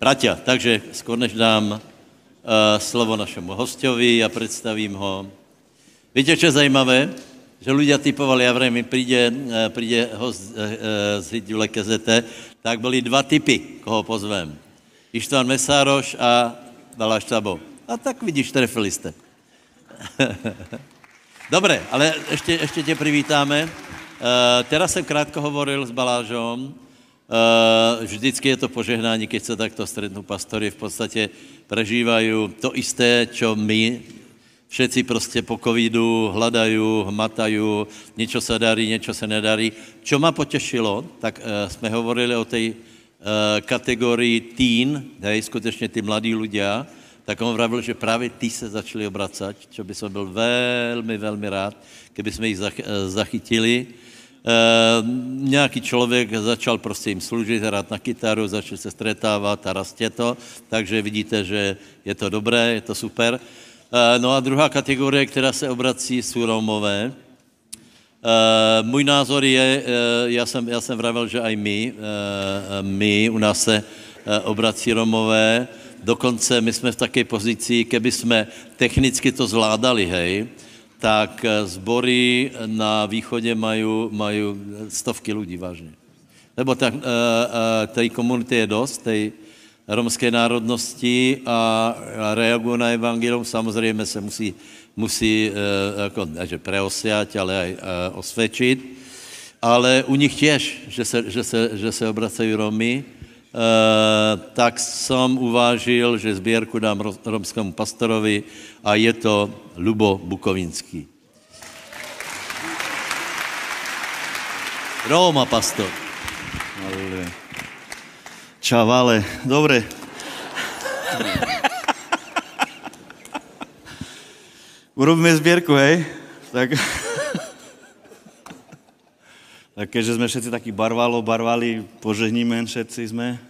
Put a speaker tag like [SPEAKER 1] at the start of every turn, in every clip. [SPEAKER 1] Bratia, takže skôr než dám uh, slovo našemu hostovi, ja predstavím ho. Víte, čo je zajímavé? Že ľudia typovali, ja vrejme, príde, eh, príde host eh, eh, z Hidule KZT, tak byly dva typy, koho pozvem. Ištvan Mesároš a Baláš Tabo. A tak vidíš, trefili ste. Dobre, ale ešte, ešte tě privítáme. Uh, teraz jsem krátko hovoril s Balážom. Uh, vždycky je to požehnání, keď se takto stretnú pastory. V podstatě prežívají to isté, čo my. Všetci prostě po covidu hladají, hmatají, niečo se darí, niečo se nedarí. Čo ma potešilo, tak uh, jsme hovorili o tej uh, kategorii teen, hej, skutečně ty mladí ľudia, tak on vravil, že právě ty se začali obracať, čo by som byl velmi, velmi rád, keby jsme ich zach, eh, zachytili. Ehm, nějaký člověk začal prostě jim služit, hrát na kytaru, začal se stretávat a rastě to, takže vidíte, že je to dobré, je to super. Ehm, no a druhá kategorie, která se obrací, jsou Romové. Uh, můj názor je, uh, já, jsem, já jsem vravel, že aj my, uh, my u nás se uh, obrací Romové, dokonce my jsme v také pozici, keby jsme technicky to zvládali, hej, tak eh, zbory na východě mají, mají stovky lidí vážně. Lebo tak, uh, uh, tej komunity je dost, tej romské národnosti a reagují na evangelium, samozřejmě se musí, musí uh, jako, ne, že preosiať, ale aj uh, osvědčit. Ale u nich těž, že se, že se, že se obracejí Romy, uh, tak jsem uvážil, že sbírku dám ro- romskému pastorovi a je to Lubo Bukovinský. Róma pastor.
[SPEAKER 2] Halleluja. Čau, ale dobre. Urobíme zbierku, hej? Tak... tak keďže sme všetci takí barvalo, barvali, požehníme všetci sme.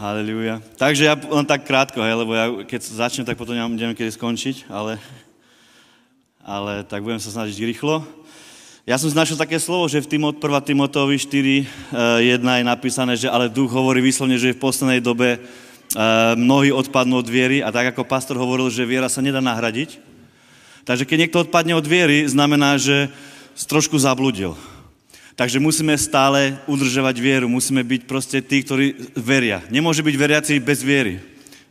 [SPEAKER 2] Halleluja. Takže ja len tak krátko, hej, lebo ja keď začnem, tak potom nemám- neviem, kedy skončiť, ale, ale tak budem sa snažiť rýchlo. Ja som si našiel také slovo, že v Timot, 1. Timotovi 4, eh, 1 je napísané, že ale duch hovorí výslovne, že v poslednej dobe eh, mnohí odpadnú od viery a tak ako pastor hovoril, že viera sa nedá nahradiť. Takže keď niekto odpadne od viery, znamená, že s- trošku zabludil. Takže musíme stále udržovať vieru, musíme byť proste tí, ktorí veria. Nemôže byť veriaci bez viery.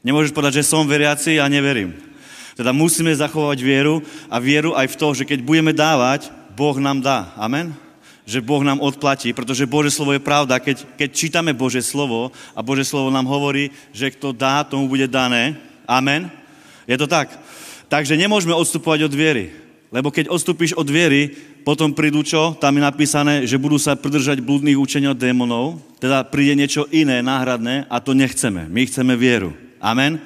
[SPEAKER 2] Nemôžeš povedať, že som veriaci a neverím. Teda musíme zachovať vieru a vieru aj v to, že keď budeme dávať, Boh nám dá. Amen? Že Boh nám odplatí, pretože Bože slovo je pravda. Keď, keď čítame Bože slovo a Bože slovo nám hovorí, že kto dá, tomu bude dané. Amen? Je to tak. Takže nemôžeme odstupovať od viery. Lebo keď odstúpiš od viery, potom prídu čo? Tam je napísané, že budú sa pridržať blúdnych učenia démonov, teda príde niečo iné, náhradné a to nechceme. My chceme vieru. Amen?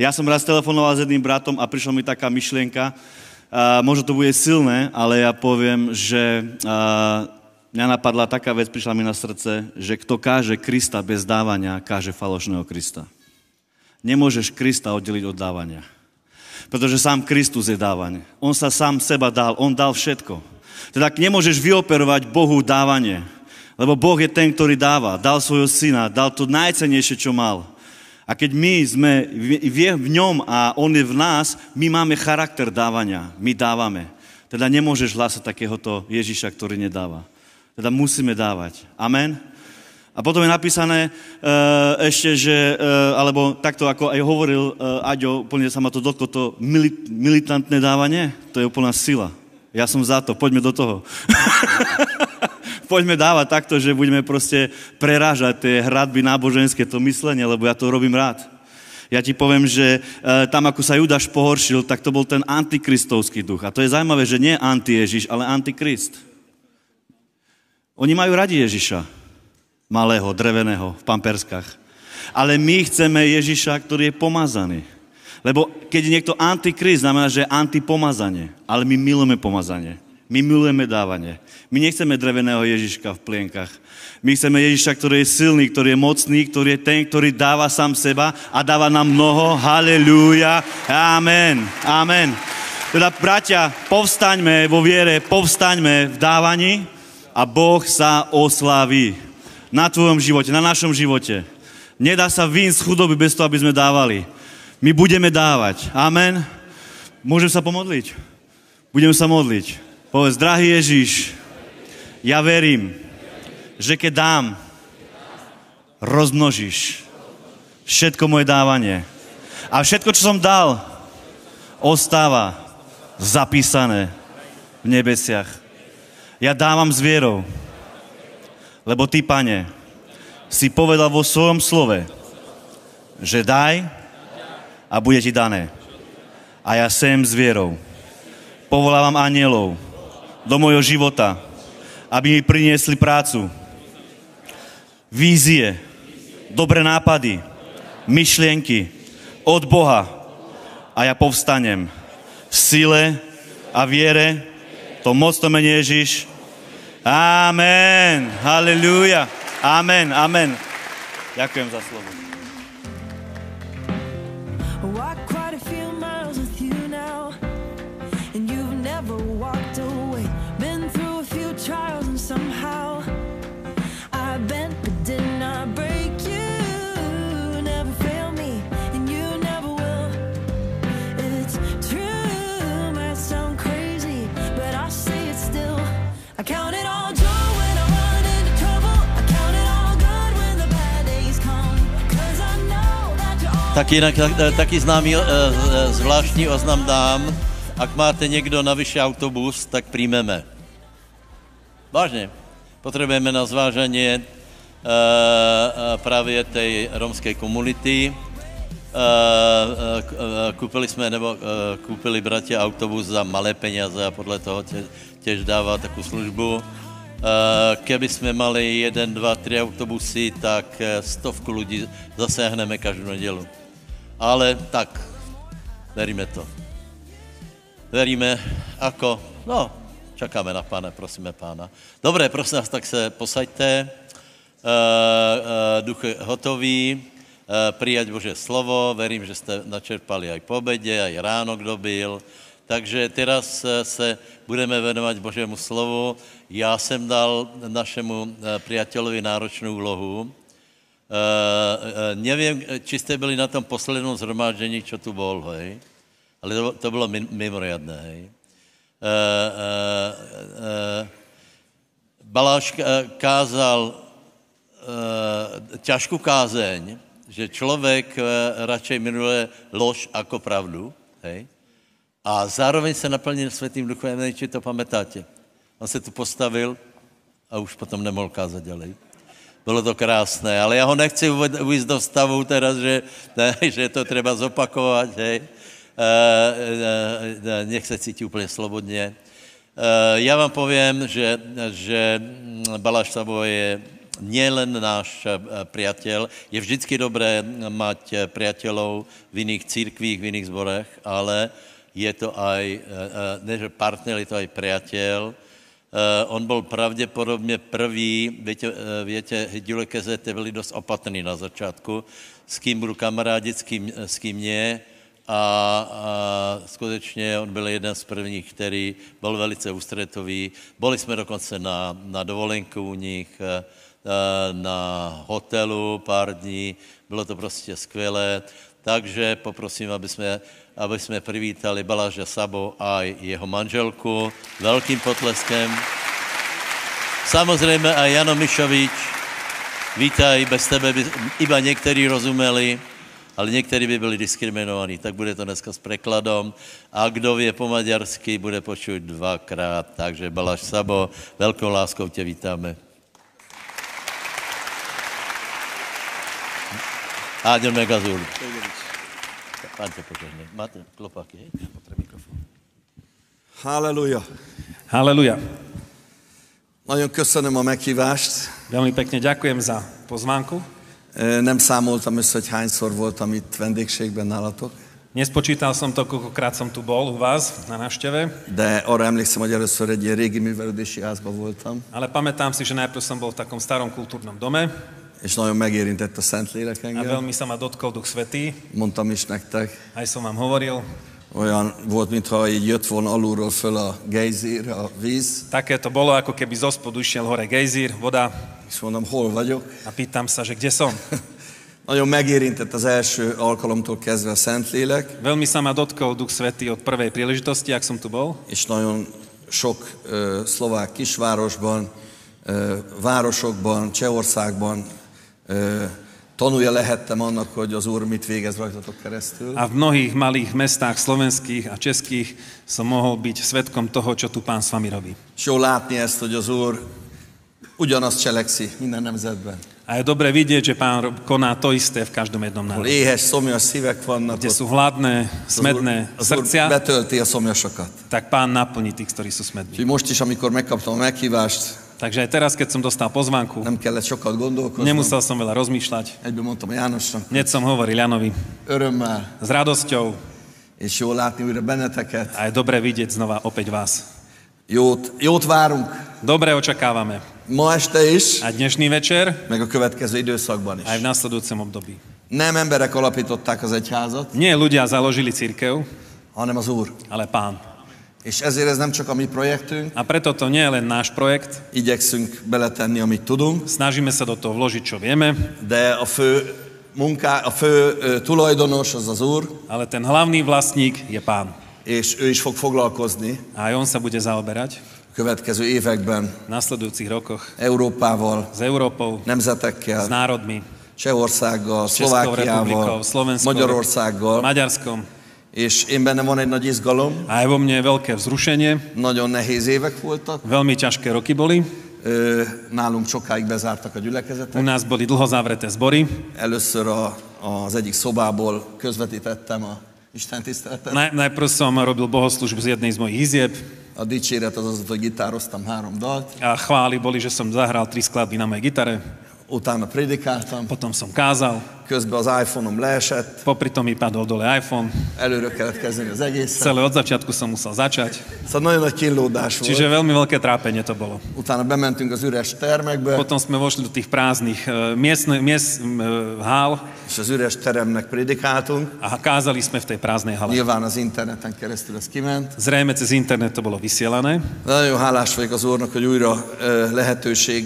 [SPEAKER 2] Ja som raz telefonoval s jedným bratom a prišla mi taká myšlienka, a možno to bude silné, ale ja poviem, že a, mňa napadla taká vec, prišla mi na srdce, že kto káže Krista bez dávania, káže falošného Krista. Nemôžeš Krista oddeliť od dávania. Pretože sám Kristus je dávanie. On sa sám seba dal, on dal všetko. Teda ak nemôžeš vyoperovať Bohu dávanie, lebo Boh je ten, ktorý dáva. Dal svojho syna, dal to najcenejšie, čo mal. A keď my sme v, v, v ňom a on je v nás, my máme charakter dávania. My dávame. Teda nemôžeš hlásať takéhoto Ježiša, ktorý nedáva. Teda musíme dávať. Amen? A potom je napísané uh, ešte, že, uh, alebo takto, ako aj hovoril uh, Aďo, úplne sa ma to dotklo, to mili- militantné dávanie, to je úplná sila. Ja som za to, poďme do toho. poďme dávať takto, že budeme proste prerážať tie hradby náboženské, to myslenie, lebo ja to robím rád. Ja ti poviem, že e, tam, ako sa Judáš pohoršil, tak to bol ten antikristovský duch. A to je zaujímavé, že nie anti-Ježiš, ale antikrist. Oni majú radi Ježiša malého, dreveného, v pamperskách. Ale my chceme Ježiša, ktorý je pomazaný. Lebo keď je niekto antikrist, znamená, že je antipomazanie. Ale my milujeme pomazanie. My milujeme dávanie. My nechceme dreveného Ježiška v plienkach. My chceme Ježiša, ktorý je silný, ktorý je mocný, ktorý je ten, ktorý dáva sám seba a dáva nám mnoho. Halelúja. Amen. Amen. Teda, bratia, povstaňme vo viere, povstaňme v dávaní a Boh sa osláví na tvojom živote, na našom živote. Nedá sa vín z chudoby bez toho, aby sme dávali. My budeme dávať. Amen. Môžem sa pomodliť? Budem sa modliť. Povedz, drahý Ježiš, ja verím, že keď dám, rozmnožíš všetko moje dávanie. A všetko, čo som dal, ostáva zapísané v nebesiach. Ja dávam s vierou, lebo ty, pane, si povedal vo svojom slove, že daj a bude ti dané. A ja sem s vierou. Povolávam anielov do mojho života, aby mi priniesli prácu, vízie, dobré nápady, myšlienky od Boha. A ja povstanem v sile a viere, to mocno mene Ježiš. Amen. Halleluja. Amen, amen. Ďakujem za slovo.
[SPEAKER 3] Walk quite a few miles with you now, and you've never walked away. Been through a few trials, and somehow I bent but did not break. You never fail me, and you never will. It's true, might sound crazy, but I say it still. I count it all joy when I run into trouble. I count it all good when the bad days come. 'Cause I know that you're always.
[SPEAKER 1] Tak jinak tak, taky známý eh, eh, zvláštní oznam dám. Ak máte někdo na vyšší autobus, tak príjmeme. Vážně. Potřebujeme na eh, zvážení právě té romské komunity. Eh, eh, k- eh, Koupili jsme, nebo eh, koupili bratě autobus za malé peněze a podle toho tě- těž dává takovou službu. Eh, Keby jsme mali jeden, dva, tři autobusy, tak eh, stovku lidí zasáhneme každou nedělu. Ale tak, veríme to. Veríme, ako, no, čakáme na pána, prosíme pána. Dobré, prosím vás, tak se posaďte. Uh, uh, duch je hotový, uh, prijať Bože slovo, verím, že ste načerpali aj po obede, aj ráno, kdo byl. Takže teraz eh, se budeme venovať Božému slovu. Já jsem dal našemu eh, priateľovi náročnou úlohu. Eh, eh, nevím, či jste byli na tom posledním zhromáždění, co tu bol, hej? Ale to, to bylo mi- mimoriadné, hej? Eh, eh, eh, Baláš eh, kázal eh, ťažkou kázeň, že člověk eh, radšej minuje lož jako pravdu, hej? A zároveň se naplnil Světým duchem, nevím, či to pamätáte. On se tu postavil a už potom nemohl kázat dělej. Bylo to krásné, ale já ho nechci uved- uvést do stavu teraz, že, ne, že je to třeba zopakovat, hej. E, e, e, nech se cítí úplně slobodně. E, já vám povím, že, že mm, Baláš Sabo je nielen náš e, priateľ, je vždycky dobré mať e, priateľov v jiných církvích, v jiných zborech, ale je to aj, e, e, ne že partner, je to aj priateľ. Eh, on byl pravděpodobně první, víte, eh, víte Hidule Kezete byli dost opatrný na začátku, s kým budu kamarádit, s kým, eh, s kým je. A, a skutečně on byl jeden z prvních, který byl velice ústretový. Byli jsme dokonce na, na dovolenku u nich, eh, eh, na hotelu pár dní, bylo to prostě skvělé. Takže poprosím, aby jsme, aby jsme privítali Baláža Sabo a jeho manželku velkým potleskem. Samozřejmě a Jano Mišovič. Vítaj, bez tebe by iba někteří rozumeli, ale někteří by byli diskriminovaní. Tak bude to dneska s prekladom. A kdo vě po maďarsky, bude počuť dvakrát. Takže Baláš Sabo, velkou láskou tě vítáme. Áďo Megazul. Pán ťa požehnej. Máte klopáky, hej?
[SPEAKER 4] Halleluja!
[SPEAKER 5] Haleluja.
[SPEAKER 4] Nagyon köszönöm a meghívást.
[SPEAKER 5] Veľmi pekne ďakujem za pozvánku.
[SPEAKER 4] Ö, Nem számoltam össze, hogy hányszor voltam itt vendégségben nálatok,
[SPEAKER 5] Nespočítal som to, koľkokrát som tu bol u vás na návšteve,
[SPEAKER 4] de arra emlékszem, hogy először egy ilyen régi művelődési házban voltam,
[SPEAKER 5] ale pamätám si, že najprv som bol v takom starom kultúrnom dome
[SPEAKER 4] és nagyon megérintett a Szentlélek
[SPEAKER 5] a
[SPEAKER 4] engem.
[SPEAKER 5] veľmi sa ma dotkol Duch Svetý,
[SPEAKER 4] Mondtam is nektek.
[SPEAKER 5] aj som vám hovoril.
[SPEAKER 4] Olyan volt, mintha így jött volna alulról föl a gejzír, a víz,
[SPEAKER 5] Také to bolo, ako keby zo spodu išiel hore gejzír, voda
[SPEAKER 4] és mondom, hol vagyok?
[SPEAKER 5] a pýtam sa, že kde som.
[SPEAKER 4] Nagyon megérintett az első alkalomtól kezdve a Szentlélek,
[SPEAKER 5] Veľmi sa ma dotkol Duch Svetý od prvej príležitosti, ak som tu bol.
[SPEAKER 4] és nagyon sok ö, szlovák kisvárosban, ö, városokban, Csehországban ö, tanulja lehettem annak, hogy az Úr mit végez rajtatok keresztül.
[SPEAKER 5] A v mnohých malých mestách slovenských a českých som mohol byť svetkom toho, čo tu pán s vami robí.
[SPEAKER 4] És jó látni ezt, hogy az Úr ugyanazt cselekszi minden nemzetben.
[SPEAKER 5] A je dobre vidieť, že pán rob- koná to isté v každom jednom
[SPEAKER 4] Ahol
[SPEAKER 5] národe.
[SPEAKER 4] éhes, szomjas szívek vannak,
[SPEAKER 5] Kde
[SPEAKER 4] ott
[SPEAKER 5] sú hladné,
[SPEAKER 4] az Úr-
[SPEAKER 5] smedné
[SPEAKER 4] az Úr
[SPEAKER 5] srdcia,
[SPEAKER 4] betölti a szomjasokat.
[SPEAKER 5] tak pán naplní tých, ktorí sú smední.
[SPEAKER 4] Úgyhogy most is, amikor megkaptam a meghívást,
[SPEAKER 5] Takže aj teraz, keď som dostal pozvánku,
[SPEAKER 4] nem kellett sokat gondolkozni.
[SPEAKER 5] nemusel som veľa rozmýšľať.
[SPEAKER 4] Egyből mondtam Jánosnak,
[SPEAKER 5] Hneď som hovoril Janovi
[SPEAKER 4] örömmel,
[SPEAKER 5] s radosťou
[SPEAKER 4] és jó látni újra benneteket.
[SPEAKER 5] a je dobre vidieť znova opäť vás.
[SPEAKER 4] Jót, jót várunk
[SPEAKER 5] Dobre očakávame.
[SPEAKER 4] ma este is,
[SPEAKER 5] A dnešný večer,
[SPEAKER 4] meg a következő időszakban
[SPEAKER 5] aj v
[SPEAKER 4] is.
[SPEAKER 5] následujúcom období.
[SPEAKER 4] Nem emberek alapították az egyházat,
[SPEAKER 5] Nie ľudia založili církev,
[SPEAKER 4] hanem az Úr.
[SPEAKER 5] ale pán.
[SPEAKER 4] És ezért ez nem csak a mi projektünk,
[SPEAKER 5] A preto to nie je len náš projekt,
[SPEAKER 4] igyekszünk beletenni, amit tudunk,
[SPEAKER 5] snažíme sa do toho vložiť, čo vieme,
[SPEAKER 4] de a fő munká, a fő ö, tulajdonos az az Úr,
[SPEAKER 5] ale ten hlavný vlastník je pán.
[SPEAKER 4] és ő is fog foglalkozni
[SPEAKER 5] A aj on sa bude zaoberať
[SPEAKER 4] a következő években
[SPEAKER 5] v nasledujúcich rokoch
[SPEAKER 4] Európával,
[SPEAKER 5] s Európou, s
[SPEAKER 4] nemzetekkel,
[SPEAKER 5] národmi,
[SPEAKER 4] Csehországgal,
[SPEAKER 5] Českou republikou,
[SPEAKER 4] Szlovákiával,
[SPEAKER 5] Slovenskou,
[SPEAKER 4] Magyarországgal,
[SPEAKER 5] Maďarskom.
[SPEAKER 4] és én benne van egy nagy izgalom,
[SPEAKER 5] A aj vo mne je veľké vzrušenie,
[SPEAKER 4] nagyon nehéz évek voltak,
[SPEAKER 5] veľmi ťažké roky boli,
[SPEAKER 4] Ö, nálunk sokáig bezártak a
[SPEAKER 5] u
[SPEAKER 4] gyülekezetek.
[SPEAKER 5] nás boli dlho zavreté zbory.
[SPEAKER 4] Először a, az egyik szobából közvetítettem a Isten tiszteletet.
[SPEAKER 5] Naj, najprv som robil bohoslužbu z jednej z mojich izieb
[SPEAKER 4] A dicséret az az, hogy gitároztam három dalt,
[SPEAKER 5] a chvály boli, že som zahral tri skladby na mojej gitare,
[SPEAKER 4] utána prédikáltam,
[SPEAKER 5] potom som kázal,
[SPEAKER 4] közben az iPhone-om leesett,
[SPEAKER 5] popri tom mi padol dole iPhone,
[SPEAKER 4] előről kellett kezdeni az egészet.
[SPEAKER 5] celé od začiatku som musel začať,
[SPEAKER 4] Szóval nagyon nagy kínlódás volt.
[SPEAKER 5] čiže veľmi veľké trápenie to bolo.
[SPEAKER 4] Utána bementünk az üres termekbe,
[SPEAKER 5] Potom sme vošli do tých prázdnych e, miestne, miest, e, hál
[SPEAKER 4] és az üres teremnek prédikáltunk.
[SPEAKER 5] a kázali sme v tej prázdnej hale.
[SPEAKER 4] Nyilván az interneten keresztül ez kiment.
[SPEAKER 5] Zrejme cez internet to bolo vysielané.
[SPEAKER 4] Nagyon hálás vagyok az Úrnak, hogy újra ö, lehetőség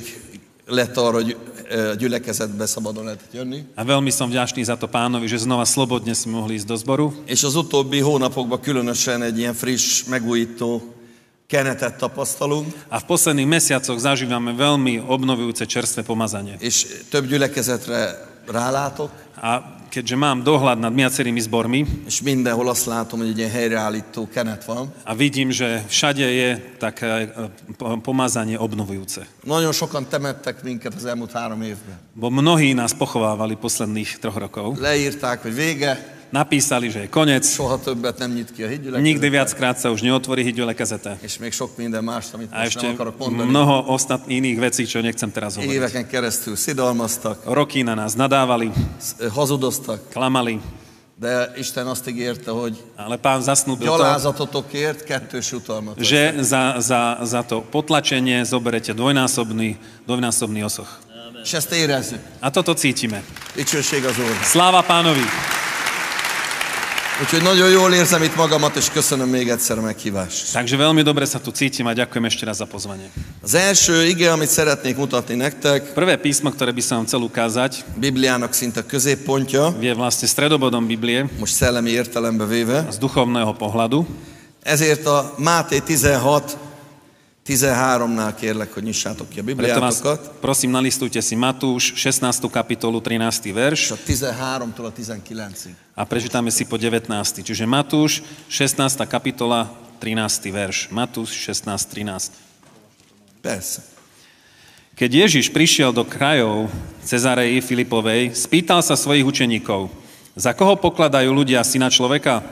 [SPEAKER 4] lett arra, hogy ö, gyülekezetbe szabadon lehetett jönni.
[SPEAKER 5] A veľmi som vďačný za to pánovi, že znova slobodne sme mohli ísť do zboru.
[SPEAKER 4] És az utóbbi hónapokban különösen egy ilyen friss, megújító kenetet tapasztalunk,
[SPEAKER 5] A v posledných mesiacoch zažívame veľmi obnovujúce čerstvé pomazanie.
[SPEAKER 4] és több gyülekezetre rálátok,
[SPEAKER 5] A keďže mám dohľad nad viacerými zbormi
[SPEAKER 4] és mindenhol azt látom, hogy egy ilyen helyreállító kenet van.
[SPEAKER 5] a vidím, že všade je také e, po- pomazanie obnovujúce.
[SPEAKER 4] Nagyon sokan temettek minket az elmúlt három évben.
[SPEAKER 5] Bo mnohí nás pochovávali posledných troch rokov.
[SPEAKER 4] Leírták, hogy vége,
[SPEAKER 5] Napísali, že je koniec,
[SPEAKER 4] soha többet nem nyit ki a hídgyülekezet.
[SPEAKER 5] nikdy viackrát sa už neotvorí hydule kazeta.
[SPEAKER 4] És még sok minden mást, amit
[SPEAKER 5] A
[SPEAKER 4] most
[SPEAKER 5] ešte
[SPEAKER 4] nem akarok mondani.
[SPEAKER 5] mnoho ostat iných vecí, čo nechcem teraz hovoriť.
[SPEAKER 4] Éveken keresztül szidalmaztak,
[SPEAKER 5] Roky na nás nadávali,
[SPEAKER 4] sz- hazudoztak,
[SPEAKER 5] klamali,
[SPEAKER 4] de Isten azt ígérte, hogy
[SPEAKER 5] ale pán zasnúbil to,
[SPEAKER 4] gyalázatotokért kettős jutalmat. ad.
[SPEAKER 5] že za, za, za to potlačenie zoberete dvojnásobný, dvojnásobný osoch.
[SPEAKER 4] És ezt érezzük.
[SPEAKER 5] A toto cítime.
[SPEAKER 4] Dicsőség az Úr.
[SPEAKER 5] Sláva pánovi!
[SPEAKER 4] Úgyhogy nagyon jól érzem itt magamat, és köszönöm még egyszer a meghívást.
[SPEAKER 5] Takže veľmi dobre sa tu cítim a ďakujem ešte raz za pozvanie.
[SPEAKER 4] Az első ige, amit szeretnék mutatni nektek,
[SPEAKER 5] Prvé písmo, ktoré by som vám chcel ukázať,
[SPEAKER 4] Bibliának szinte középpontja,
[SPEAKER 5] je vlastne stredobodom Biblie
[SPEAKER 4] most szellemi értelembe véve.
[SPEAKER 5] z duchovného pohľadu.
[SPEAKER 4] Ezért a Máté 16, 13-nál kérlek, hogy nyissátok ki a
[SPEAKER 5] Preto vás
[SPEAKER 4] Bibliátokat,
[SPEAKER 5] prosím, nalistujte si Matúš 16. kapitolu 13. verš
[SPEAKER 4] és a 13-tól a 19-ig.
[SPEAKER 5] a prečítame si po 19. Čiže Matúš 16. kapitola 13. verš. Matúš 16. 13.
[SPEAKER 4] Persze.
[SPEAKER 5] Keď Ježiš prišiel do krajov Cezareji Filipovej, spýtal sa svojich učeníkov, za koho pokladajú ľudia syna človeka?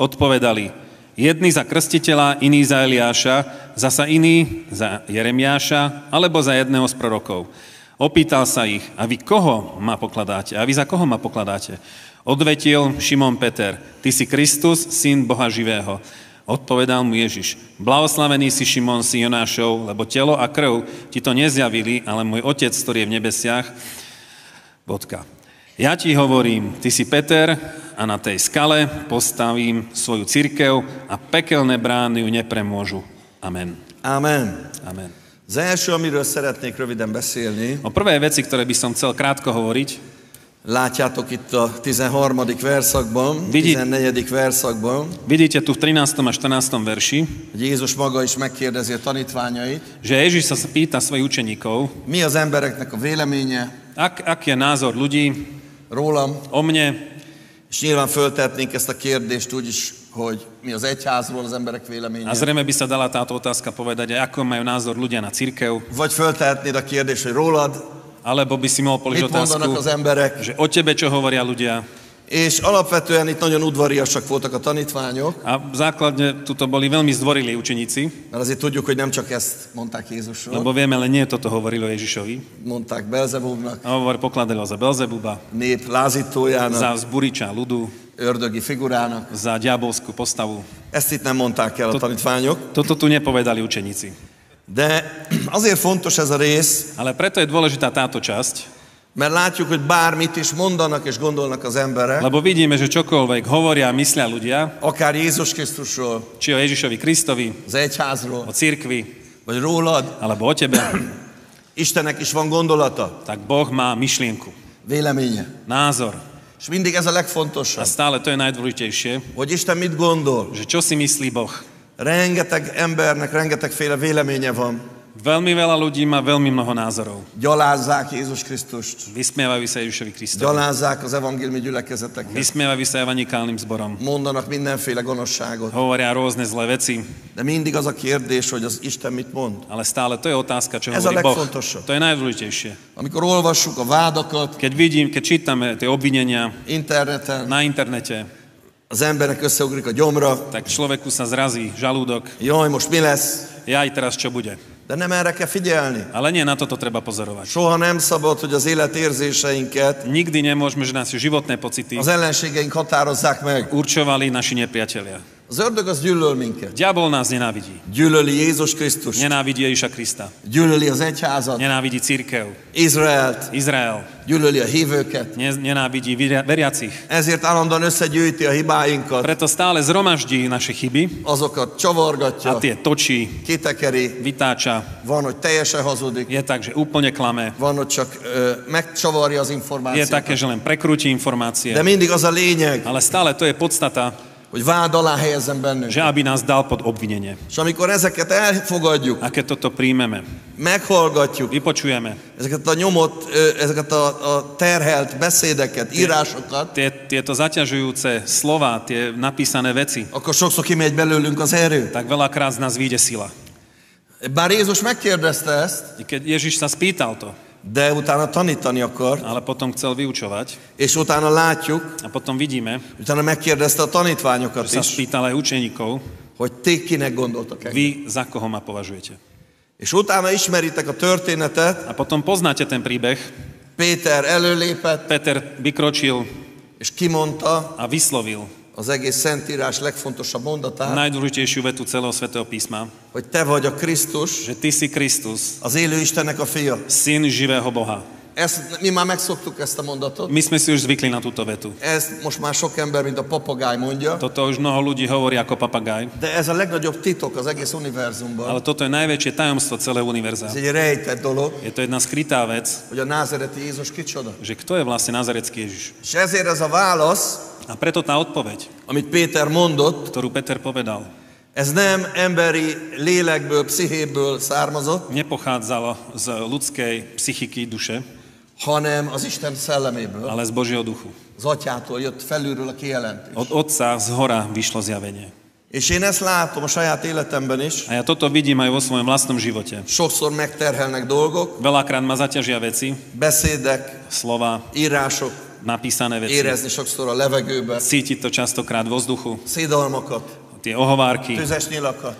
[SPEAKER 5] Odpovedali, jedni za krstiteľa, iní za Eliáša, zasa iní za Jeremiáša, alebo za jedného z prorokov. Opýtal sa ich, a vy koho ma pokladáte? A vy za koho ma pokladáte? Odvetil Šimon Peter, ty si Kristus, syn Boha živého. Odpovedal mu Ježiš, blahoslavený si Šimon, si Jonášov, lebo telo a krv ti to nezjavili, ale môj otec, ktorý je v nebesiach. Bodka. Ja ti hovorím, ty si Peter a na tej skale postavím svoju cirkev a pekelné brány ju nepremôžu. Amen.
[SPEAKER 4] Amen.
[SPEAKER 5] Amen.
[SPEAKER 4] Az első, amiről szeretnék röviden beszélni,
[SPEAKER 5] O prvej veci, ktoré by som chcel krátko hovoriť,
[SPEAKER 4] Látjátok itt a 13. verszakban,
[SPEAKER 5] Vigyit-
[SPEAKER 4] 14. verszakban,
[SPEAKER 5] Vidíte tu v 13. a 14. verši,
[SPEAKER 4] hogy Jézus maga is megkérdezi a tanítványait,
[SPEAKER 5] že Ježiš sa pýta svojich učeníkov,
[SPEAKER 4] mi az embereknek a véleménye
[SPEAKER 5] ak, ak je názor ľudí
[SPEAKER 4] rólam,
[SPEAKER 5] o mne,
[SPEAKER 4] és nyilván föltetnénk ezt a kérdést úgy is, hogy mi az egyházról az emberek
[SPEAKER 5] a
[SPEAKER 4] véleménye.
[SPEAKER 5] zrejme by sa dala táto otázka povedať, aj ako majú názor ľudia na církev,
[SPEAKER 4] Vagy föltehetnéd a kérdést, hogy rólad,
[SPEAKER 5] alebo by si mohol položiť
[SPEAKER 4] mit mondanak az
[SPEAKER 5] otázku,
[SPEAKER 4] emberek.
[SPEAKER 5] že o tebe čo hovoria ľudia.
[SPEAKER 4] És alapvetően itt nagyon udvariasak voltak a tanítványok,
[SPEAKER 5] A v základne tuto boli veľmi zdvorilí učeníci,
[SPEAKER 4] mert azért tudjuk, hogy nem csak ezt mondták Jézusról,
[SPEAKER 5] lebo vieme, len nie toto hovorilo Ježišovi.
[SPEAKER 4] mondták Belzebubnak,
[SPEAKER 5] A hovor pokladalo za Belzebuba,
[SPEAKER 4] nép lázítójának,
[SPEAKER 5] za zburiča ľudu,
[SPEAKER 4] ördögi figurának.
[SPEAKER 5] za diabolskú postavu.
[SPEAKER 4] Ezt itt nem mondták el a tanítványok,
[SPEAKER 5] Toto tu nepovedali učeníci.
[SPEAKER 4] de azért fontos ez a rész,
[SPEAKER 5] Ale preto je dôležitá táto časť,
[SPEAKER 4] mert látjuk, hogy bármit is mondanak és gondolnak az emberek,
[SPEAKER 5] lebo vidíme, že čokoľvek hovoria a myslia ľudia,
[SPEAKER 4] akár Jézus Krisztusról,
[SPEAKER 5] či o Ježišovi Kristovi,
[SPEAKER 4] az egyházról,
[SPEAKER 5] o cirkvi,
[SPEAKER 4] vagy rólad,
[SPEAKER 5] alebo o tebe,
[SPEAKER 4] Istennek is van gondolata,
[SPEAKER 5] tak Boh má myšlienku,
[SPEAKER 4] véleménye.
[SPEAKER 5] názor.
[SPEAKER 4] És mindig ez a
[SPEAKER 5] A
[SPEAKER 4] legfontosabb,
[SPEAKER 5] stále to je najdôležitejšie,
[SPEAKER 4] hogy Isten mit gondol.
[SPEAKER 5] že čo si myslí Boh.
[SPEAKER 4] Rengeteg embernek rengetegféle véleménye van.
[SPEAKER 5] Veľmi veľa ľudí má veľmi mnoho názorov.
[SPEAKER 4] Gyalázzák Jézus Krisztust,
[SPEAKER 5] Vysmievajú sa Ježišovi Kristovi.
[SPEAKER 4] gyalázzák az evangéliumi gyülekezeteket,
[SPEAKER 5] Vysmievajú sa evanikálnym zborom.
[SPEAKER 4] mondanak mindenféle gonoszságot.
[SPEAKER 5] Hovoria rôzne zlé veci,
[SPEAKER 4] De mindig az a kérdés, hogy az Isten mit mond.
[SPEAKER 5] ale stále to je otázka, čo
[SPEAKER 4] Ez a
[SPEAKER 5] hovorí Boh.
[SPEAKER 4] legfontosabb.
[SPEAKER 5] To je najdôležitejšie.
[SPEAKER 4] Amikor olvassuk a vádakat
[SPEAKER 5] Keď vidím, keď čítame tie obvinenia
[SPEAKER 4] interneten,
[SPEAKER 5] na internete,
[SPEAKER 4] az embernek összeugrik a gyomra,
[SPEAKER 5] tak človeku sa zrazí žalúdok.
[SPEAKER 4] jaj, most mi lesz?
[SPEAKER 5] Ja aj teraz čo bude.
[SPEAKER 4] De nem erre kell figyelni.
[SPEAKER 5] Ale nie, na toto treba pozorovať.
[SPEAKER 4] Soha nem szabad, hogy az élet érzéseinket
[SPEAKER 5] Nikdy nemôžeme, že naše životné pocity
[SPEAKER 4] az ellenségeink határozzák meg.
[SPEAKER 5] určovali naši nepriatelia.
[SPEAKER 4] Az ördög az gyűlöl minket.
[SPEAKER 5] Diabol nás nenávidí.
[SPEAKER 4] Gyűlöli Jézus Krisztust,
[SPEAKER 5] Nenávidí Ježiša Krista.
[SPEAKER 4] gyűlöli az egyházat,
[SPEAKER 5] Nenávidí církev,
[SPEAKER 4] Izraelt,
[SPEAKER 5] Izrael.
[SPEAKER 4] gyűlöli a hívőket.
[SPEAKER 5] Ne- Nenávidí veria- veriacich.
[SPEAKER 4] Ezért állandóan összegyűjti a hibáinkat,
[SPEAKER 5] Preto stále zhromaždí naše chyby
[SPEAKER 4] azokat
[SPEAKER 5] a
[SPEAKER 4] csavargatja,
[SPEAKER 5] tie točí,
[SPEAKER 4] kitekeri,
[SPEAKER 5] vytáča.
[SPEAKER 4] van, hogy teljesen hazudik,
[SPEAKER 5] Je tak, že úplne klame.
[SPEAKER 4] van, hogy csak ö, megcsavarja az
[SPEAKER 5] Je
[SPEAKER 4] információt.
[SPEAKER 5] také, že len prekrúti informácie.
[SPEAKER 4] De mindig az a lényeg,
[SPEAKER 5] Ale stále to je podstata,
[SPEAKER 4] hogy vád alá helyezzen bennünk.
[SPEAKER 5] že aby nás dal pod obvinenie.
[SPEAKER 4] És amikor ezeket elfogadjuk,
[SPEAKER 5] A keď toto príjmeme,
[SPEAKER 4] meghallgatjuk,
[SPEAKER 5] vypočujeme
[SPEAKER 4] ezeket a nyomot, ö, ezeket a, a terhelt beszédeket, írásokat,
[SPEAKER 5] tie, tieto zaťažujúce slova, tie napísané veci,
[SPEAKER 4] akkor sokszor kimegy belőlünk az erő.
[SPEAKER 5] tak veľakrát z nás vyjde sila.
[SPEAKER 4] Bár Jézus megkérdezte ezt,
[SPEAKER 5] I Keď Ježiš sa spýtal to,
[SPEAKER 4] de utána tanítani akar,
[SPEAKER 5] ale potom chcel vyučovať
[SPEAKER 4] és utána látjuk,
[SPEAKER 5] a potom vidíme,
[SPEAKER 4] Utána megkérdezte a tanítványokat
[SPEAKER 5] že sa
[SPEAKER 4] is,
[SPEAKER 5] spýtal aj učeníkov,
[SPEAKER 4] hogy ti kinek gondoltak engem.
[SPEAKER 5] vy za koho ma považujete.
[SPEAKER 4] És utána ismeritek a történetet,
[SPEAKER 5] A potom poznáte ten príbeh,
[SPEAKER 4] Péter előlépett,
[SPEAKER 5] Peter vykročil
[SPEAKER 4] és kimondta
[SPEAKER 5] a vyslovil
[SPEAKER 4] az egész Szentírás legfontosabb mondatát,
[SPEAKER 5] najdôležitejšiu vetu celého svätého písma,
[SPEAKER 4] hogy te vagy a Krisztus,
[SPEAKER 5] že ty si Kristus,
[SPEAKER 4] az élő Istennek a fia.
[SPEAKER 5] syn živého Boha.
[SPEAKER 4] Ezt, mi már megszoktuk ezt a mondatot.
[SPEAKER 5] My sme si už zvykli na túto vetu.
[SPEAKER 4] Ezt most már sok ember, mint a papagáj mondja,
[SPEAKER 5] Toto už mnoho ľudí hovorí ako papagaj,
[SPEAKER 4] de ez a legnagyobb titok az egész univerzumban.
[SPEAKER 5] ale toto je najväčšie tajomstvo celého univerza.
[SPEAKER 4] Ez egy rejtett dolog,
[SPEAKER 5] Je to jedna skrytá vec,
[SPEAKER 4] hogy a názereti Jézus kicsoda.
[SPEAKER 5] že kto je vlastne Nazarecký Ježiš.
[SPEAKER 4] És ezért ez a válasz,
[SPEAKER 5] A preto tá odpoveď,
[SPEAKER 4] amit Péter mondott,
[SPEAKER 5] ktorú Peter povedal,
[SPEAKER 4] Ez nem emberi lélekből, pszichéből származott,
[SPEAKER 5] nepochádzala z ľudskej psychiky duše,
[SPEAKER 4] hanem az Isten szelleméből,
[SPEAKER 5] ale z Božieho duchu.
[SPEAKER 4] az atyától jött felülről a kijelentés.
[SPEAKER 5] Od Otca z hora vyšlo zjavenie.
[SPEAKER 4] És én ezt látom a saját életemben is.
[SPEAKER 5] A ja toto vidím aj vo svojom vlastnom živote.
[SPEAKER 4] Sokszor megterhelnek dolgok,
[SPEAKER 5] Veľakrát ma zaťažia veci,
[SPEAKER 4] beszédek,
[SPEAKER 5] slova,
[SPEAKER 4] írások,
[SPEAKER 5] napísané veci.
[SPEAKER 4] érezni sokszor a levegőben,
[SPEAKER 5] Cítiť to častokrát vo vzduchu,
[SPEAKER 4] szédalmakat,
[SPEAKER 5] tie ohovárky,
[SPEAKER 4] tüzes nyilakat.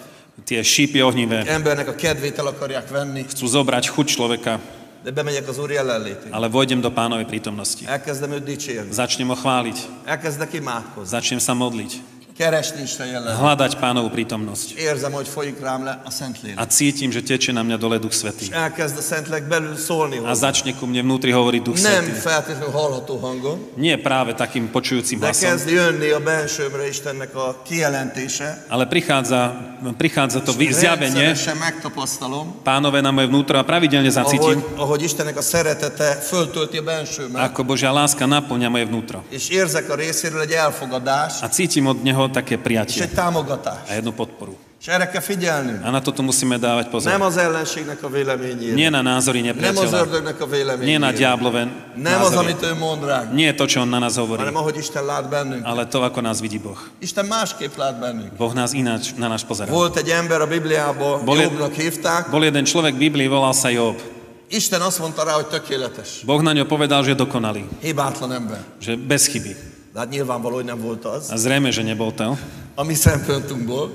[SPEAKER 5] tie šípy ohnivé.
[SPEAKER 4] Embernek a kedvét el akarják venni,
[SPEAKER 5] Chcú zobrať chuť človeka,
[SPEAKER 4] de bemegyek az Úr jelenlétébe.
[SPEAKER 5] ale vojdem do pánovej prítomnosti.
[SPEAKER 4] Elkezdem őt dicsérni,
[SPEAKER 5] Začnem ho chváliť,
[SPEAKER 4] elkezdek imádkozni.
[SPEAKER 5] začnem sa modliť.
[SPEAKER 4] keresni Isten jelen.
[SPEAKER 5] hľadať pánovu prítomnosť.
[SPEAKER 4] Érzem, hogy folyik rám le a Szentlélek.
[SPEAKER 5] A cítim, že teče na mňa dole Duch Svetý.
[SPEAKER 4] És elkezd a Szentlélek belül szólni
[SPEAKER 5] A
[SPEAKER 4] hozzá.
[SPEAKER 5] začne ku mne vnútri hovoriť Duch
[SPEAKER 4] Nem
[SPEAKER 5] Svetý.
[SPEAKER 4] feltétlenül hallható hangon,
[SPEAKER 5] Nie práve takým počujúcim
[SPEAKER 4] de
[SPEAKER 5] hlasom,
[SPEAKER 4] kezd jönni a belsőmre Istennek a kijelentése.
[SPEAKER 5] ale prichádza, prichádza to vy- zjavenie
[SPEAKER 4] Rendszeresen megtapasztalom,
[SPEAKER 5] pánové na moje vnútro a pravidelne zacítim,
[SPEAKER 4] ahogy, ahogy Istennek a szeretete föltölti a bensőmet.
[SPEAKER 5] ako Božia láska naplňa moje vnútro.
[SPEAKER 4] és érzek a részéről egy elfogadást
[SPEAKER 5] A cítim od Neho také
[SPEAKER 4] és
[SPEAKER 5] prijatie
[SPEAKER 4] egy támogatást.
[SPEAKER 5] a jednu podporu.
[SPEAKER 4] És erre kell figyelnünk.
[SPEAKER 5] A na toto musíme dávať pozor.
[SPEAKER 4] Nem az ellenségnek a véleményére.
[SPEAKER 5] Nie na názory
[SPEAKER 4] Nem az
[SPEAKER 5] nepriateľa,
[SPEAKER 4] ördögnek a
[SPEAKER 5] nie na
[SPEAKER 4] véleményére.
[SPEAKER 5] diablové
[SPEAKER 4] Nem az,
[SPEAKER 5] názory,
[SPEAKER 4] amit ő mond ránk,
[SPEAKER 5] nie to, čo on na nás hovorí,
[SPEAKER 4] hanem ahogy Isten lát bennünk.
[SPEAKER 5] ale to, ako nás vidí Boh.
[SPEAKER 4] Isten másképp lát bennünk.
[SPEAKER 5] Boh nás ináč na nás pozerá.
[SPEAKER 4] Volt egy ember a Bibliában,
[SPEAKER 5] Boli-
[SPEAKER 4] Jobbnak hívták.
[SPEAKER 5] Bol jeden človek v Biblii, volal sa Job.
[SPEAKER 4] Isten azt mondta rá, hogy tökéletes.
[SPEAKER 5] Boh na ňo povedal, že je dokonalý,
[SPEAKER 4] Hibátlan ember.
[SPEAKER 5] že bez chyby.
[SPEAKER 4] De hát nyilvánvaló, hogy nem volt az.
[SPEAKER 5] A zrejme, že nebol to.
[SPEAKER 4] A mi szempontunkból,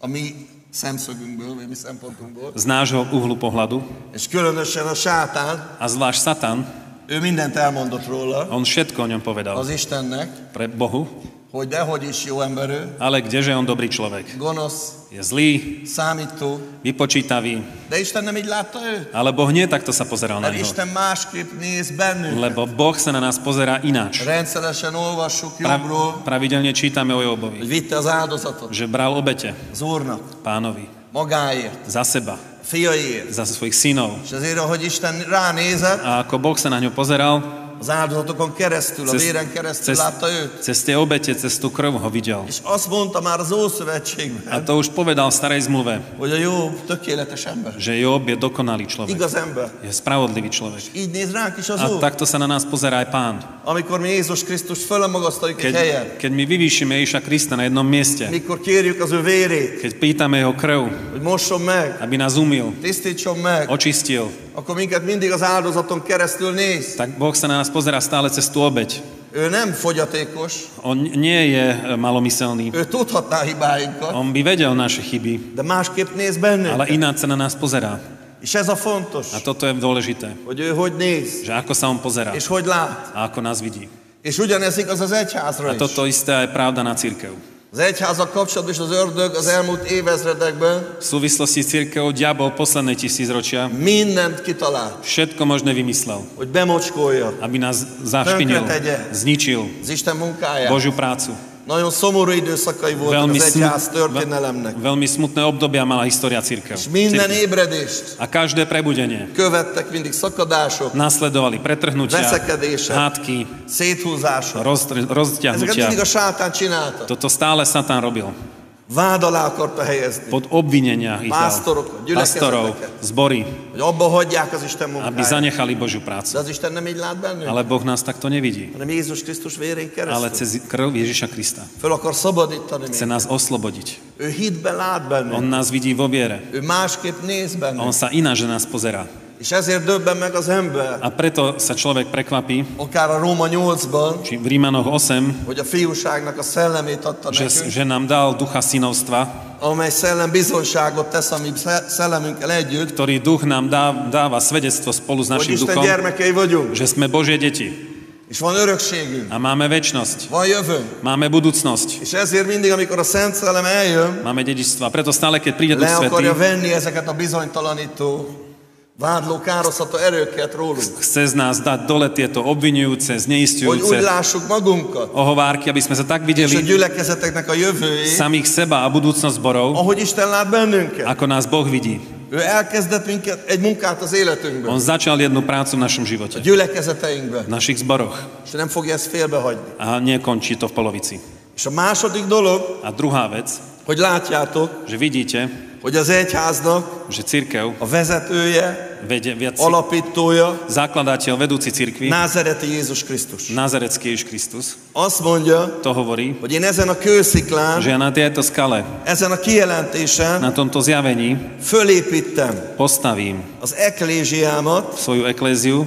[SPEAKER 4] a mi szemszögünkből, vagy mi szempontunkból.
[SPEAKER 5] Z nášho uhlu pohľadu.
[SPEAKER 4] És különösen a sátán,
[SPEAKER 5] A zvlášť Satan,
[SPEAKER 4] ő mindent elmondott róla.
[SPEAKER 5] on všetko o ňom povedal
[SPEAKER 4] az Istennek,
[SPEAKER 5] pre Bohu,
[SPEAKER 4] hogy dehogy is jó ember ő,
[SPEAKER 5] ale kdeže on dobrý človek.
[SPEAKER 4] gonosz,
[SPEAKER 5] Je zlý,
[SPEAKER 4] számító,
[SPEAKER 5] vypočítavý,
[SPEAKER 4] de Isten nem így látta őt.
[SPEAKER 5] ale Boh nie takto sa pozeral na
[SPEAKER 4] Mert
[SPEAKER 5] neho.
[SPEAKER 4] Isten másképp néz bennünk.
[SPEAKER 5] Lebo Boh sa na nás pozerá ináč.
[SPEAKER 4] Rendszeresen olvassuk
[SPEAKER 5] Pra,
[SPEAKER 4] jobbról,
[SPEAKER 5] pravidelne čítame o
[SPEAKER 4] hogy
[SPEAKER 5] Jobovi,
[SPEAKER 4] vitte az áldozatot
[SPEAKER 5] že bral obete
[SPEAKER 4] az Úrnak,
[SPEAKER 5] pánovi
[SPEAKER 4] magáért,
[SPEAKER 5] za seba,
[SPEAKER 4] fiaiért.
[SPEAKER 5] za svojich synov.
[SPEAKER 4] És azért, ahogy Isten ránézett,
[SPEAKER 5] A ako Boh sa na ňo pozeral,
[SPEAKER 4] az áldozatokon keresztül, a véren keresztül
[SPEAKER 5] cez,
[SPEAKER 4] látta őt.
[SPEAKER 5] cez tie obete, cez tú krv ho videl.
[SPEAKER 4] És azt mondta már az
[SPEAKER 5] A
[SPEAKER 4] Ószövetségben,
[SPEAKER 5] to už povedal v starej zmluve,
[SPEAKER 4] hogy a jó tökéletes ember,
[SPEAKER 5] že Job je dokonalý človek.
[SPEAKER 4] igaz ember.
[SPEAKER 5] Je spravodlivý človek.
[SPEAKER 4] Így néz ránk is az
[SPEAKER 5] A
[SPEAKER 4] Úr,
[SPEAKER 5] takto sa na nás pozerá aj pán.
[SPEAKER 4] amikor mi Jézus Krisztus fölemagasztaljuk egy helyen.
[SPEAKER 5] Keď, keď my vyvýšime Ježiša Krista na jednom mieste,
[SPEAKER 4] mikor kérjük az ő vérét,
[SPEAKER 5] keď pýtame jeho krv,
[SPEAKER 4] hogy mosson meg,
[SPEAKER 5] aby nás umil,
[SPEAKER 4] tisztítson meg,
[SPEAKER 5] očistil,
[SPEAKER 4] akkor minket mindig az áldozaton keresztül néz.
[SPEAKER 5] tak Boh sa na nás pozerá stále cez tú obeď.
[SPEAKER 4] Ő nem fogyatékos,
[SPEAKER 5] On nie je e, malomyselný.
[SPEAKER 4] ő tudhatná hibáinkat,
[SPEAKER 5] On by vedel naše chyby,
[SPEAKER 4] de másképp néz bennünk.
[SPEAKER 5] ale ináč sa na nás pozerá.
[SPEAKER 4] És ez a fontos,
[SPEAKER 5] A toto je dôležité,
[SPEAKER 4] hogy ő hogy néz,
[SPEAKER 5] že ako sa on pozerá
[SPEAKER 4] és hogy lát.
[SPEAKER 5] a ako nás vidí.
[SPEAKER 4] És ugyanez igaz az egyházra
[SPEAKER 5] Hát A
[SPEAKER 4] is.
[SPEAKER 5] toto isté je pravda na církev.
[SPEAKER 4] Az egyházak kapcsolatban is az ördög az elmúlt évezredekben
[SPEAKER 5] V súvislosti s církevou diabol posledné tisícročia
[SPEAKER 4] mindent kitalált,
[SPEAKER 5] všetko možné vymyslel,
[SPEAKER 4] hogy bemocskolja
[SPEAKER 5] aby nás zašpinil, zničil
[SPEAKER 4] az Isten munkáját.
[SPEAKER 5] Božiu prácu.
[SPEAKER 4] Nagyon szomorú időszakai voltak
[SPEAKER 5] Veľmi,
[SPEAKER 4] az
[SPEAKER 5] smu-
[SPEAKER 4] egyház történelemnek.
[SPEAKER 5] veľmi smutné obdobia mala história církev.
[SPEAKER 4] És minden
[SPEAKER 5] Církev.
[SPEAKER 4] ébredést
[SPEAKER 5] A každé prebudenie
[SPEAKER 4] követtek mindig szakadások,
[SPEAKER 5] nasledovali pretrhnutia,
[SPEAKER 4] Veszekedése.
[SPEAKER 5] hádky,
[SPEAKER 4] széthúzások.
[SPEAKER 5] roz,
[SPEAKER 4] Ezeket mindig a
[SPEAKER 5] rozťahnutia.
[SPEAKER 4] sátán csinálta.
[SPEAKER 5] Toto stále Satan robil.
[SPEAKER 4] Vád alá akarta helyezni,
[SPEAKER 5] Pod obvinenia ich dal.
[SPEAKER 4] Pásztorok, gyülekezeteket.
[SPEAKER 5] Pastorov, zbory,
[SPEAKER 4] hogy abba hagyják az Isten
[SPEAKER 5] aby
[SPEAKER 4] munkáját.
[SPEAKER 5] zanechali Božiu
[SPEAKER 4] De
[SPEAKER 5] prácu.
[SPEAKER 4] az Isten nem így lát bennünk,
[SPEAKER 5] Ale Boh nás takto nevidí.
[SPEAKER 4] hanem Jézus Krisztus vérén
[SPEAKER 5] Ale
[SPEAKER 4] keresztül.
[SPEAKER 5] cez krv Ježiša Krista
[SPEAKER 4] Föl akar szabadítani
[SPEAKER 5] chce
[SPEAKER 4] minket.
[SPEAKER 5] nás oslobodiť.
[SPEAKER 4] Ő hitben lát bennünk.
[SPEAKER 5] On nás vidí vo viere.
[SPEAKER 4] Ő másképp néz
[SPEAKER 5] A on
[SPEAKER 4] bennünk.
[SPEAKER 5] sa ináč na nás pozerá.
[SPEAKER 4] És ezért döbben meg az ember,
[SPEAKER 5] A preto sa človek prekvapí,
[SPEAKER 4] akár a Róma 8-ban,
[SPEAKER 5] či v Rímanoch 8,
[SPEAKER 4] hogy a fiúságnak a szellemét adta
[SPEAKER 5] že,
[SPEAKER 4] nekünk,
[SPEAKER 5] že nám dal ducha synovstva,
[SPEAKER 4] amely szellem bizonságot tesz a mi sze- szellemünkkel együtt,
[SPEAKER 5] ktorý duch nám dá, dáva svedectvo spolu s
[SPEAKER 4] hogy
[SPEAKER 5] našim
[SPEAKER 4] Isten
[SPEAKER 5] duchom,
[SPEAKER 4] gyermekei vagyunk,
[SPEAKER 5] že sme Božie deti
[SPEAKER 4] és van örökségünk,
[SPEAKER 5] a máme väčnosť,
[SPEAKER 4] van jövőnk.
[SPEAKER 5] máme budúcnosť,
[SPEAKER 4] És ezért mindig, amikor a Szent Szellem eljön,
[SPEAKER 5] máme dedičstvo. A preto stále, keď príde Duch
[SPEAKER 4] le akarja
[SPEAKER 5] Svetý,
[SPEAKER 4] venni ezeket a bizonytalanító, vádló, károszható erőket rólunk.
[SPEAKER 5] chce z nás dať dole tieto
[SPEAKER 4] Hogy
[SPEAKER 5] obvinujúce,
[SPEAKER 4] úgy
[SPEAKER 5] zneistujúce
[SPEAKER 4] lássuk magunkat,
[SPEAKER 5] ohovárky, aby sme sa
[SPEAKER 4] és
[SPEAKER 5] tak
[SPEAKER 4] a
[SPEAKER 5] videli
[SPEAKER 4] gyülekezeteknek a jövőjét,
[SPEAKER 5] samých seba a budúcnosť zborov,
[SPEAKER 4] ahogy Isten lát bennünket.
[SPEAKER 5] ako nás Boh vidí.
[SPEAKER 4] Ő elkezdett minket egy munkát az
[SPEAKER 5] On
[SPEAKER 4] életünkben,
[SPEAKER 5] začal jednu prácu v našom
[SPEAKER 4] a
[SPEAKER 5] živote,
[SPEAKER 4] gyülekezeteinkben,
[SPEAKER 5] v našich zboroch
[SPEAKER 4] és nem fogja ezt félbehagyni.
[SPEAKER 5] a nekončí to v polovici.
[SPEAKER 4] És a második dolog,
[SPEAKER 5] A druhá vec,
[SPEAKER 4] hogy látjátok,
[SPEAKER 5] že vidíte,
[SPEAKER 4] hogy az egyháznak
[SPEAKER 5] že církev,
[SPEAKER 4] a vezetője,
[SPEAKER 5] vedie, viac,
[SPEAKER 4] alapítója,
[SPEAKER 5] zakladateľ, vedúci církvy,
[SPEAKER 4] Názereti Jézus Krisztus.
[SPEAKER 5] Nazarecký Ježiš Kristus,
[SPEAKER 4] Azt mondja,
[SPEAKER 5] to hovorí,
[SPEAKER 4] hogy én ezen a kősziklán
[SPEAKER 5] že ja na tejto skale,
[SPEAKER 4] Ezen a kijelentésen
[SPEAKER 5] na tomto zjavení
[SPEAKER 4] fölépítem
[SPEAKER 5] postavím
[SPEAKER 4] az eklézsiámat,
[SPEAKER 5] svoju ekléziu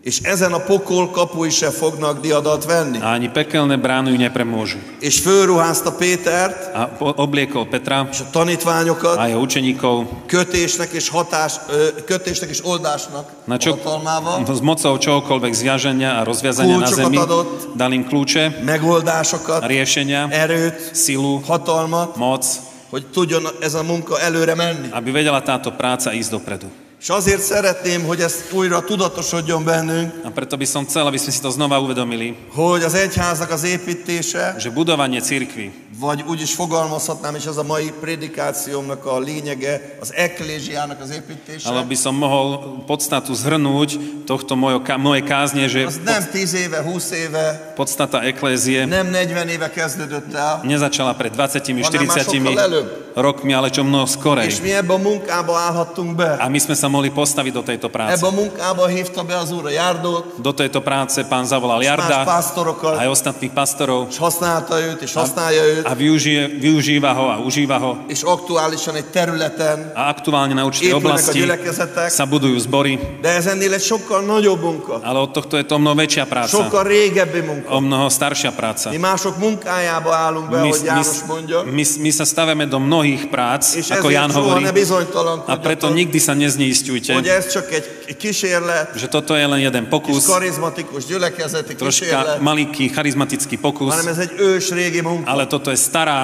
[SPEAKER 4] és ezen a pokol kapui se fognak diadat venni.
[SPEAKER 5] a ani pekelné brány ju nepremôžu.
[SPEAKER 4] És fölruházta Pétert
[SPEAKER 5] A po- obliekol Petra
[SPEAKER 4] és a tanítványokat
[SPEAKER 5] a jeho učeníkov
[SPEAKER 4] kötésnek és, hatás, ö, kötésnek és oldásnak
[SPEAKER 5] na čo,
[SPEAKER 4] hatalmával,
[SPEAKER 5] s mocou čohokoľvek zviaženia a rozviazania na
[SPEAKER 4] Kľúčokat
[SPEAKER 5] zemi,
[SPEAKER 4] adott.
[SPEAKER 5] dal im kľúče,
[SPEAKER 4] megoldásokat,
[SPEAKER 5] riešenia,
[SPEAKER 4] erőt,
[SPEAKER 5] silu,
[SPEAKER 4] hatalmat,
[SPEAKER 5] moc,
[SPEAKER 4] hogy tudjon ez a munka előre menni.
[SPEAKER 5] aby vedela táto práca ísť dopredu.
[SPEAKER 4] És azért szeretném, hogy ezt újra tudatosodjon bennünk,
[SPEAKER 5] A preto by som chcel, aby sme si to znova uvedomili,
[SPEAKER 4] hogy az egyháznak az építése,
[SPEAKER 5] že budovanie cirkvy,
[SPEAKER 4] vagy úgy is fogalmazhatnám, és ez a mai prédikációmnak a lényege, az eklésiának az építése,
[SPEAKER 5] alebo by som mohol podstatu zhrnúť tohto mojo, ka, mojej kázne, že
[SPEAKER 4] az nem 10 éve, 20 éve,
[SPEAKER 5] podstata eklézie
[SPEAKER 4] nem 40 éve kezdődött el,
[SPEAKER 5] nezačala pred 20
[SPEAKER 4] sokkal előbb.
[SPEAKER 5] 40 rokmi, ale čo mnoho
[SPEAKER 4] és
[SPEAKER 5] skorej.
[SPEAKER 4] mi ebbe a munkába állhattunk be.
[SPEAKER 5] A my sme sa mohli postaviť do tejto práce.
[SPEAKER 4] Ebbe a munkába hívta be az úr a járdót,
[SPEAKER 5] Do tejto práce pán zavolal
[SPEAKER 4] más
[SPEAKER 5] Jarda,
[SPEAKER 4] pásztorokat,
[SPEAKER 5] aj ostatných pastorov
[SPEAKER 4] és használta őt, és használja őt,
[SPEAKER 5] a využije, využíva ho a užíva ho.
[SPEAKER 4] és aktuálisan egy területen,
[SPEAKER 5] A aktuálne na určitej
[SPEAKER 4] Épülnek a
[SPEAKER 5] oblasti
[SPEAKER 4] gyülekezetek.
[SPEAKER 5] sa budujú zbory,
[SPEAKER 4] de ez ennél egy sokkal nagyobb munka,
[SPEAKER 5] ale od tohto je to o mnoho väčšia práca,
[SPEAKER 4] sokkal régebbi munka.
[SPEAKER 5] o mnoho staršia práca.
[SPEAKER 4] Mi mások munkájába állunk be,
[SPEAKER 5] My,
[SPEAKER 4] ahogy
[SPEAKER 5] my,
[SPEAKER 4] János mondja,
[SPEAKER 5] my, my sa staveme do mnohých prác,
[SPEAKER 4] és
[SPEAKER 5] ako Ján
[SPEAKER 4] ezért soha
[SPEAKER 5] hovorí,
[SPEAKER 4] ne
[SPEAKER 5] a preto
[SPEAKER 4] bizonytalankodjatok,
[SPEAKER 5] nikdy sa nezneistujte,
[SPEAKER 4] hogy ez csak egy egy kísérlet,
[SPEAKER 5] že toto je len jeden
[SPEAKER 4] kis
[SPEAKER 5] pokus,
[SPEAKER 4] karizmatikus gyülekezeti
[SPEAKER 5] troška
[SPEAKER 4] kísérlet,
[SPEAKER 5] malinký charizmatický pokus,
[SPEAKER 4] hanem ez egy ős régi munka.
[SPEAKER 5] ale toto je stará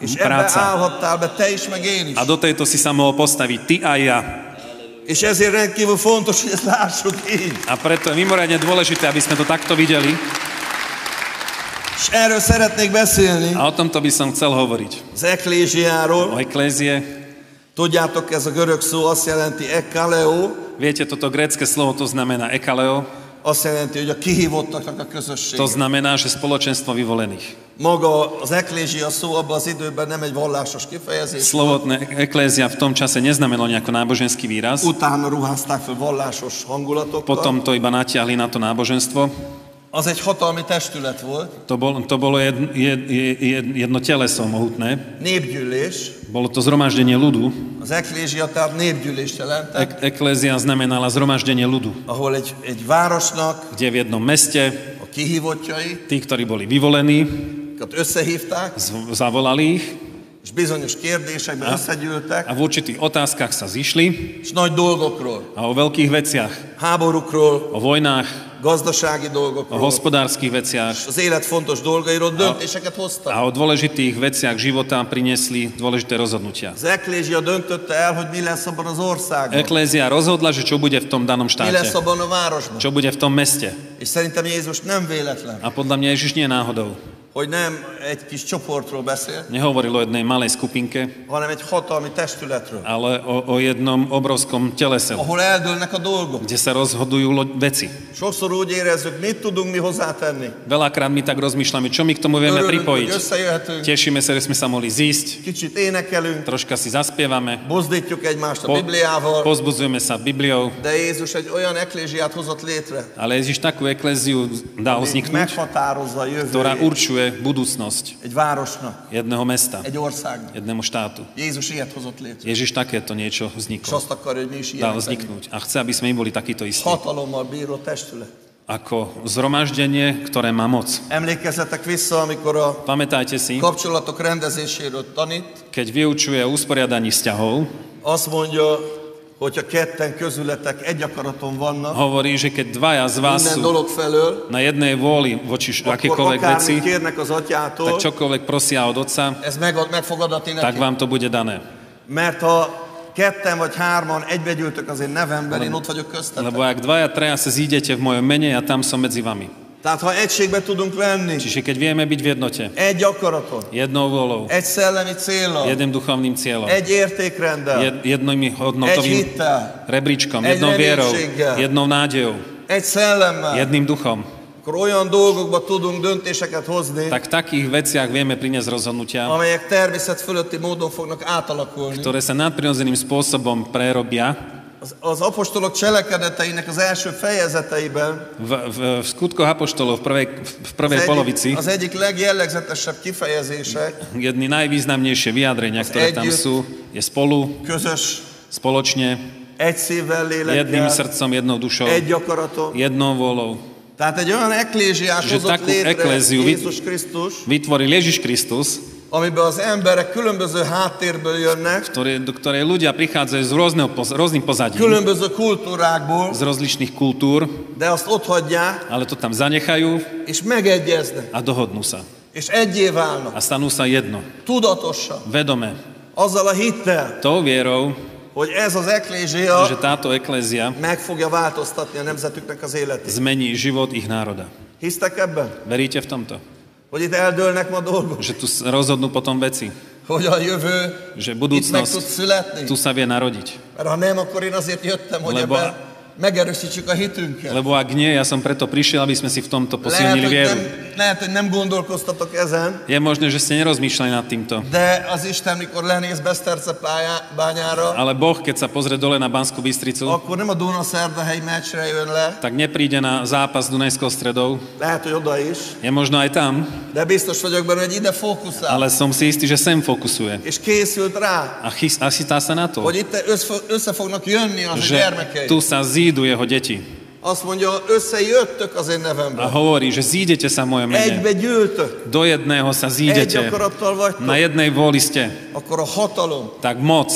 [SPEAKER 4] És ebbe
[SPEAKER 5] práca.
[SPEAKER 4] állhattál be te is, meg én is.
[SPEAKER 5] A do tejto si sa mohol postaviť ty a ja.
[SPEAKER 4] És ezért rendkívül fontos, hogy ezt lássuk így.
[SPEAKER 5] A preto je mimoriadne dôležité, aby sme to takto videli
[SPEAKER 4] És erről szeretnék beszélni,
[SPEAKER 5] a o tomto by som chcel hovoriť.
[SPEAKER 4] az eklésiáról.
[SPEAKER 5] O eklézie,
[SPEAKER 4] Tudjátok, ez a görög szó azt jelenti ekkaleo,
[SPEAKER 5] viete, toto grécke slovo to znamená ekaleo,
[SPEAKER 4] azt jelenti, hogy a kihívottaknak a közösség.
[SPEAKER 5] to znamená, že spoločenstvo vyvolených.
[SPEAKER 4] Maga az eklésia szó abban az időben nem egy vallásos kifejezés,
[SPEAKER 5] Slovotné eklézia v tom čase neznamenalo nejaký náboženský výraz,
[SPEAKER 4] utána ruházták fel vallásos hangulatokkal.
[SPEAKER 5] potom to iba natiahli na to náboženstvo.
[SPEAKER 4] Az egy hatalmi testület volt,
[SPEAKER 5] To, bol, to bolo jed, jed, jed, jedno teleso mohutné,
[SPEAKER 4] népgyűlés.
[SPEAKER 5] bolo to zhromaždenie ľudu.
[SPEAKER 4] Az eklésia tehát népgyűlést jelentett,
[SPEAKER 5] Ek, eklézia znamenala zhromaždenie ľudu,
[SPEAKER 4] ahol egy, egy városnak
[SPEAKER 5] kde v jednom meste
[SPEAKER 4] a kihívottjai
[SPEAKER 5] tí, ktorí boli vyvolení,
[SPEAKER 4] akiket összehívták,
[SPEAKER 5] z- zavolali ich
[SPEAKER 4] és bizonyos kérdésekben összegyűltek,
[SPEAKER 5] a v určitých otázkach sa zišli
[SPEAKER 4] és nagy dolgokról,
[SPEAKER 5] a o veľkých veciach,
[SPEAKER 4] háborúkról,
[SPEAKER 5] o vojnách,
[SPEAKER 4] gazdasági
[SPEAKER 5] o
[SPEAKER 4] dolgokról,
[SPEAKER 5] hospodárskych veciach
[SPEAKER 4] és az élet fontos dolgairól döntéseket
[SPEAKER 5] a
[SPEAKER 4] hoztak.
[SPEAKER 5] o dôležitých veciach života priniesli dôležité rozhodnutia.
[SPEAKER 4] Az eklésia döntötte el, hogy mi lesz abban az országban,
[SPEAKER 5] Eklézia rozhodla, že čo bude v tom danom
[SPEAKER 4] mi lesz
[SPEAKER 5] štáte,
[SPEAKER 4] abban a városban.
[SPEAKER 5] čo bude v tom meste.
[SPEAKER 4] És szerintem Jézus nem véletlen,
[SPEAKER 5] A podľa mňa Ježiš nie náhodou
[SPEAKER 4] hogy nem egy kis csoportról beszél,
[SPEAKER 5] nehovoril o jednej malej skupinke,
[SPEAKER 4] hanem egy hatalmi testületről,
[SPEAKER 5] ale o, o jednom obrovskom telese,
[SPEAKER 4] ahol eldőlnek a dolgok.
[SPEAKER 5] kde sa rozhodujú lo- veci.
[SPEAKER 4] Sokszor úgy érezzük, mit tudunk mi hozzátenni.
[SPEAKER 5] Veľakrát my tak rozmýšľame, čo my k tomu vieme
[SPEAKER 4] Örülünk, hogy
[SPEAKER 5] pripojiť.
[SPEAKER 4] összejöhetünk,
[SPEAKER 5] Tešíme sa, že sme sa mohli zísť,
[SPEAKER 4] kicsit énekelünk,
[SPEAKER 5] troška si zaspievame,
[SPEAKER 4] mozdítjuk egymást a
[SPEAKER 5] po,
[SPEAKER 4] Bibliával,
[SPEAKER 5] pozbudzujeme sa Bibliou,
[SPEAKER 4] de Jézus egy olyan eklésiát hozott létre,
[SPEAKER 5] ale Ježiš takú ekléziu dal
[SPEAKER 4] ami
[SPEAKER 5] vzniknúť,
[SPEAKER 4] meghatározza a
[SPEAKER 5] ktorá
[SPEAKER 4] jövőjét
[SPEAKER 5] určuje budúcnosť
[SPEAKER 4] egy városnak,
[SPEAKER 5] jedného mesta,
[SPEAKER 4] egy országnak.
[SPEAKER 5] jednému štátu.
[SPEAKER 4] Jézus ilyet hozott létre,
[SPEAKER 5] Ježiš takéto
[SPEAKER 4] és
[SPEAKER 5] niečo vzniklo,
[SPEAKER 4] azt akarja, hogy mi is
[SPEAKER 5] dal
[SPEAKER 4] ilyenek legyünk.
[SPEAKER 5] vzniknúť a chce, aby sme im boli takýto istí.
[SPEAKER 4] Hatalommal bíró testület.
[SPEAKER 5] Ako zhromaždenie, ktoré má moc.
[SPEAKER 4] Emlékezzetek vissza, amikor a
[SPEAKER 5] Pamätajte si,
[SPEAKER 4] kapcsolatok rendezéséről tanít,
[SPEAKER 5] keď vyučuje o usporiadaní vzťahov,
[SPEAKER 4] azt mondja, hogyha ketten közületek egy akaraton vannak,
[SPEAKER 5] hovorí, že keď dvaja z vás
[SPEAKER 4] minden
[SPEAKER 5] sú
[SPEAKER 4] dolog felől,
[SPEAKER 5] na jednej vôli voči š-
[SPEAKER 4] akkor
[SPEAKER 5] akékoľvek veci,
[SPEAKER 4] akármit kérnek az
[SPEAKER 5] tak
[SPEAKER 4] atyától,
[SPEAKER 5] čokoľvek prosia od Otca,
[SPEAKER 4] ez meg, meg fog adatni
[SPEAKER 5] tak
[SPEAKER 4] neki.
[SPEAKER 5] vám to bude dané.
[SPEAKER 4] Mert ha ketten vagy hárman egybegyűltök az én nevemben, én ott vagyok
[SPEAKER 5] Lebo
[SPEAKER 4] köztetek.
[SPEAKER 5] ak dvaja, traja sa zídete v mojom mene, ja tam som medzi vami.
[SPEAKER 4] Tehát ha egységbe tudunk lenni,
[SPEAKER 5] Čiže keď vieme byť v jednote,
[SPEAKER 4] egy akaraton,
[SPEAKER 5] jednou vôľou,
[SPEAKER 4] egy szellemi céllal,
[SPEAKER 5] jedným duchovným cieľom,
[SPEAKER 4] egy értékrenddel,
[SPEAKER 5] jed- jedným
[SPEAKER 4] egy
[SPEAKER 5] hodnotovým
[SPEAKER 4] hittel,
[SPEAKER 5] rebríčkom,
[SPEAKER 4] Egy
[SPEAKER 5] jednou vierou,
[SPEAKER 4] reménységgel.
[SPEAKER 5] jednou nádejou,
[SPEAKER 4] egy szellemmel,
[SPEAKER 5] jedným duchom,
[SPEAKER 4] akkor olyan dolgokba tudunk döntéseket hozni,
[SPEAKER 5] tak v takých veciach vieme priniesť rozhodnutia,
[SPEAKER 4] amelyek természet fölötti módon fognak átalakulni.
[SPEAKER 5] ktoré sa nadprirodzeným spôsobom prerobia
[SPEAKER 4] Az, az apostolok cselekedeteinek az első fejezeteiben
[SPEAKER 5] V, v, v skutkoch Apoštolov v prvej, v
[SPEAKER 4] az
[SPEAKER 5] prvej polovici
[SPEAKER 4] egyik, az egyik legjellegzetesebb kifejezések
[SPEAKER 5] jedny najvýznamnejšie vyjadrenia, ktoré tam
[SPEAKER 4] együtt.
[SPEAKER 5] sú, je spolu,
[SPEAKER 4] közös
[SPEAKER 5] spoločne,
[SPEAKER 4] egy szívvel,
[SPEAKER 5] jedným
[SPEAKER 4] lélekkel,
[SPEAKER 5] srdcom, jednou dušou,
[SPEAKER 4] egy akaraton.
[SPEAKER 5] jednou volou.
[SPEAKER 4] Tehát egy olyan ekléziás
[SPEAKER 5] Že
[SPEAKER 4] hozott
[SPEAKER 5] takú
[SPEAKER 4] létre
[SPEAKER 5] ekléziu vid-
[SPEAKER 4] Jézus Krisztus,
[SPEAKER 5] Vytvoril Ježiš Kristus,
[SPEAKER 4] amiben az emberek különböző háttérből jönnek,
[SPEAKER 5] ktoré, do ktorej ľudia prichádzajú z rôzneho, poz, rôznym pozadí,
[SPEAKER 4] különböző kultúrákból,
[SPEAKER 5] z rozličných kultúr,
[SPEAKER 4] de azt ott hagyják,
[SPEAKER 5] ale to tam zanechajú
[SPEAKER 4] és megegyeznek,
[SPEAKER 5] a dohodnú sa.
[SPEAKER 4] és egyé válnak,
[SPEAKER 5] A stanú sa jedno,
[SPEAKER 4] tudatosan,
[SPEAKER 5] vedome.
[SPEAKER 4] azzal a hittel,
[SPEAKER 5] Tou vierou,
[SPEAKER 4] hogy ez az eklézia
[SPEAKER 5] že táto eklézia
[SPEAKER 4] meg fogja változtatni a nemzetüknek az életét.
[SPEAKER 5] zmení život ich národa.
[SPEAKER 4] Hisztek ebben?
[SPEAKER 5] Veríte v tomto?
[SPEAKER 4] Hogy itt eldőlnek ma dolgok?
[SPEAKER 5] Že tu s- rozhodnú potom veci.
[SPEAKER 4] Hogy a jövő
[SPEAKER 5] Že
[SPEAKER 4] itt meg tud
[SPEAKER 5] budúcnosť
[SPEAKER 4] születni?
[SPEAKER 5] tu sa vie narodiť.
[SPEAKER 4] Mert ha nem, akkor én azért jöttem, hogy
[SPEAKER 5] Lebo-
[SPEAKER 4] ebben megerősítsük a hitünket.
[SPEAKER 5] Lebo ak nie, ja som preto prišiel, aby sme si v tomto
[SPEAKER 4] Lehet
[SPEAKER 5] posilnili
[SPEAKER 4] hogy,
[SPEAKER 5] vieru.
[SPEAKER 4] nem, lehet, hogy nem gondolkoztatok ezen,
[SPEAKER 5] Je možné, že ste nerozmýšľali nad týmto.
[SPEAKER 4] de az Isten, mikor lenéz Beszterce pályá- bányára,
[SPEAKER 5] Ale Boh, keď sa pozrie dole na Banskú Bystricu,
[SPEAKER 4] akkor nem a Duna Szerdahely meccsre jön le,
[SPEAKER 5] tak nepríde na zápas Dunajskou stredou.
[SPEAKER 4] lehet, hogy oda is,
[SPEAKER 5] Je možno aj tam,
[SPEAKER 4] de biztos vagyok benne, hogy ide fókuszál.
[SPEAKER 5] ale som si istý, že sem fokusuje.
[SPEAKER 4] És készült rá,
[SPEAKER 5] A, chys- a chytá sa na to,
[SPEAKER 4] hogy itt össze- össze fognak jönni az a
[SPEAKER 5] že
[SPEAKER 4] gyermekei.
[SPEAKER 5] tu sa zídu jeho deti.
[SPEAKER 4] Azt mondja, összejöttök az én
[SPEAKER 5] A
[SPEAKER 4] nevemben.
[SPEAKER 5] hovorí, že zídete sa v mojom mene.
[SPEAKER 4] Egybe gyűltök,
[SPEAKER 5] Do jedného sa
[SPEAKER 4] egy
[SPEAKER 5] zídete.
[SPEAKER 4] akarattal vagytok,
[SPEAKER 5] Na jednej vôli ste.
[SPEAKER 4] akkor a hatalom
[SPEAKER 5] Tak moc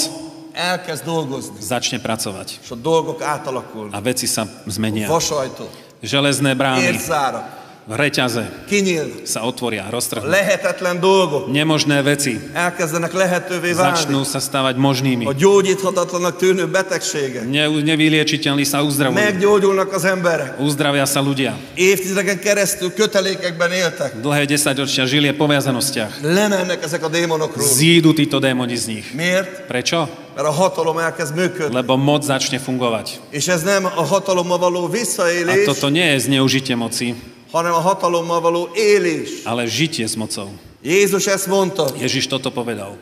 [SPEAKER 4] elkezd dolgozni,
[SPEAKER 5] začne pracovať.
[SPEAKER 4] és a dolgok átalakulnak.
[SPEAKER 5] A veci sa zmenia.
[SPEAKER 4] Vasajtó,
[SPEAKER 5] Železné brány,
[SPEAKER 4] érzárak,
[SPEAKER 5] reťaze
[SPEAKER 4] kinyílnak.
[SPEAKER 5] sa otvoria, roztrhnú.
[SPEAKER 4] Lehetetlen dolgok
[SPEAKER 5] Nemožné veci
[SPEAKER 4] elkezdenek lehetővé válni.
[SPEAKER 5] začnú sa stávať
[SPEAKER 4] A
[SPEAKER 5] možnými.
[SPEAKER 4] gyógyíthatatlanak tűnő betegségek.
[SPEAKER 5] Ne, nevyliečiteľní sa uzdravujú.
[SPEAKER 4] Meggyógyulnak az emberek.
[SPEAKER 5] Uzdravia sa ľudia.
[SPEAKER 4] Évtizedeken keresztül kötelékekben éltek.
[SPEAKER 5] Dlhé desaťročia žili v poviazanostiach.
[SPEAKER 4] Lemennek ezek a démonokról.
[SPEAKER 5] Zídu títo démoni z nich.
[SPEAKER 4] Miért?
[SPEAKER 5] Prečo?
[SPEAKER 4] Mert a hatalom elkezd működni.
[SPEAKER 5] Lebo moc začne fungovať.
[SPEAKER 4] És ez nem a hatalommal való
[SPEAKER 5] Hát A
[SPEAKER 4] visszaélés,
[SPEAKER 5] toto nie je zneužitie moci,
[SPEAKER 4] hanem a hatalommal való élés.
[SPEAKER 5] ale žitie s mocou.
[SPEAKER 4] Jézus ezt mondta,
[SPEAKER 5] Ježiš toto povedal.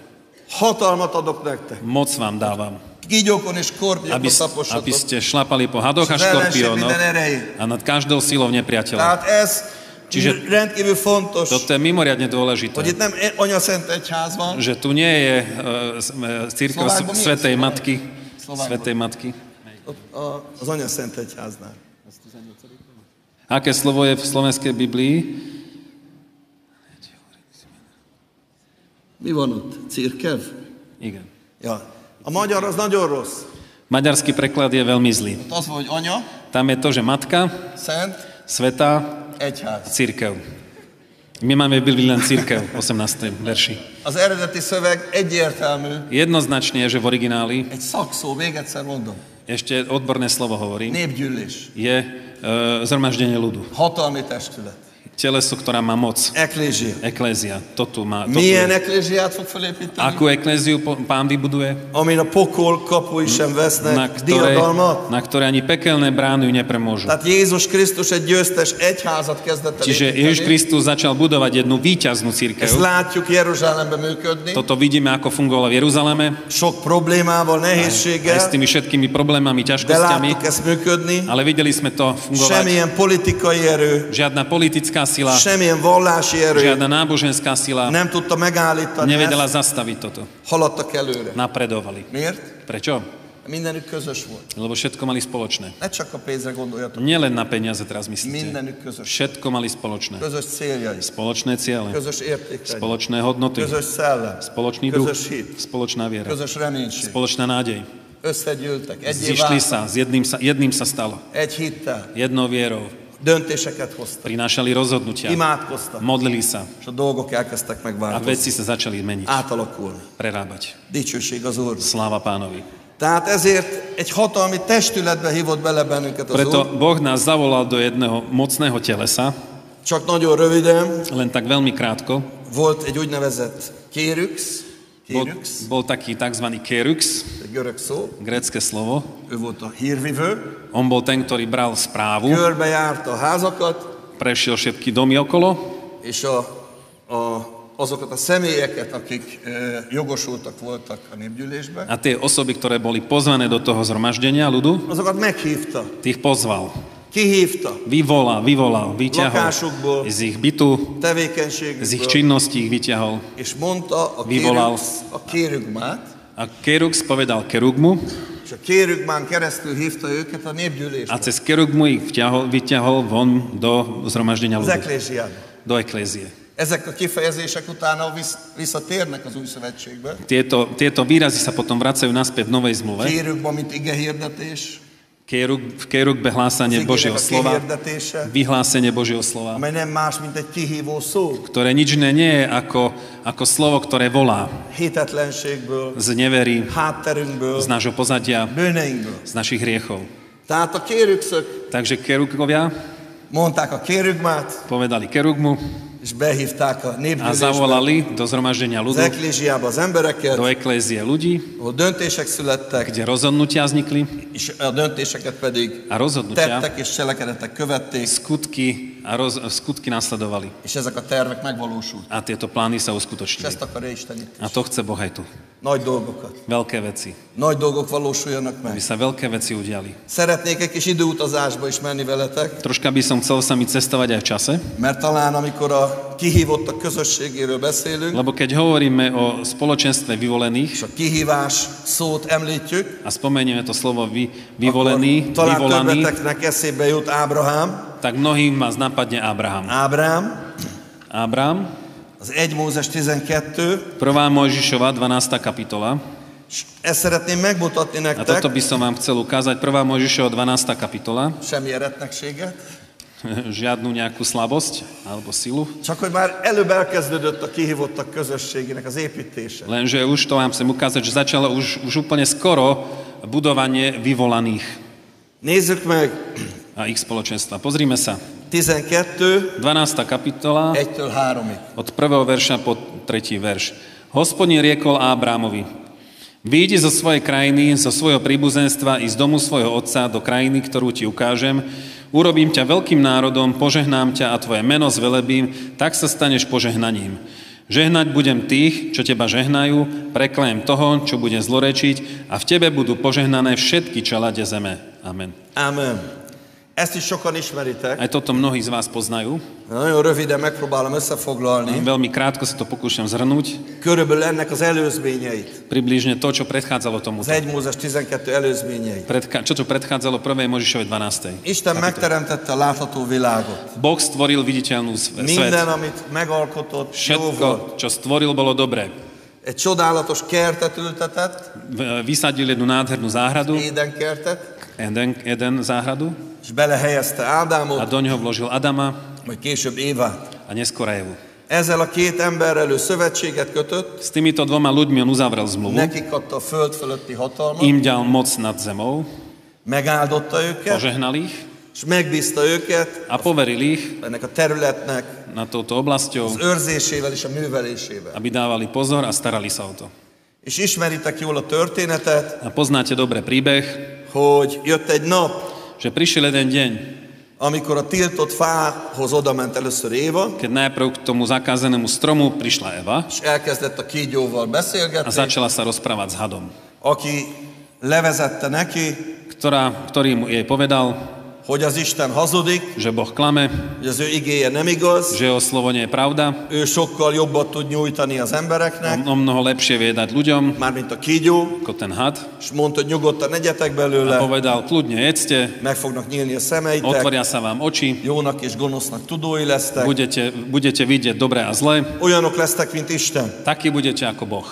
[SPEAKER 4] hatalmat adok nektek.
[SPEAKER 5] Moc vám dávam,
[SPEAKER 4] Kígyókon és
[SPEAKER 5] aby,
[SPEAKER 4] korpiakon tapossatok.
[SPEAKER 5] aby ste šlapali po hadoch a
[SPEAKER 4] Az ellenség
[SPEAKER 5] škorpiónoch
[SPEAKER 4] minden erejét.
[SPEAKER 5] a nad každou silou nepriateľa.
[SPEAKER 4] Tehát ez
[SPEAKER 5] Csizse-
[SPEAKER 4] rendkívül fontos,
[SPEAKER 5] Toto je mimoriadne
[SPEAKER 4] hogy
[SPEAKER 5] dôležité,
[SPEAKER 4] itt nem e- anya szent egyház van,
[SPEAKER 5] že tu nie je uh, církev
[SPEAKER 4] Slovákom je,
[SPEAKER 5] Svetej
[SPEAKER 4] Slovákom.
[SPEAKER 5] Matky.
[SPEAKER 4] Slovákom.
[SPEAKER 5] Svetej Matky.
[SPEAKER 4] ott a- az anya szent egyháznál.
[SPEAKER 5] Aké slovo je v slovenskej Biblii?
[SPEAKER 4] Mi van ott? Cirkev?
[SPEAKER 5] Igen.
[SPEAKER 4] Ja. A magyar az nagyon rossz.
[SPEAKER 5] Maďarský preklad je veľmi zlý.
[SPEAKER 4] Ott az van, hogy anya,
[SPEAKER 5] Tam je to, že matka,
[SPEAKER 4] szent,
[SPEAKER 5] svetá,
[SPEAKER 4] egyház.
[SPEAKER 5] církev. My máme v Biblii len církev, 18. verši.
[SPEAKER 4] Az eredeti szöveg egyértelmű,
[SPEAKER 5] Jednoznačne je, že v origináli,
[SPEAKER 4] egy szakszó, még egyszer mondom,
[SPEAKER 5] ešte odborné slovo hovorí,
[SPEAKER 4] népgyűlés,
[SPEAKER 5] je e, zhromaždenie ľudu.
[SPEAKER 4] hatalmi testület,
[SPEAKER 5] Teleso, ktorá má moc.
[SPEAKER 4] eklézsia.
[SPEAKER 5] Eklézia, to tu má. To tu
[SPEAKER 4] Milyen
[SPEAKER 5] je.
[SPEAKER 4] eklézsiát fog felépíteni?
[SPEAKER 5] Akú ekléziu po- pán vybuduje?
[SPEAKER 4] Amin a pokol kapui sem
[SPEAKER 5] Na
[SPEAKER 4] vesznek
[SPEAKER 5] ktorej,
[SPEAKER 4] diadalmat.
[SPEAKER 5] na ktorej ani pekelné brány ju nepremôžu.
[SPEAKER 4] Tehát Jézus Krisztus egy győztes egyházat kezdett el
[SPEAKER 5] Čiže Ježiš
[SPEAKER 4] építeni.
[SPEAKER 5] Kristus začal budovať jednu výťaznú
[SPEAKER 4] Ezt
[SPEAKER 5] církev.
[SPEAKER 4] látjuk Jeruzsálemben működni,
[SPEAKER 5] Toto vidíme, ako fungovala v Jeruzaleme,
[SPEAKER 4] sok problémával,
[SPEAKER 5] aj s
[SPEAKER 4] nehézséggel,
[SPEAKER 5] tými všetkými
[SPEAKER 4] de
[SPEAKER 5] problémami, ťažkosťami,
[SPEAKER 4] láttuk ezt működni.
[SPEAKER 5] ale videli sme to fungovať.
[SPEAKER 4] Semmilyen politikai erő,
[SPEAKER 5] Žiadna politická sila,
[SPEAKER 4] semmilyen vallási erő
[SPEAKER 5] žiadna náboženská sila
[SPEAKER 4] nem tudta megállítani
[SPEAKER 5] nevedela
[SPEAKER 4] ezt,
[SPEAKER 5] zastaviť toto.
[SPEAKER 4] haladtak előre.
[SPEAKER 5] Napredovali.
[SPEAKER 4] Miért?
[SPEAKER 5] Prečo?
[SPEAKER 4] Mindenük közös volt.
[SPEAKER 5] Lebo všetko mali spoločné.
[SPEAKER 4] Ne csak a pénzre gondoljatok,
[SPEAKER 5] Nielen na peniaze teraz myslíte.
[SPEAKER 4] mindenük közös.
[SPEAKER 5] Všetko mali spoločné.
[SPEAKER 4] Közös céljai,
[SPEAKER 5] Spoločné ciele,
[SPEAKER 4] közös értékei,
[SPEAKER 5] spoločné hodnoty,
[SPEAKER 4] közös szellem,
[SPEAKER 5] spoločný duch,
[SPEAKER 4] közös hit,
[SPEAKER 5] spoločná viera,
[SPEAKER 4] közös reménység.
[SPEAKER 5] spoločná nádej.
[SPEAKER 4] Összegyűltek, egyé
[SPEAKER 5] Zišli
[SPEAKER 4] váltak,
[SPEAKER 5] sa, s jedným sa, jedným sa stalo.
[SPEAKER 4] egy hittel,
[SPEAKER 5] Jednou vierou
[SPEAKER 4] döntéseket hoztak,
[SPEAKER 5] prinášali rozhodnutia,
[SPEAKER 4] imádkoztak,
[SPEAKER 5] modlili sa
[SPEAKER 4] és a dolgok elkezdtek
[SPEAKER 5] a
[SPEAKER 4] megváltozni,
[SPEAKER 5] veci sa začali meniť,
[SPEAKER 4] átalakulni.
[SPEAKER 5] prerábať.
[SPEAKER 4] Dicsőség az Úr.
[SPEAKER 5] Sláva pánovi.
[SPEAKER 4] Tehát ezért egy hatalmi testületbe hívott bele bennünket az
[SPEAKER 5] Preto
[SPEAKER 4] Úr.
[SPEAKER 5] Boh nás zavolal do jedného mocného telesa,
[SPEAKER 4] Csak nagyon röviden,
[SPEAKER 5] len tak veľmi krátko.
[SPEAKER 4] volt egy úgynevezett kérüx,
[SPEAKER 5] Bol,
[SPEAKER 4] kérüx,
[SPEAKER 5] bol taký tzv. kerux,
[SPEAKER 4] egy görög szó,
[SPEAKER 5] grécké slovo.
[SPEAKER 4] ő volt a hírvivő,
[SPEAKER 5] On bol ten, ktorý bral správu,
[SPEAKER 4] körbe járta a házakat,
[SPEAKER 5] prešiel všetky domy okolo
[SPEAKER 4] és a, a, azokat a személyeket, akik e, jogosultak voltak a népgyűlésben,
[SPEAKER 5] a tie osoby, ktoré boli pozvané do toho zhromaždenia ľudu,
[SPEAKER 4] azokat meghívta,
[SPEAKER 5] tých pozval.
[SPEAKER 4] kihívta
[SPEAKER 5] Vyvolal, vyvolal, vyťahol
[SPEAKER 4] Lokások bol.
[SPEAKER 5] z ich bytu, z ich
[SPEAKER 4] tevékenységükből,
[SPEAKER 5] činností ich vyťahol
[SPEAKER 4] és mondta a
[SPEAKER 5] Vivolal.
[SPEAKER 4] kérüx, a kérügmát,
[SPEAKER 5] a A Kerux povedal Kerugmu
[SPEAKER 4] És a kérükbán keresztül hívta őket a
[SPEAKER 5] a
[SPEAKER 4] népgyűlésre,
[SPEAKER 5] cez Kerugmu ich vťahol, vyťahol von do zhromaždenia
[SPEAKER 4] az
[SPEAKER 5] ľudí,
[SPEAKER 4] eklésiába.
[SPEAKER 5] do eklézie.
[SPEAKER 4] Ezek a kifejezések utána visz- visszatérnek az új szövetségbe.
[SPEAKER 5] Tieto, tieto výrazy sa potom vracajú naspäť v Novej zmluve.
[SPEAKER 4] Kérükben, mint ige hirdetés,
[SPEAKER 5] Kerug, v Kerugbe hlásanie Božieho
[SPEAKER 4] a
[SPEAKER 5] slova,
[SPEAKER 4] kihirdetése,
[SPEAKER 5] vyhlásenie Božieho slova,
[SPEAKER 4] amely nem más, mint egy kihívó szó,
[SPEAKER 5] ktoré nič iné nie je ako, ako slovo, ktoré volá
[SPEAKER 4] hitetlenségből,
[SPEAKER 5] z neverí,
[SPEAKER 4] hátterünkből,
[SPEAKER 5] z nášho pozadia,
[SPEAKER 4] bűneinkből.
[SPEAKER 5] z našich hriechov.
[SPEAKER 4] Tehát a kérükszök
[SPEAKER 5] Takže Kerugovia
[SPEAKER 4] mondták a kérükmát,
[SPEAKER 5] povedali Kerugmu
[SPEAKER 4] és behívták a
[SPEAKER 5] a
[SPEAKER 4] népgyűlésbe,
[SPEAKER 5] zavolali do zhromaždenia
[SPEAKER 4] az
[SPEAKER 5] ľudu,
[SPEAKER 4] eklésiába az embereket,
[SPEAKER 5] do eklézie ľudí,
[SPEAKER 4] ahol döntések születtek,
[SPEAKER 5] kde rozhodnutia vznikli
[SPEAKER 4] és a döntéseket pedig
[SPEAKER 5] a rozhodnutia,
[SPEAKER 4] tettek és cselekedetek követték,
[SPEAKER 5] skutky, a roz, skutky nasledovali.
[SPEAKER 4] és ezek a tervek megvalósultak.
[SPEAKER 5] A tieto plány sa
[SPEAKER 4] És ezt
[SPEAKER 5] uskutočnili.
[SPEAKER 4] akarja Isten itt
[SPEAKER 5] A
[SPEAKER 4] is.
[SPEAKER 5] to chce Boh aj tu.
[SPEAKER 4] Nagy dolgokat.
[SPEAKER 5] Veľké veci.
[SPEAKER 4] Nagy dolgok valósuljanak
[SPEAKER 5] Aby
[SPEAKER 4] meg.
[SPEAKER 5] sa veľké veci udiali.
[SPEAKER 4] Szeretnék egy kis időutazásba is menni veletek,
[SPEAKER 5] Troška by som chcel sa mi cestovať aj v čase,
[SPEAKER 4] mert talán amikor a kihívottak közösségéről beszélünk,
[SPEAKER 5] lebo keď hovoríme o spoločenstve
[SPEAKER 4] és
[SPEAKER 5] vyvolených
[SPEAKER 4] a kihívás szót említjük,
[SPEAKER 5] a spomenieme to slovo vy,
[SPEAKER 4] akkor
[SPEAKER 5] vyvolený,
[SPEAKER 4] talán
[SPEAKER 5] vyvolaný,
[SPEAKER 4] többeteknek eszébe jut Ábrahám.
[SPEAKER 5] tak mnohým vás napadne Abraham.
[SPEAKER 4] Ábrám,
[SPEAKER 5] Abraham,
[SPEAKER 4] az 1 Mózes 12,
[SPEAKER 5] 1. Mojžišova, 12. kapitola.
[SPEAKER 4] és ezt szeretném megmutatni
[SPEAKER 5] Hát A toto
[SPEAKER 4] nektek,
[SPEAKER 5] by som vám chcel ukázať. 1. Mojžišova, 12. kapitola.
[SPEAKER 4] semmi eretnekséget,
[SPEAKER 5] Žiadnu nejakú slabosť alebo silu.
[SPEAKER 4] csak hogy már előbb elkezdődött a kihívottak közösségének az építése.
[SPEAKER 5] Lenže už to vám chcem ukázať, že začalo už, už úplne skoro budovanie vyvolaných
[SPEAKER 4] Nézzük meg,
[SPEAKER 5] a ich spoločenstva. Pozrime sa.
[SPEAKER 4] 12,
[SPEAKER 5] 12. kapitola
[SPEAKER 4] 1-től 3-ig.
[SPEAKER 5] od 1. verša po 3. verš. Hospodin riekol Ábrámovi, Výjdi zo svojej krajiny, zo svojho príbuzenstva i z domu svojho otca do krajiny, ktorú ti ukážem. Urobím ťa veľkým národom, požehnám ťa a tvoje meno zvelebím, tak sa staneš požehnaním. Žehnať budem tých, čo teba žehnajú, preklejem toho, čo bude zlorečiť a v tebe budú požehnané všetky čelade zeme. Amen.
[SPEAKER 4] Amen. Ezt is sokan ismeritek.
[SPEAKER 5] Aj toto mnohí z vás poznajú.
[SPEAKER 4] Nagyon röviden megpróbálom összefoglalni.
[SPEAKER 5] Veľmi krátko sa to pokúšam zhrnúť.
[SPEAKER 4] Körülbelül ennek az előzményeit.
[SPEAKER 5] Približne to, čo predchádzalo tomu.
[SPEAKER 4] Az 1 Mózes 12 előzményeit.
[SPEAKER 5] Predka- čo, čo predchádzalo 1. Možišovej 12.
[SPEAKER 4] Isten megteremtette a látható világot.
[SPEAKER 5] Boh stvoril viditeľnú sv- svet.
[SPEAKER 4] Minden, amit megalkotott, jó volt.
[SPEAKER 5] Všetko, čo stvoril, bolo dobré.
[SPEAKER 4] Egy csodálatos kertet ültetett,
[SPEAKER 5] V- Vysadil jednu nádhernú záhradu,
[SPEAKER 4] Éden kertet,
[SPEAKER 5] Eden, Eden záhradu,
[SPEAKER 4] és belehelyezte
[SPEAKER 5] a
[SPEAKER 4] Ádámot,
[SPEAKER 5] do ňoho vložil Adama
[SPEAKER 4] majd később Évát.
[SPEAKER 5] a neskôr Evu.
[SPEAKER 4] Ezzel a két emberrel ő szövetséget kötött,
[SPEAKER 5] S týmito dvoma ľuďmi on uzavrel zmluvu,
[SPEAKER 4] nekik adta a föld fölötti hatalmat,
[SPEAKER 5] im dal moc nad zemou,
[SPEAKER 4] megáldotta őket,
[SPEAKER 5] požehnal ich
[SPEAKER 4] és megbízta őket
[SPEAKER 5] a poveril ich
[SPEAKER 4] ennek a területnek
[SPEAKER 5] nad touto
[SPEAKER 4] az
[SPEAKER 5] oblasťou,
[SPEAKER 4] őrzésével és a művelésével.
[SPEAKER 5] aby dávali pozor a starali sa o to.
[SPEAKER 4] És ismeritek jól a történetet,
[SPEAKER 5] A poznáte dobre príbeh,
[SPEAKER 4] hogy jött egy nap,
[SPEAKER 5] že prišiel jeden deň,
[SPEAKER 4] amikor a tiltott fához odament először Éva,
[SPEAKER 5] keď najprv k tomu zakázanému stromu prišla Eva
[SPEAKER 4] és elkezdett a kígyóval
[SPEAKER 5] a
[SPEAKER 4] beszélgetni,
[SPEAKER 5] začala sa rozprávať s hadom,
[SPEAKER 4] aki levezette neki,
[SPEAKER 5] ktorá, ktorý mu jej povedal,
[SPEAKER 4] hogy az Isten hazudik,
[SPEAKER 5] že Boh klame,
[SPEAKER 4] hogy az ő igéje nem igaz,
[SPEAKER 5] že jeho slovo nie je pravda,
[SPEAKER 4] ő sokkal jobbat tud nyújtani az embereknek,
[SPEAKER 5] on o mnoho lepšie vie dať ľuďom
[SPEAKER 4] mármint a kígyó,
[SPEAKER 5] ako ten had.
[SPEAKER 4] és mondta, hogy nyugodtan egyetek belőle,
[SPEAKER 5] Povedal, kľudne jedzte,
[SPEAKER 4] meg fognak nyílni a szemeitek,
[SPEAKER 5] otvoria sa vám oči,
[SPEAKER 4] jónak és gonosznak tudói lesztek,
[SPEAKER 5] budete, budete vidieť dobré a zlé,
[SPEAKER 4] olyanok lesztek, mint Isten.
[SPEAKER 5] takí budete ako Boh.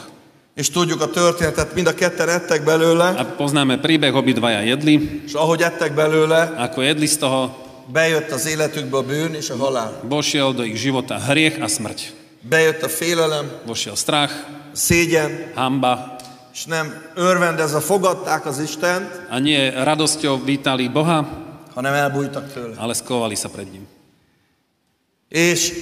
[SPEAKER 4] És tudjuk a történetet, mind a ketten ettek belőle,
[SPEAKER 5] A poznáme príbeh, obidvaja jedli,
[SPEAKER 4] és ahogy ettek belőle,
[SPEAKER 5] ako jedli z toho,
[SPEAKER 4] bejött az életükbe a bűn és a halál.
[SPEAKER 5] vošiel do ich života hriech a smrť.
[SPEAKER 4] Bejött a félelem,
[SPEAKER 5] Vošiel strach,
[SPEAKER 4] a szégyen,
[SPEAKER 5] hamba
[SPEAKER 4] és nem örvendezve fogadták az Istent,
[SPEAKER 5] a nie radosťou vítali Boha,
[SPEAKER 4] hanem elbújtak tőle.
[SPEAKER 5] ale skovali sa pred ním.
[SPEAKER 4] És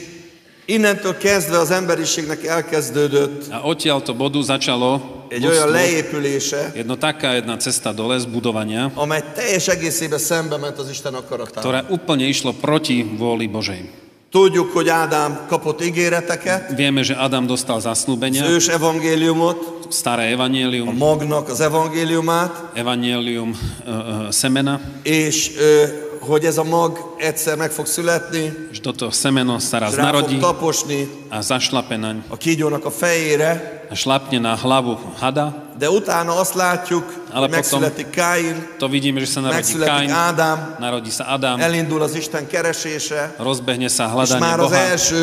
[SPEAKER 4] innentől kezdve az emberiségnek elkezdődött
[SPEAKER 5] A odtiaľto bodu začalo
[SPEAKER 4] egy olyan
[SPEAKER 5] ľudstvo,
[SPEAKER 4] leépülése,
[SPEAKER 5] jedno taká jedna cesta dole z budovania,
[SPEAKER 4] amely teljes egészében szembe ment az Isten akaratával.
[SPEAKER 5] ktoré úplne išlo proti vôli Božej.
[SPEAKER 4] Tudjuk, hogy Ádám kapott ígéreteket,
[SPEAKER 5] Vieme, že Adam dostal
[SPEAKER 4] az
[SPEAKER 5] zaslúbenia,
[SPEAKER 4] ős evangéliumot,
[SPEAKER 5] staré
[SPEAKER 4] a
[SPEAKER 5] evanielium,
[SPEAKER 4] magnak az evangéliumát,
[SPEAKER 5] evanielium e, e, semena
[SPEAKER 4] és ö, hogy ez a mag egyszer meg fog születni,
[SPEAKER 5] že toto semeno sa raz
[SPEAKER 4] és rá fog
[SPEAKER 5] narodí
[SPEAKER 4] taposni
[SPEAKER 5] a zašlape naň
[SPEAKER 4] a kígyónak a fejére,
[SPEAKER 5] a šlapne na hlavu hada.
[SPEAKER 4] de utána azt látjuk,
[SPEAKER 5] Ale
[SPEAKER 4] hogy megszületik Káin,
[SPEAKER 5] To vidíme, že sa narodí
[SPEAKER 4] megszületik
[SPEAKER 5] Kain,
[SPEAKER 4] Ádám,
[SPEAKER 5] narodí sa Adam,
[SPEAKER 4] elindul az Isten keresése,
[SPEAKER 5] rozbehne
[SPEAKER 4] és
[SPEAKER 5] sa hľadanie
[SPEAKER 4] már az
[SPEAKER 5] Boha
[SPEAKER 4] első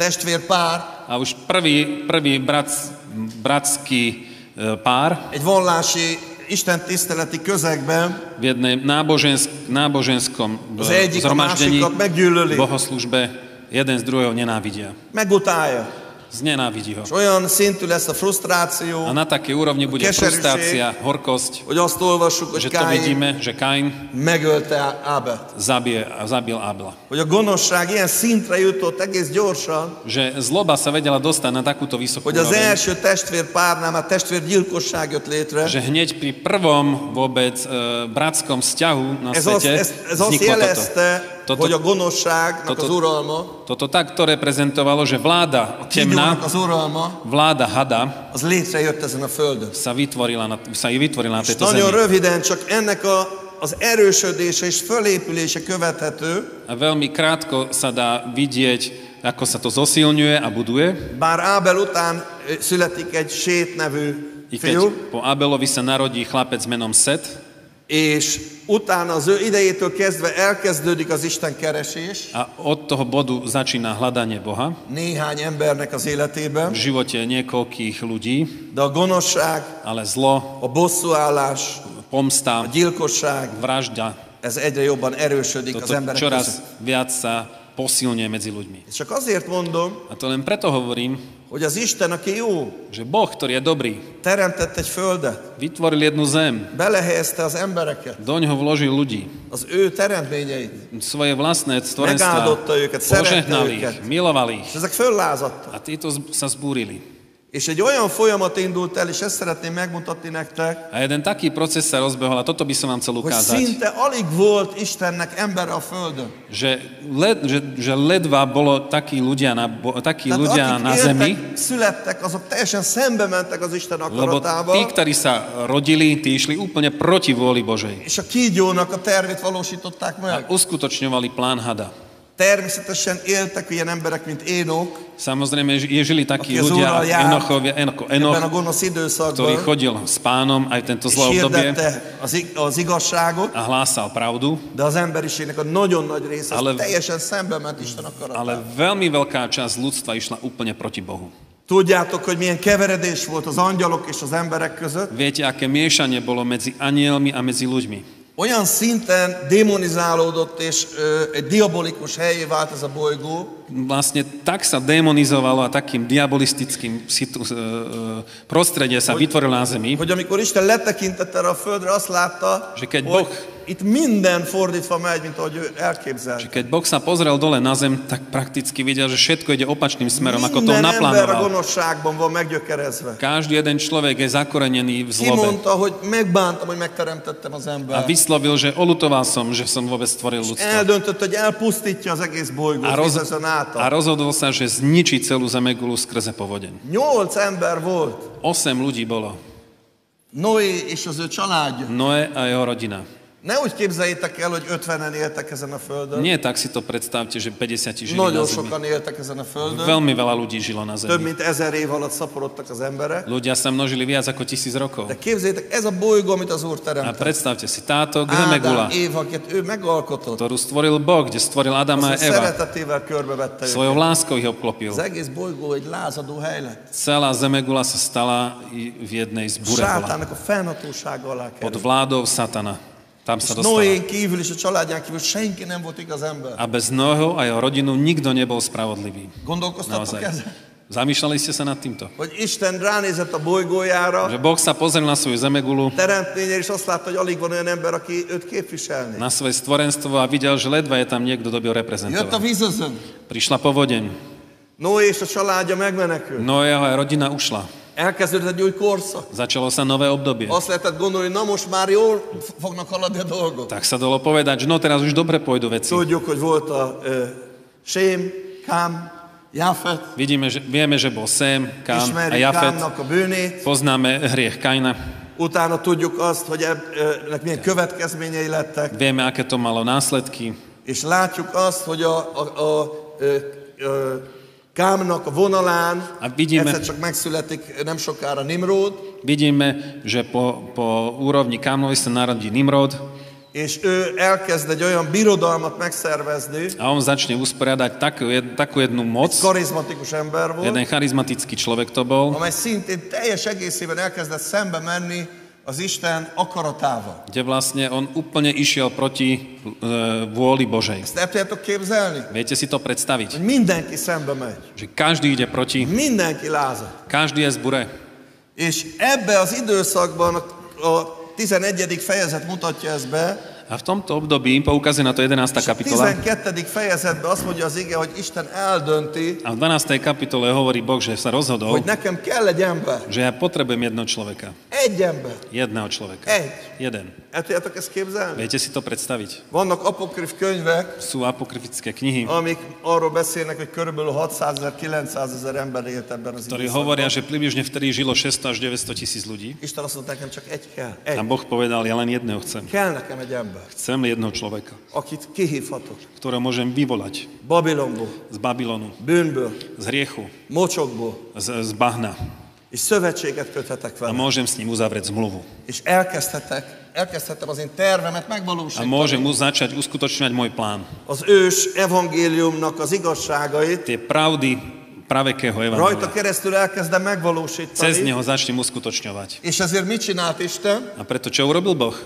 [SPEAKER 4] testvérpár
[SPEAKER 5] a už prvý, prvý brat, bratský e, pár
[SPEAKER 4] egy vallási Isten tiszteleti közegben
[SPEAKER 5] v jednej nábožensk, náboženskom
[SPEAKER 4] az
[SPEAKER 5] e,
[SPEAKER 4] egyik a
[SPEAKER 5] zhromaždení
[SPEAKER 4] másikat meggyűlöli,
[SPEAKER 5] bohoslužbe jeden z druhého nenávidia.
[SPEAKER 4] megutálja.
[SPEAKER 5] Znenávidí ho.
[SPEAKER 4] És olyan szintű lesz a
[SPEAKER 5] A
[SPEAKER 4] frusztráció,
[SPEAKER 5] na takej úrovni bude
[SPEAKER 4] Keserűség.
[SPEAKER 5] frustrácia, horkosť,
[SPEAKER 4] hogy azt olvassuk, hogy
[SPEAKER 5] že to
[SPEAKER 4] Káin
[SPEAKER 5] vidíme, že Kain
[SPEAKER 4] megölte Ábet.
[SPEAKER 5] zabije, zabil Abla.
[SPEAKER 4] Hogy a gonoszság ilyen szintre jutott egész gyorsan,
[SPEAKER 5] Že zloba sa vedela dostať na takúto vysokú
[SPEAKER 4] hogy az
[SPEAKER 5] úroveň,
[SPEAKER 4] első testvérpárnál már testvérgyilkosság jött létre.
[SPEAKER 5] že hneď pri prvom vôbec e, bratskom vzťahu na
[SPEAKER 4] Ez azt,
[SPEAKER 5] svete
[SPEAKER 4] ez, ez azt
[SPEAKER 5] vzniklo toto.
[SPEAKER 4] jelezte,
[SPEAKER 5] Toto,
[SPEAKER 4] hogy a gonoszságnak
[SPEAKER 5] Toto-
[SPEAKER 4] az uralma
[SPEAKER 5] toto takto reprezentovalo, že vláda temná,
[SPEAKER 4] kígyónak az uralma,
[SPEAKER 5] vláda hada
[SPEAKER 4] az létrejött ezen a földön.
[SPEAKER 5] sa, vytvorila na, sa jej vytvorila na
[SPEAKER 4] És
[SPEAKER 5] tejto
[SPEAKER 4] nagyon
[SPEAKER 5] zemi.
[SPEAKER 4] röviden csak ennek a, az erősödése és fölépülése követhető,
[SPEAKER 5] A veľmi krátko sa dá vidieť, ako sa to zosilňuje a buduje.
[SPEAKER 4] bár Ábel után ö, születik egy Sét nevű
[SPEAKER 5] I
[SPEAKER 4] fiú,
[SPEAKER 5] keď po Abelovi sa narodí chlapec menom Set,
[SPEAKER 4] és utána az ő idejétől kezdve elkezdődik az Isten keresés
[SPEAKER 5] A od toho bodu začína hľadanie Boha
[SPEAKER 4] néhány embernek az
[SPEAKER 5] v
[SPEAKER 4] életében,
[SPEAKER 5] živote niekoľkých ľudí,
[SPEAKER 4] de a gonoszság,
[SPEAKER 5] ale zlo,
[SPEAKER 4] a bosszúállás, a
[SPEAKER 5] pomsta,
[SPEAKER 4] gyilkosság,
[SPEAKER 5] vražda,
[SPEAKER 4] ez egyre jobban erősödik az
[SPEAKER 5] toto
[SPEAKER 4] emberek
[SPEAKER 5] čoraz
[SPEAKER 4] között.
[SPEAKER 5] viac sa posilňuje medzi ľuďmi.
[SPEAKER 4] És csak azért mondom,
[SPEAKER 5] A to len preto hovorím,
[SPEAKER 4] hogy az Isten, aki jó,
[SPEAKER 5] že Boh, ktorý je dobrý,
[SPEAKER 4] teremtett egy földet,
[SPEAKER 5] vytvoril jednu zem,
[SPEAKER 4] belehelyezte az embereket,
[SPEAKER 5] do ňoho vložil ľudí,
[SPEAKER 4] az ő teremtményeit,
[SPEAKER 5] svoje vlastné stvorenstva,
[SPEAKER 4] megáldotta őket, szerette
[SPEAKER 5] požehnal ich,
[SPEAKER 4] őket,
[SPEAKER 5] miloval ich
[SPEAKER 4] és ezek föllázadtak.
[SPEAKER 5] a títo z- sa zbúrili.
[SPEAKER 4] És egy olyan folyamat indult el, és ezt szeretném megmutatni nektek,
[SPEAKER 5] A jeden taký proces sa rozbehol a toto by som vám chcel
[SPEAKER 4] hogy
[SPEAKER 5] ukázať.
[SPEAKER 4] szinte alig volt Istennek embere a Földön.
[SPEAKER 5] že, led, že, že ledva bolo takí ľudia na, bo, takí
[SPEAKER 4] Tehát
[SPEAKER 5] ľudia
[SPEAKER 4] akik
[SPEAKER 5] na
[SPEAKER 4] éltek,
[SPEAKER 5] zemi,
[SPEAKER 4] születtek, azok teljesen szembe mentek az Isten
[SPEAKER 5] lebo tí,
[SPEAKER 4] akaratával,
[SPEAKER 5] ktorí sa rodili, tí išli úplne proti vôli Božej.
[SPEAKER 4] és a kígyónak a tervét valósították meg.
[SPEAKER 5] A uskutočňovali plán hada.
[SPEAKER 4] Természetesen éltek ilyen emberek, mint Énok,
[SPEAKER 5] Samozrejme, ž- je žili takí
[SPEAKER 4] Aký
[SPEAKER 5] ľudia,
[SPEAKER 4] zúral ja,
[SPEAKER 5] Enochovia, Enoch,
[SPEAKER 4] ebben a
[SPEAKER 5] Enoch,
[SPEAKER 4] gonosz
[SPEAKER 5] ktorý
[SPEAKER 4] időszakban,
[SPEAKER 5] chodil s pánom aj v tento
[SPEAKER 4] és
[SPEAKER 5] zlé obdobie
[SPEAKER 4] hirdette az, ig- az igazságot,
[SPEAKER 5] a hlásal pravdu,
[SPEAKER 4] De az emberiségnek a nagyon nagy része
[SPEAKER 5] Ale-
[SPEAKER 4] ale, teljesen szembe ment Isten akaratával.
[SPEAKER 5] ale veľmi veľká časť ľudstva išla úplne proti Bohu.
[SPEAKER 4] Tudjátok, hogy milyen keveredés volt az angyalok és az emberek között?
[SPEAKER 5] Viete, aké miešanie bolo medzi anielmi a medzi ľuďmi.
[SPEAKER 4] Olyan szinten démonizálódott és ö, egy diabolikus helyé vált ez a bolygó,
[SPEAKER 5] Vlastne tak sa demonizovalo a takým diabolistickým situ, e, e, prostredie sa vytvorilo na Zemi,
[SPEAKER 4] hogy amikor Isten letekintett erre a földre, azt látta,
[SPEAKER 5] Že keď
[SPEAKER 4] hogy
[SPEAKER 5] Boh-
[SPEAKER 4] itt minden fordítva megy, mint ahogy ő elképzelt.
[SPEAKER 5] že keď Boh sa pozrel dole na Zem, tak prakticky videl, že všetko ide opačným smerom, ako to on
[SPEAKER 4] Minden ember a
[SPEAKER 5] naplánoval.
[SPEAKER 4] gonoszságban van meggyökerezve.
[SPEAKER 5] Každý jeden človek je zakorenený v
[SPEAKER 4] Ki
[SPEAKER 5] zlobe.
[SPEAKER 4] mondta, hogy megbántam, hogy megteremtettem az
[SPEAKER 5] A
[SPEAKER 4] embert.
[SPEAKER 5] vyslovil, že olutoval som, že som vôbec stvoril ľudstvo.
[SPEAKER 4] Eldöntött, hogy elpusztítja az egész
[SPEAKER 5] A,
[SPEAKER 4] bolygót
[SPEAKER 5] roz,
[SPEAKER 4] mindezen által.
[SPEAKER 5] a rozhodol sa, že zničí celú Zemegulu skrze povodeň.
[SPEAKER 4] Nyolc ember volt,
[SPEAKER 5] Osem ľudí bolo.
[SPEAKER 4] Noé és az ő családja.
[SPEAKER 5] Noé a jeho rodina.
[SPEAKER 4] Ne úgy képzeljétek el, hogy 50-en éltek ezen a földön.
[SPEAKER 5] Nie tak si to predstavte, že 50 žili na
[SPEAKER 4] Nagyon
[SPEAKER 5] Zemi.
[SPEAKER 4] sokan éltek ezen a földön.
[SPEAKER 5] Veľmi veľa ľudí žilo na
[SPEAKER 4] Több
[SPEAKER 5] Zemi.
[SPEAKER 4] mint ezer év alatt szaporodtak az emberek.
[SPEAKER 5] Ľudia sa množili viac ako tisíc rokov.
[SPEAKER 4] De képzeljétek, ez a bolygó, amit az Úr
[SPEAKER 5] A
[SPEAKER 4] teremtett.
[SPEAKER 5] predstavte si táto Gzemegula,
[SPEAKER 4] Ádám, Éva, akit ő megalkotott,
[SPEAKER 5] ktorú stvoril Boh, kde stvoril
[SPEAKER 4] az
[SPEAKER 5] Adama
[SPEAKER 4] ő
[SPEAKER 5] a Eva.
[SPEAKER 4] szeretetével körbevette őt.
[SPEAKER 5] Svojou láskou ich obklopil.
[SPEAKER 4] Az egész bolygó egy lázadó hely lett.
[SPEAKER 5] Celá Zemegula sa stala i- v jednej z burebola.
[SPEAKER 4] Sátának a fennhatósága alá
[SPEAKER 5] Pod
[SPEAKER 4] került.
[SPEAKER 5] vládou Satana. Tam sa dostala.
[SPEAKER 4] Noén kívül és a családján kívül senki nem volt igaz ember.
[SPEAKER 5] A bez Noho a jeho rodinu nikto nebol spravodlivý.
[SPEAKER 4] Gondolkoztatok
[SPEAKER 5] Naozaj.
[SPEAKER 4] ezen?
[SPEAKER 5] Zamýšľali ste sa nad týmto?
[SPEAKER 4] Hogy Isten ránézett a bolygójára,
[SPEAKER 5] Že Boh sa pozrel na svoju Zemegulu,
[SPEAKER 4] teremtménye is azt látta, hogy alig van olyan ember, aki őt képviselni.
[SPEAKER 5] na svoje stvorenstvo a videl, že ledva je tam niekto, kto by ho
[SPEAKER 4] Jött a
[SPEAKER 5] reprezentoval.
[SPEAKER 4] vízözön.
[SPEAKER 5] Prišla povodeň.
[SPEAKER 4] Noé és a családja megmenekült.
[SPEAKER 5] Noého aj rodina ušla.
[SPEAKER 4] Elkezdődött egy új korszak.
[SPEAKER 5] Začalo sa nové obdobie.
[SPEAKER 4] Azt lehetett gondolni, na most már jól f- fognak haladni a dolgok.
[SPEAKER 5] Tak sa dalo povedať, že no teraz už dobre pôjdu veci.
[SPEAKER 4] Tudjuk, hogy volt a ö, Sém, Kám, Jáfet.
[SPEAKER 5] Vidíme, že, vieme, že bol Sem, Kán a
[SPEAKER 4] Ismerjük
[SPEAKER 5] Jafet.
[SPEAKER 4] Kámnak a bűnét.
[SPEAKER 5] Poznáme hriech Kaina.
[SPEAKER 4] Utána tudjuk azt, hogy eb- ö, ennek milyen következményei lettek,
[SPEAKER 5] Vieme, aké to malo následky.
[SPEAKER 4] és látjuk azt, hogy a, a, a ö, ö, Kámnak a vonalán
[SPEAKER 5] Hát vigyíme.
[SPEAKER 4] egyszer csak megszületik nem sokára Nimród,
[SPEAKER 5] Vidíme, že po, po úrovni Kámnovi sa narodí Nimrod
[SPEAKER 4] és ő elkezd egy olyan birodalmat megszervezni,
[SPEAKER 5] a on začne usporiadať takú, jed, takú jednu moc.
[SPEAKER 4] karizmatikus ember volt,
[SPEAKER 5] Jeden charizmatický človek to bol,
[SPEAKER 4] amely szintén teljes egészében elkezdett szembe menni az Isten akaratával.
[SPEAKER 5] kde vlastne on úplne išiel proti e, vôli Božej.
[SPEAKER 4] Ezt el tudjátok képzelni?
[SPEAKER 5] Viete si to predstaviť?
[SPEAKER 4] Hogy mindenki szembe megy.
[SPEAKER 5] Že každý ide proti,
[SPEAKER 4] Mindenki lázad.
[SPEAKER 5] každý je zbure.
[SPEAKER 4] És ebbe az időszakban a- a 11. fejezet mutatja ezt be.
[SPEAKER 5] A v tomto období poukazuje na to 11. kapitola.
[SPEAKER 4] 12. fejezetben azt mondja az ige, hogy Isten eldönti,
[SPEAKER 5] A v 12. kapitole hovorí Boh, že sa rozhodol,
[SPEAKER 4] hogy nekem kell egy ember.
[SPEAKER 5] že ja potrebujem jedného človeka.
[SPEAKER 4] Egy ember.
[SPEAKER 5] Jedného človeka.
[SPEAKER 4] Egy.
[SPEAKER 5] Jeden.
[SPEAKER 4] El tudjátok ezt képzelni?
[SPEAKER 5] Viete si to predstaviť?
[SPEAKER 4] Vannak apokrif könyvek,
[SPEAKER 5] Sú apokryfické knihy,
[SPEAKER 4] amik arról beszélnek, hogy körülbelül 600 ezer, 900 ezer ember élt ebben az
[SPEAKER 5] ktorí
[SPEAKER 4] időszakban.
[SPEAKER 5] hovoria, že približne vtedy žilo 600 až 900 tisíc ľudí.
[SPEAKER 4] Isten azt mondta, nekem csak egy kell.
[SPEAKER 5] A
[SPEAKER 4] Egy.
[SPEAKER 5] Boh povedal, ja len jedného chcem.
[SPEAKER 4] Kell nekem egy ember,
[SPEAKER 5] Chcem jedného človeka,
[SPEAKER 4] akit kihívhatok.
[SPEAKER 5] ktorého môžem vyvolať
[SPEAKER 4] Babilonból,
[SPEAKER 5] z Babylonu,
[SPEAKER 4] bűnből,
[SPEAKER 5] z hriechu,
[SPEAKER 4] mocsokból,
[SPEAKER 5] z, z bahna
[SPEAKER 4] és szövetséget köthetek
[SPEAKER 5] a
[SPEAKER 4] vele.
[SPEAKER 5] môžem s ním uzavrieť zmluvu.
[SPEAKER 4] És elkezdhetek, elkezdhetem az én tervemet
[SPEAKER 5] A
[SPEAKER 4] megvalósítani.
[SPEAKER 5] môžem mu začať uskutočňovať môj plán.
[SPEAKER 4] Az ős evangéliumnak az igazságait
[SPEAKER 5] Tie pravdy pravekého
[SPEAKER 4] rajta
[SPEAKER 5] evangelia.
[SPEAKER 4] keresztül elkezdem
[SPEAKER 5] Cez
[SPEAKER 4] megvalósítani.
[SPEAKER 5] neho začnem uskutočňovať.
[SPEAKER 4] És ezért mit csinált Isten?
[SPEAKER 5] A preto čo urobil Boh?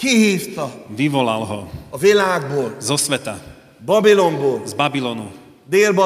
[SPEAKER 4] Kihívta
[SPEAKER 5] Vyvolal ho
[SPEAKER 4] a világból,
[SPEAKER 5] zo sveta,
[SPEAKER 4] Babilonból,
[SPEAKER 5] z Babylonu,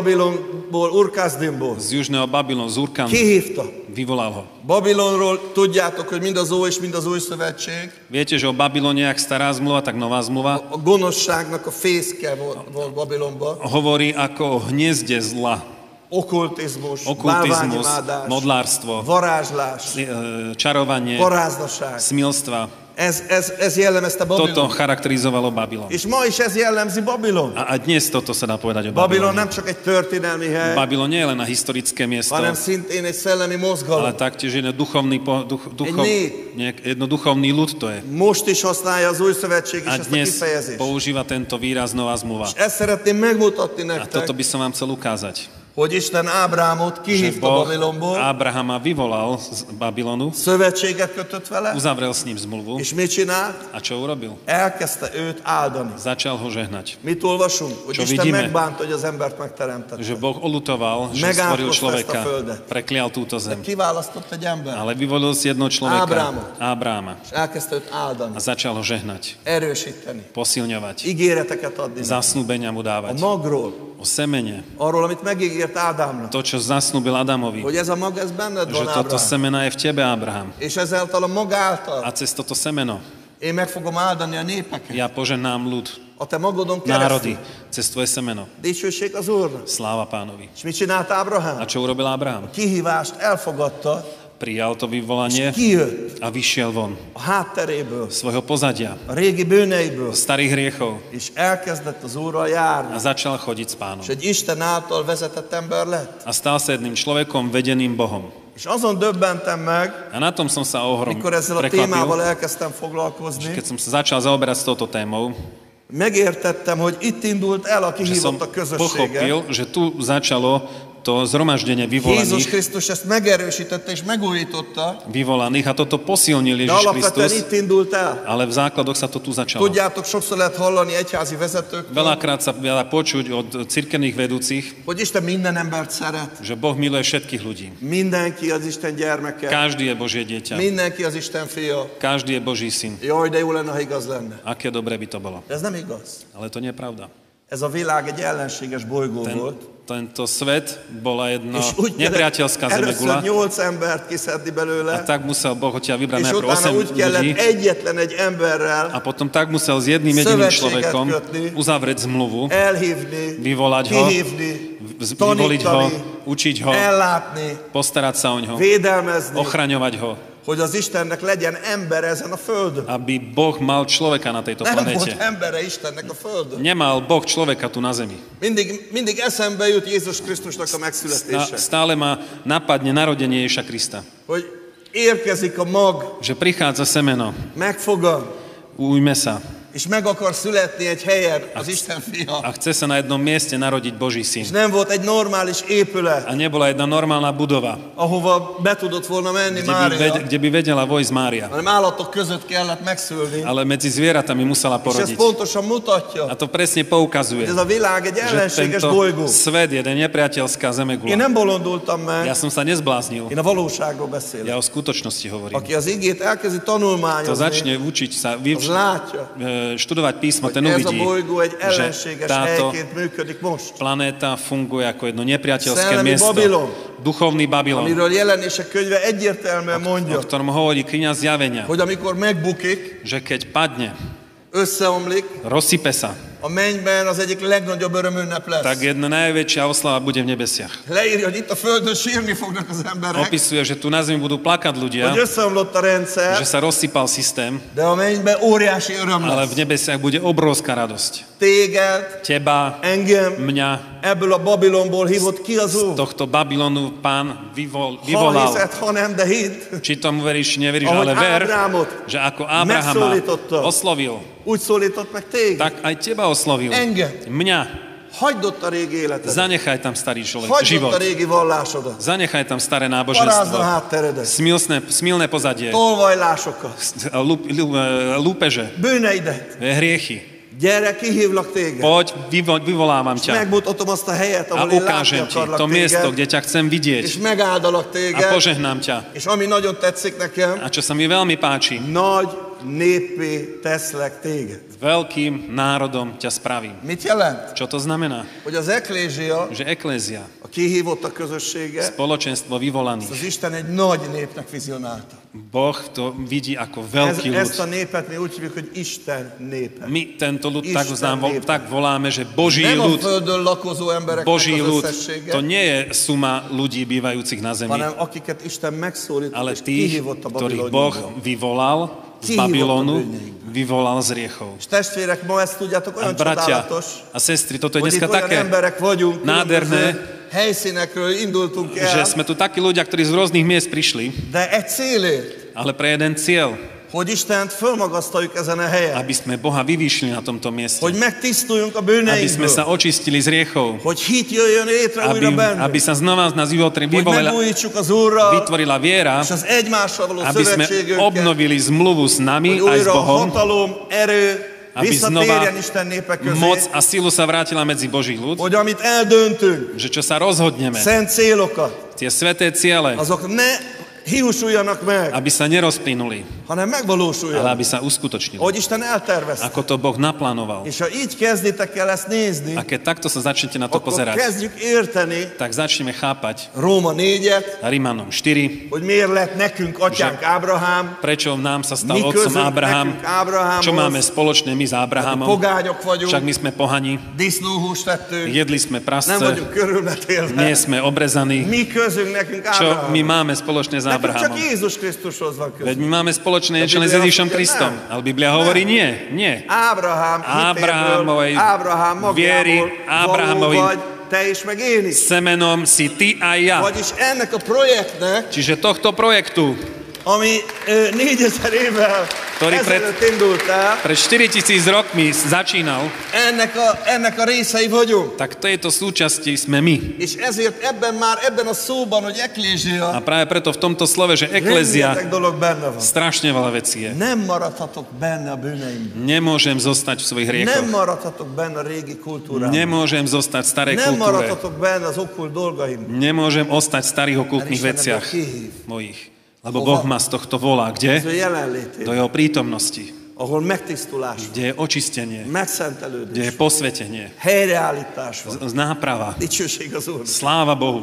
[SPEAKER 4] Dél-Babilonból, Urkázdinból.
[SPEAKER 5] z južného Babylonu, z Urkanu.
[SPEAKER 4] Kihívta.
[SPEAKER 5] Vyvolal ho.
[SPEAKER 4] Babilonról tudjátok, hogy mind az Ó és mind az Új Szövetség
[SPEAKER 5] Viete, že o Babylone, jak stará zmluva, tak nová zmluva,
[SPEAKER 4] a gonoszságnak a fészke volt, volt Babilonban.
[SPEAKER 5] hovorí ako o hniezde zla,
[SPEAKER 4] Okkultizmus,
[SPEAKER 5] okultizmus,
[SPEAKER 4] bálványimádás,
[SPEAKER 5] modlárstvo,
[SPEAKER 4] varázslás,
[SPEAKER 5] e, čarovanie,
[SPEAKER 4] varázslaság.
[SPEAKER 5] smilstva.
[SPEAKER 4] Ez, ez, ez jellemezte
[SPEAKER 5] Toto
[SPEAKER 4] Babilon.
[SPEAKER 5] charakterizovalo Babylon.
[SPEAKER 4] És ma is ez jellemzi Babilon.
[SPEAKER 5] A, a dnes toto sa dá povedať o
[SPEAKER 4] Babilon
[SPEAKER 5] Babylone.
[SPEAKER 4] nem csak egy történelmi hely,
[SPEAKER 5] Babylon nie je len na historické miesto,
[SPEAKER 4] hanem szintén egy szellemi
[SPEAKER 5] ale
[SPEAKER 4] mozgalom.
[SPEAKER 5] taktiež jedno duchovný, po, duch, duchov,
[SPEAKER 4] nép.
[SPEAKER 5] nejak, jedno duchovný ľud to je.
[SPEAKER 4] Most is használja az új szövetség is
[SPEAKER 5] A
[SPEAKER 4] ezt a
[SPEAKER 5] dnes
[SPEAKER 4] kifejezést.
[SPEAKER 5] používa tento výraz nová zmluva.
[SPEAKER 4] Ezt szeretném megmutatni
[SPEAKER 5] Hát A toto
[SPEAKER 4] nektek,
[SPEAKER 5] by som vám chcel ukázať.
[SPEAKER 4] hogy Isten Ábrámot
[SPEAKER 5] Že
[SPEAKER 4] kihívta
[SPEAKER 5] Boh
[SPEAKER 4] Babilonból,
[SPEAKER 5] Abrahama vyvolal z Babylonu,
[SPEAKER 4] szövetséget kötött vele,
[SPEAKER 5] uzavrel s ním zmluvu
[SPEAKER 4] és mit csinált?
[SPEAKER 5] a čo urobil?
[SPEAKER 4] Elkezdte őt áldani.
[SPEAKER 5] Začal ho žehnať.
[SPEAKER 4] Mit olvasunk? Hogy
[SPEAKER 5] Csak
[SPEAKER 4] Isten
[SPEAKER 5] vigyíme.
[SPEAKER 4] megbánta, hogy az embert megteremtette.
[SPEAKER 5] Že Boh olutoval, že
[SPEAKER 4] Megálkos
[SPEAKER 5] stvoril
[SPEAKER 4] testa
[SPEAKER 5] človeka,
[SPEAKER 4] földet.
[SPEAKER 5] preklial túto
[SPEAKER 4] De
[SPEAKER 5] zem.
[SPEAKER 4] kiválasztott egy embert,
[SPEAKER 5] Ale vyvolil si jedného
[SPEAKER 4] Ábráma.
[SPEAKER 5] človeka, Abráma,
[SPEAKER 4] és elkezdte őt áldani,
[SPEAKER 5] a začal ho žehnať,
[SPEAKER 4] erősíteni,
[SPEAKER 5] posilňovať,
[SPEAKER 4] ígéreteket adni. neki.
[SPEAKER 5] zasnúbenia mu
[SPEAKER 4] A
[SPEAKER 5] dávať,
[SPEAKER 4] magról,
[SPEAKER 5] o semene,
[SPEAKER 4] arról, amit megígért Ádámnak,
[SPEAKER 5] to, čo zasnúbil Adamovi,
[SPEAKER 4] hogy ez a mag, ez benned
[SPEAKER 5] že
[SPEAKER 4] van,
[SPEAKER 5] toto
[SPEAKER 4] Ábrám.
[SPEAKER 5] semena je v tebe, Abraham.
[SPEAKER 4] És ezáltal a mag
[SPEAKER 5] A
[SPEAKER 4] által
[SPEAKER 5] cez toto semeno
[SPEAKER 4] én meg fogom áldani a népeket.
[SPEAKER 5] ja poženám ľud,
[SPEAKER 4] A te magodon
[SPEAKER 5] národy,
[SPEAKER 4] keresztül.
[SPEAKER 5] cez tvoje semeno.
[SPEAKER 4] Dicsőség az Úrnak.
[SPEAKER 5] Sláva pánovi.
[SPEAKER 4] És mit csinált Ábrahám?
[SPEAKER 5] A čo urobil Abraham?
[SPEAKER 4] Kihívást elfogadta,
[SPEAKER 5] Prijal to vyvolanie
[SPEAKER 4] kijött
[SPEAKER 5] a vyšiel von
[SPEAKER 4] a hátteréből,
[SPEAKER 5] svojho pozadia,
[SPEAKER 4] a régi bűneiből,
[SPEAKER 5] starých hriechov
[SPEAKER 4] és elkezdett az Úrral járni.
[SPEAKER 5] a začal chodiť s pánom.
[SPEAKER 4] És egy Isten által vezetett ember lett.
[SPEAKER 5] A stal sa jedným človekom vedeným Bohom.
[SPEAKER 4] És azon döbbentem meg,
[SPEAKER 5] A na tom som sa ohrom
[SPEAKER 4] mikor ezzel a témával
[SPEAKER 5] prekvapil,
[SPEAKER 4] elkezdtem foglalkozni,
[SPEAKER 5] keď som sa začal zaoberať s touto témou,
[SPEAKER 4] megértettem, hogy itt indult el a
[SPEAKER 5] že som
[SPEAKER 4] kihívott a közössége.
[SPEAKER 5] pochopil, že tu začalo to zhromaždenie
[SPEAKER 4] Jézus
[SPEAKER 5] vyvolaných,
[SPEAKER 4] Krisztus ezt megerősítette és megújította,
[SPEAKER 5] vyvolaných a toto posilnil
[SPEAKER 4] de
[SPEAKER 5] Ježiš
[SPEAKER 4] alapvetően
[SPEAKER 5] Kristus,
[SPEAKER 4] itt indult el.
[SPEAKER 5] ale v základoch sa to tu začalo.
[SPEAKER 4] Tudjátok, sokszor lehet hallani egyházi vezetőktől,
[SPEAKER 5] Veľakrát sa dá počuť od cirkevných vedúcich,
[SPEAKER 4] hogy Isten minden embert szeret,
[SPEAKER 5] že Boh miluje všetkých ľudí.
[SPEAKER 4] mindenki az Isten gyermeke,
[SPEAKER 5] Každý je Božie dieťa.
[SPEAKER 4] mindenki az Isten fia.
[SPEAKER 5] Každý je Boží syn.
[SPEAKER 4] Jaj, de jó lenne, ha igaz lenne.
[SPEAKER 5] Aké dobre by to bolo.
[SPEAKER 4] De ez nem igaz.
[SPEAKER 5] Ale to nie je pravda.
[SPEAKER 4] Ez a világ egy ellenséges bolygó
[SPEAKER 5] Ten,
[SPEAKER 4] volt.
[SPEAKER 5] tento svet bola jedna
[SPEAKER 4] és úgy kellett
[SPEAKER 5] nepriateľská
[SPEAKER 4] először
[SPEAKER 5] zemegula
[SPEAKER 4] nyolc embert kiszedni
[SPEAKER 5] a
[SPEAKER 4] belőle,
[SPEAKER 5] tak musel Boh od teba
[SPEAKER 4] és
[SPEAKER 5] vybrať najprv
[SPEAKER 4] utána
[SPEAKER 5] 8
[SPEAKER 4] úgy
[SPEAKER 5] ľudí
[SPEAKER 4] kellett egyetlen egy
[SPEAKER 5] a
[SPEAKER 4] emberrel
[SPEAKER 5] potom tak musel s jedným jediným
[SPEAKER 4] Szövetséget
[SPEAKER 5] človekom
[SPEAKER 4] kötni.
[SPEAKER 5] uzavrieť zmluvu,
[SPEAKER 4] E, elhívni,
[SPEAKER 5] Vyvolať ho,
[SPEAKER 4] kihívni,
[SPEAKER 5] vz- vyvoliť ho,
[SPEAKER 4] tanítani,
[SPEAKER 5] učiť ho,
[SPEAKER 4] E, ellátni,
[SPEAKER 5] postarať sa o ňo,
[SPEAKER 4] védelmezni,
[SPEAKER 5] ochraňovať ho,
[SPEAKER 4] hogy az Istennek legyen ember ezen a földön.
[SPEAKER 5] aby Boh mal človeka na tejto
[SPEAKER 4] Nem volt
[SPEAKER 5] planete.
[SPEAKER 4] embere Istennek a földön.
[SPEAKER 5] Nemal Boh človeka tu na zemi.
[SPEAKER 4] Mindig, mindig eszembe jut Jézus Krisztusnak a
[SPEAKER 5] Na,
[SPEAKER 4] megszületése.
[SPEAKER 5] stále ma napadne narodenie Ježiša Krista.
[SPEAKER 4] Hogy érkezik a mag,
[SPEAKER 5] že prichádza semeno,
[SPEAKER 4] megfogad,
[SPEAKER 5] ujme sa
[SPEAKER 4] és meg akar születni egy helyen az Isten fia.
[SPEAKER 5] a chce sa na jednom mieste narodiť Boží
[SPEAKER 4] És
[SPEAKER 5] syn.
[SPEAKER 4] nem volt egy normális épület,
[SPEAKER 5] A nebola jedna normálna budova,
[SPEAKER 4] ahova be tudott volna menni
[SPEAKER 5] kde by, ved,
[SPEAKER 4] Mária,
[SPEAKER 5] kde by vedela vojsť Mária,
[SPEAKER 4] hanem állatok között kellett megszülni.
[SPEAKER 5] ale medzi zvieratami
[SPEAKER 4] És
[SPEAKER 5] musela
[SPEAKER 4] ez
[SPEAKER 5] porodiť.
[SPEAKER 4] pontosan
[SPEAKER 5] A
[SPEAKER 4] mutatja,
[SPEAKER 5] to presne
[SPEAKER 4] hogy
[SPEAKER 5] poukazuje,
[SPEAKER 4] ez a világ egy
[SPEAKER 5] že
[SPEAKER 4] ellenséges
[SPEAKER 5] tento
[SPEAKER 4] bolygó.
[SPEAKER 5] svet je jeden nepriateľská
[SPEAKER 4] Én
[SPEAKER 5] zemegula.
[SPEAKER 4] nem bolondultam meg,
[SPEAKER 5] Ja som sa nezbláznil,
[SPEAKER 4] én a valóságról beszélek.
[SPEAKER 5] ja o skutočnosti hovorím.
[SPEAKER 4] Aki az igét elkezdi
[SPEAKER 5] To
[SPEAKER 4] tanulmányozni,
[SPEAKER 5] začne učiť
[SPEAKER 4] az
[SPEAKER 5] sa, vyuč,
[SPEAKER 4] látja,
[SPEAKER 5] e, študovať písmo,
[SPEAKER 4] hogy
[SPEAKER 5] ten
[SPEAKER 4] ez a
[SPEAKER 5] uvidí,
[SPEAKER 4] bolygó egy
[SPEAKER 5] že
[SPEAKER 4] ellenséges
[SPEAKER 5] táto
[SPEAKER 4] helyként működik most.
[SPEAKER 5] planéta funguje ako jedno
[SPEAKER 4] Szelemi
[SPEAKER 5] nepriateľské miesto.
[SPEAKER 4] Babylon.
[SPEAKER 5] Duchovný Babylon,
[SPEAKER 4] Amiről jelenések könyve egyértelműen
[SPEAKER 5] o
[SPEAKER 4] mondja,
[SPEAKER 5] ktorom hovorí kniaz zjavenia,
[SPEAKER 4] hogy amikor megbukik,
[SPEAKER 5] že keď padne,
[SPEAKER 4] összeomlik,
[SPEAKER 5] rozsype sa,
[SPEAKER 4] a mennyben az egyik legnagyobb örömünnep
[SPEAKER 5] tak
[SPEAKER 4] lesz.
[SPEAKER 5] jedna najväčšia oslava bude v nebesiach.
[SPEAKER 4] Leírja, hogy itt a Földön sírni fognak az emberek,
[SPEAKER 5] Opisuje, že tu na zemi budú plakať ľudia,
[SPEAKER 4] hogy összeomlott a
[SPEAKER 5] že
[SPEAKER 4] rendszer,
[SPEAKER 5] sa rozsypal systém,
[SPEAKER 4] de a mennyben óriási öröm
[SPEAKER 5] ale
[SPEAKER 4] lesz.
[SPEAKER 5] v nebesiach bude obrovská radosť.
[SPEAKER 4] Téged,
[SPEAKER 5] Teba,
[SPEAKER 4] engem,
[SPEAKER 5] mňa,
[SPEAKER 4] ebből a Babilonból hívott ki az
[SPEAKER 5] z
[SPEAKER 4] Úr.
[SPEAKER 5] tohto Babylonu pán vyvol,
[SPEAKER 4] Ha
[SPEAKER 5] vyvolal.
[SPEAKER 4] hiszed, ha nem, de hidd.
[SPEAKER 5] Či tomu veríš, či neveríš,
[SPEAKER 4] Ahoď
[SPEAKER 5] ale ver,
[SPEAKER 4] Ábrámot
[SPEAKER 5] že ako Abrahama
[SPEAKER 4] megszólította.
[SPEAKER 5] oslovil,
[SPEAKER 4] Úgy szólított meg téged.
[SPEAKER 5] tak aj teba oslovil.
[SPEAKER 4] Engem.
[SPEAKER 5] Mňa.
[SPEAKER 4] Hagyd ott a régi életedet.
[SPEAKER 5] Zanechaj tam starý človek,
[SPEAKER 4] Hagyd ott
[SPEAKER 5] život.
[SPEAKER 4] a régi vallásodat.
[SPEAKER 5] Zanechaj tam staré
[SPEAKER 4] Parázd a
[SPEAKER 5] náboženstvo.
[SPEAKER 4] hátteredet.
[SPEAKER 5] Smilné, smilné pozadie.
[SPEAKER 4] Tolvajlásokat.
[SPEAKER 5] S- lúp- lú- e, Lúpeže.
[SPEAKER 4] Bűneidet.
[SPEAKER 5] Hriechy.
[SPEAKER 4] Gyere, kihívlak téged.
[SPEAKER 5] Poď, vyvo- vyvolávam
[SPEAKER 4] És
[SPEAKER 5] ťa.
[SPEAKER 4] megmutatom azt a helyet,
[SPEAKER 5] A
[SPEAKER 4] ahol én látni
[SPEAKER 5] ukážem ti
[SPEAKER 4] akarlak
[SPEAKER 5] to miesto,
[SPEAKER 4] téged.
[SPEAKER 5] kde ťa chcem
[SPEAKER 4] És
[SPEAKER 5] vidieť.
[SPEAKER 4] megáldalak
[SPEAKER 5] A
[SPEAKER 4] téged.
[SPEAKER 5] požehnám ťa.
[SPEAKER 4] És ami nagyon tetszik nekem,
[SPEAKER 5] A čo sa mi veľmi páči,
[SPEAKER 4] nagy népé teszlek téged.
[SPEAKER 5] veľkým národom ťa spravím.
[SPEAKER 4] Mit jelent?
[SPEAKER 5] Čo to znamená?
[SPEAKER 4] Hogy az eklézsia,
[SPEAKER 5] Že eklézia,
[SPEAKER 4] a kihívott a közössége,
[SPEAKER 5] spoločenstvo
[SPEAKER 4] az
[SPEAKER 5] vyvolaných,
[SPEAKER 4] Isten egy nagy népnek vizionálta.
[SPEAKER 5] Boh to vidí ako
[SPEAKER 4] Ez,
[SPEAKER 5] veľký ľud.
[SPEAKER 4] ezt a népet mi úgy hívjuk, hogy Isten népe.
[SPEAKER 5] My tento ľud
[SPEAKER 4] Isten
[SPEAKER 5] tak, uznám, vo-
[SPEAKER 4] nép.
[SPEAKER 5] tak voláme, že Boží
[SPEAKER 4] Nem a
[SPEAKER 5] ľud,
[SPEAKER 4] földön lakozó embereknek az
[SPEAKER 5] Boží ľud, to
[SPEAKER 4] összessége,
[SPEAKER 5] nie je suma ľudí bývajúcich na zemi,
[SPEAKER 4] hanem akiket Isten megszólított és
[SPEAKER 5] ale tých,
[SPEAKER 4] kihívott a
[SPEAKER 5] ktorých Boh
[SPEAKER 4] Babilonból.
[SPEAKER 5] vyvolal z
[SPEAKER 4] Kihívott a
[SPEAKER 5] Babylonu,
[SPEAKER 4] bűneinkből.
[SPEAKER 5] vyvolal z riechov.
[SPEAKER 4] És testvérek, ma ezt tudjátok,
[SPEAKER 5] A
[SPEAKER 4] olyan
[SPEAKER 5] bratia
[SPEAKER 4] csodálatos,
[SPEAKER 5] a sestry, toto je
[SPEAKER 4] hogy itt
[SPEAKER 5] dneska
[SPEAKER 4] olyan
[SPEAKER 5] také,
[SPEAKER 4] emberek vagyunk,
[SPEAKER 5] nádherné,
[SPEAKER 4] különböző helyszínekről indultunk
[SPEAKER 5] že
[SPEAKER 4] el,
[SPEAKER 5] sme tu takí ľudia, ktorí z rôznych miest prišli,
[SPEAKER 4] de egy célért,
[SPEAKER 5] ale pre jeden cieľ,
[SPEAKER 4] hogy Istent fölmagasztaljuk ezen a helyen,
[SPEAKER 5] aby sme Boha vyvýšili na tomto mieste,
[SPEAKER 4] hogy megtisztuljunk a
[SPEAKER 5] aby sme sa
[SPEAKER 4] bűneinkből,
[SPEAKER 5] očistili z riechov,
[SPEAKER 4] hogy hit jöjjön létre
[SPEAKER 5] aby,
[SPEAKER 4] újra
[SPEAKER 5] aby
[SPEAKER 4] bennünk,
[SPEAKER 5] sa znova z nás vyvolila,
[SPEAKER 4] hogy
[SPEAKER 5] vyvolila,
[SPEAKER 4] megújítsuk az Úrral,
[SPEAKER 5] vytvorila viera,
[SPEAKER 4] és az egymással való
[SPEAKER 5] aby sme
[SPEAKER 4] szövetségünket,
[SPEAKER 5] obnovili zmluvu s nami
[SPEAKER 4] hogy
[SPEAKER 5] aj s
[SPEAKER 4] újra a
[SPEAKER 5] Bohom,
[SPEAKER 4] hatalom, erő
[SPEAKER 5] aby
[SPEAKER 4] visszatérjen
[SPEAKER 5] znova
[SPEAKER 4] Isten népe
[SPEAKER 5] moc
[SPEAKER 4] közé,
[SPEAKER 5] a silu sa vrátila medzi Boží ľud,
[SPEAKER 4] hogy amit eldöntünk,
[SPEAKER 5] že čo sa rozhodneme,
[SPEAKER 4] szent célokat,
[SPEAKER 5] tie sveté ciele,
[SPEAKER 4] azok ne hiúsuljanak meg,
[SPEAKER 5] aby sa nerozplynuli,
[SPEAKER 4] hanem
[SPEAKER 5] ale
[SPEAKER 4] megvalósuljanak,
[SPEAKER 5] aby sa uskutočnili.
[SPEAKER 4] ahogy Isten eltervezte.
[SPEAKER 5] Ako to Boh naplánoval.
[SPEAKER 4] És ha így kezditek el ezt
[SPEAKER 5] A
[SPEAKER 4] nézni,
[SPEAKER 5] keď takto sa začnete na to
[SPEAKER 4] akkor
[SPEAKER 5] pozerať,
[SPEAKER 4] kezdjük érteni
[SPEAKER 5] tak začneme chápať
[SPEAKER 4] Róma 4-et,
[SPEAKER 5] Rímanom 4,
[SPEAKER 4] hogy miért lett nekünk atyánk Ábrahám,
[SPEAKER 5] prečo nám sa stal
[SPEAKER 4] Mi
[SPEAKER 5] otcom
[SPEAKER 4] közünk
[SPEAKER 5] Abraham,
[SPEAKER 4] nekünk Ábrahámhoz,
[SPEAKER 5] čo máme spoločné my s Abrahamom,
[SPEAKER 4] pogányok
[SPEAKER 5] však
[SPEAKER 4] vagyunk,
[SPEAKER 5] my sme pohani,
[SPEAKER 4] disznóhúst tettünk,
[SPEAKER 5] jedli
[SPEAKER 4] nem
[SPEAKER 5] sme prasce,
[SPEAKER 4] vagyunk
[SPEAKER 5] nie
[SPEAKER 4] körülmetélve.
[SPEAKER 5] sme obrezaní,
[SPEAKER 4] Mi közünk nekünk
[SPEAKER 5] čo my
[SPEAKER 4] Ábrahám.
[SPEAKER 5] máme spoločné s
[SPEAKER 4] Nekünk csak
[SPEAKER 5] Abrahamom.
[SPEAKER 4] Jézus Krisztushoz van
[SPEAKER 5] Veď
[SPEAKER 4] közünk.
[SPEAKER 5] my máme spoločné
[SPEAKER 4] A
[SPEAKER 5] niečo len s
[SPEAKER 4] Biblia
[SPEAKER 5] Ježíšom
[SPEAKER 4] hovorí, že
[SPEAKER 5] Kristom.
[SPEAKER 4] ne.
[SPEAKER 5] Ale Biblia hovorí nie, nie.
[SPEAKER 4] Ábrahám
[SPEAKER 5] Ábrahámovej
[SPEAKER 4] hitéből, Ábrahám
[SPEAKER 5] vieri,
[SPEAKER 4] magából való
[SPEAKER 5] Ábrahámovej-
[SPEAKER 4] vagy, te is meg én is.
[SPEAKER 5] Semenom si ty a ja.
[SPEAKER 4] Vagyis ennek a projektnek,
[SPEAKER 5] Čiže tohto projektu
[SPEAKER 4] ami ö, 4000 évvel
[SPEAKER 5] Tori Fred-
[SPEAKER 4] ezelőtt indult el,
[SPEAKER 5] pred 4000 rokmi začínal,
[SPEAKER 4] ennek a, ennek a részei vagyunk.
[SPEAKER 5] tak tejto súčasti sme my.
[SPEAKER 4] És ezért ebben már, ebben a szóban, hogy eklézsia,
[SPEAKER 5] A práve preto v tomto slove, že
[SPEAKER 4] rengeteg
[SPEAKER 5] eklezia,
[SPEAKER 4] dolog benne van.
[SPEAKER 5] strašne veľa vecí je.
[SPEAKER 4] Nem maradhatok benne a bűneimben.
[SPEAKER 5] Nemôžem zostať v svojich
[SPEAKER 4] Nem
[SPEAKER 5] riekoch.
[SPEAKER 4] maradhatok benne a régi kultúrában.
[SPEAKER 5] Nemôžem zostať v starej
[SPEAKER 4] Nem
[SPEAKER 5] kultúre.
[SPEAKER 4] maradhatok benne az okult dolgaimban.
[SPEAKER 5] Nemôžem ostať v starých
[SPEAKER 4] Mert
[SPEAKER 5] okultných
[SPEAKER 4] Isten
[SPEAKER 5] veciach
[SPEAKER 4] ebből kihív.
[SPEAKER 5] mojich. Lebo
[SPEAKER 4] Hova?
[SPEAKER 5] Boh ma z tohto
[SPEAKER 4] Az
[SPEAKER 5] volá.
[SPEAKER 4] ő
[SPEAKER 5] Kde? Do
[SPEAKER 4] jelenlétében,
[SPEAKER 5] jeho prítomnosti.
[SPEAKER 4] ahol megtisztulás van,
[SPEAKER 5] Kde je očistenie.
[SPEAKER 4] megszentelődés,
[SPEAKER 5] kde je posvetenie,
[SPEAKER 4] helyreállítás van.
[SPEAKER 5] z- náprava,
[SPEAKER 4] Dicsőség az Úr.
[SPEAKER 5] sláva Bohu.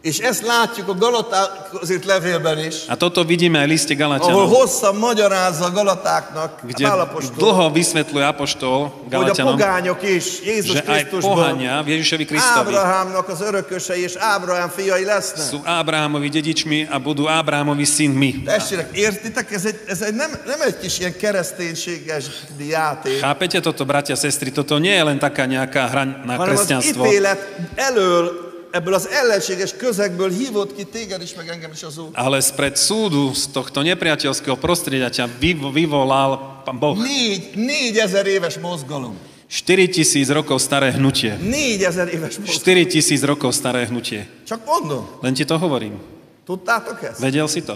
[SPEAKER 4] És ezt látjuk a Galatákhoz levélben is,
[SPEAKER 5] A toto vidíme aj v liste
[SPEAKER 4] ahol
[SPEAKER 5] Galatianov,
[SPEAKER 4] hosszan magyarázza a Galatáknak
[SPEAKER 5] kde
[SPEAKER 4] Pálapostól,
[SPEAKER 5] dlho vysvetľuje Apoštol
[SPEAKER 4] hogy a
[SPEAKER 5] Galatianom,
[SPEAKER 4] pogányok is
[SPEAKER 5] že
[SPEAKER 4] Jézus
[SPEAKER 5] aj
[SPEAKER 4] Krisztusban
[SPEAKER 5] pohania v Ježišovi Kristovi
[SPEAKER 4] Ábrahámnak az örökösei és Ábrahám fiai lesznek.
[SPEAKER 5] sú Ábrahamovi dedičmi a budú Ábrahamovi synmi.
[SPEAKER 4] Testvérek, értitek? Ez egy, ez egy nem, nem egy kis ilyen kereszténységes játék,
[SPEAKER 5] Chápete toto, bratia, sestry? Toto nie je len taká nejaká hra na
[SPEAKER 4] hanem az
[SPEAKER 5] kresťanstvo,
[SPEAKER 4] ítélet elől ebből az ellenséges közegből hívott ki téged is, meg engem is az Úr.
[SPEAKER 5] Ale spred súdu z tohto nepriateľského prostredia ťa vyv- vyvolal pán Boh.
[SPEAKER 4] Négy, négyezer éves mozgalom.
[SPEAKER 5] 4000 rokov staré hnutie.
[SPEAKER 4] Négyezer éves mozgalom.
[SPEAKER 5] 4000 rokov staré hnutie.
[SPEAKER 4] Csak mondom,
[SPEAKER 5] Len ti to hovorím.
[SPEAKER 4] tudtátok ezt?
[SPEAKER 5] Vedel si to.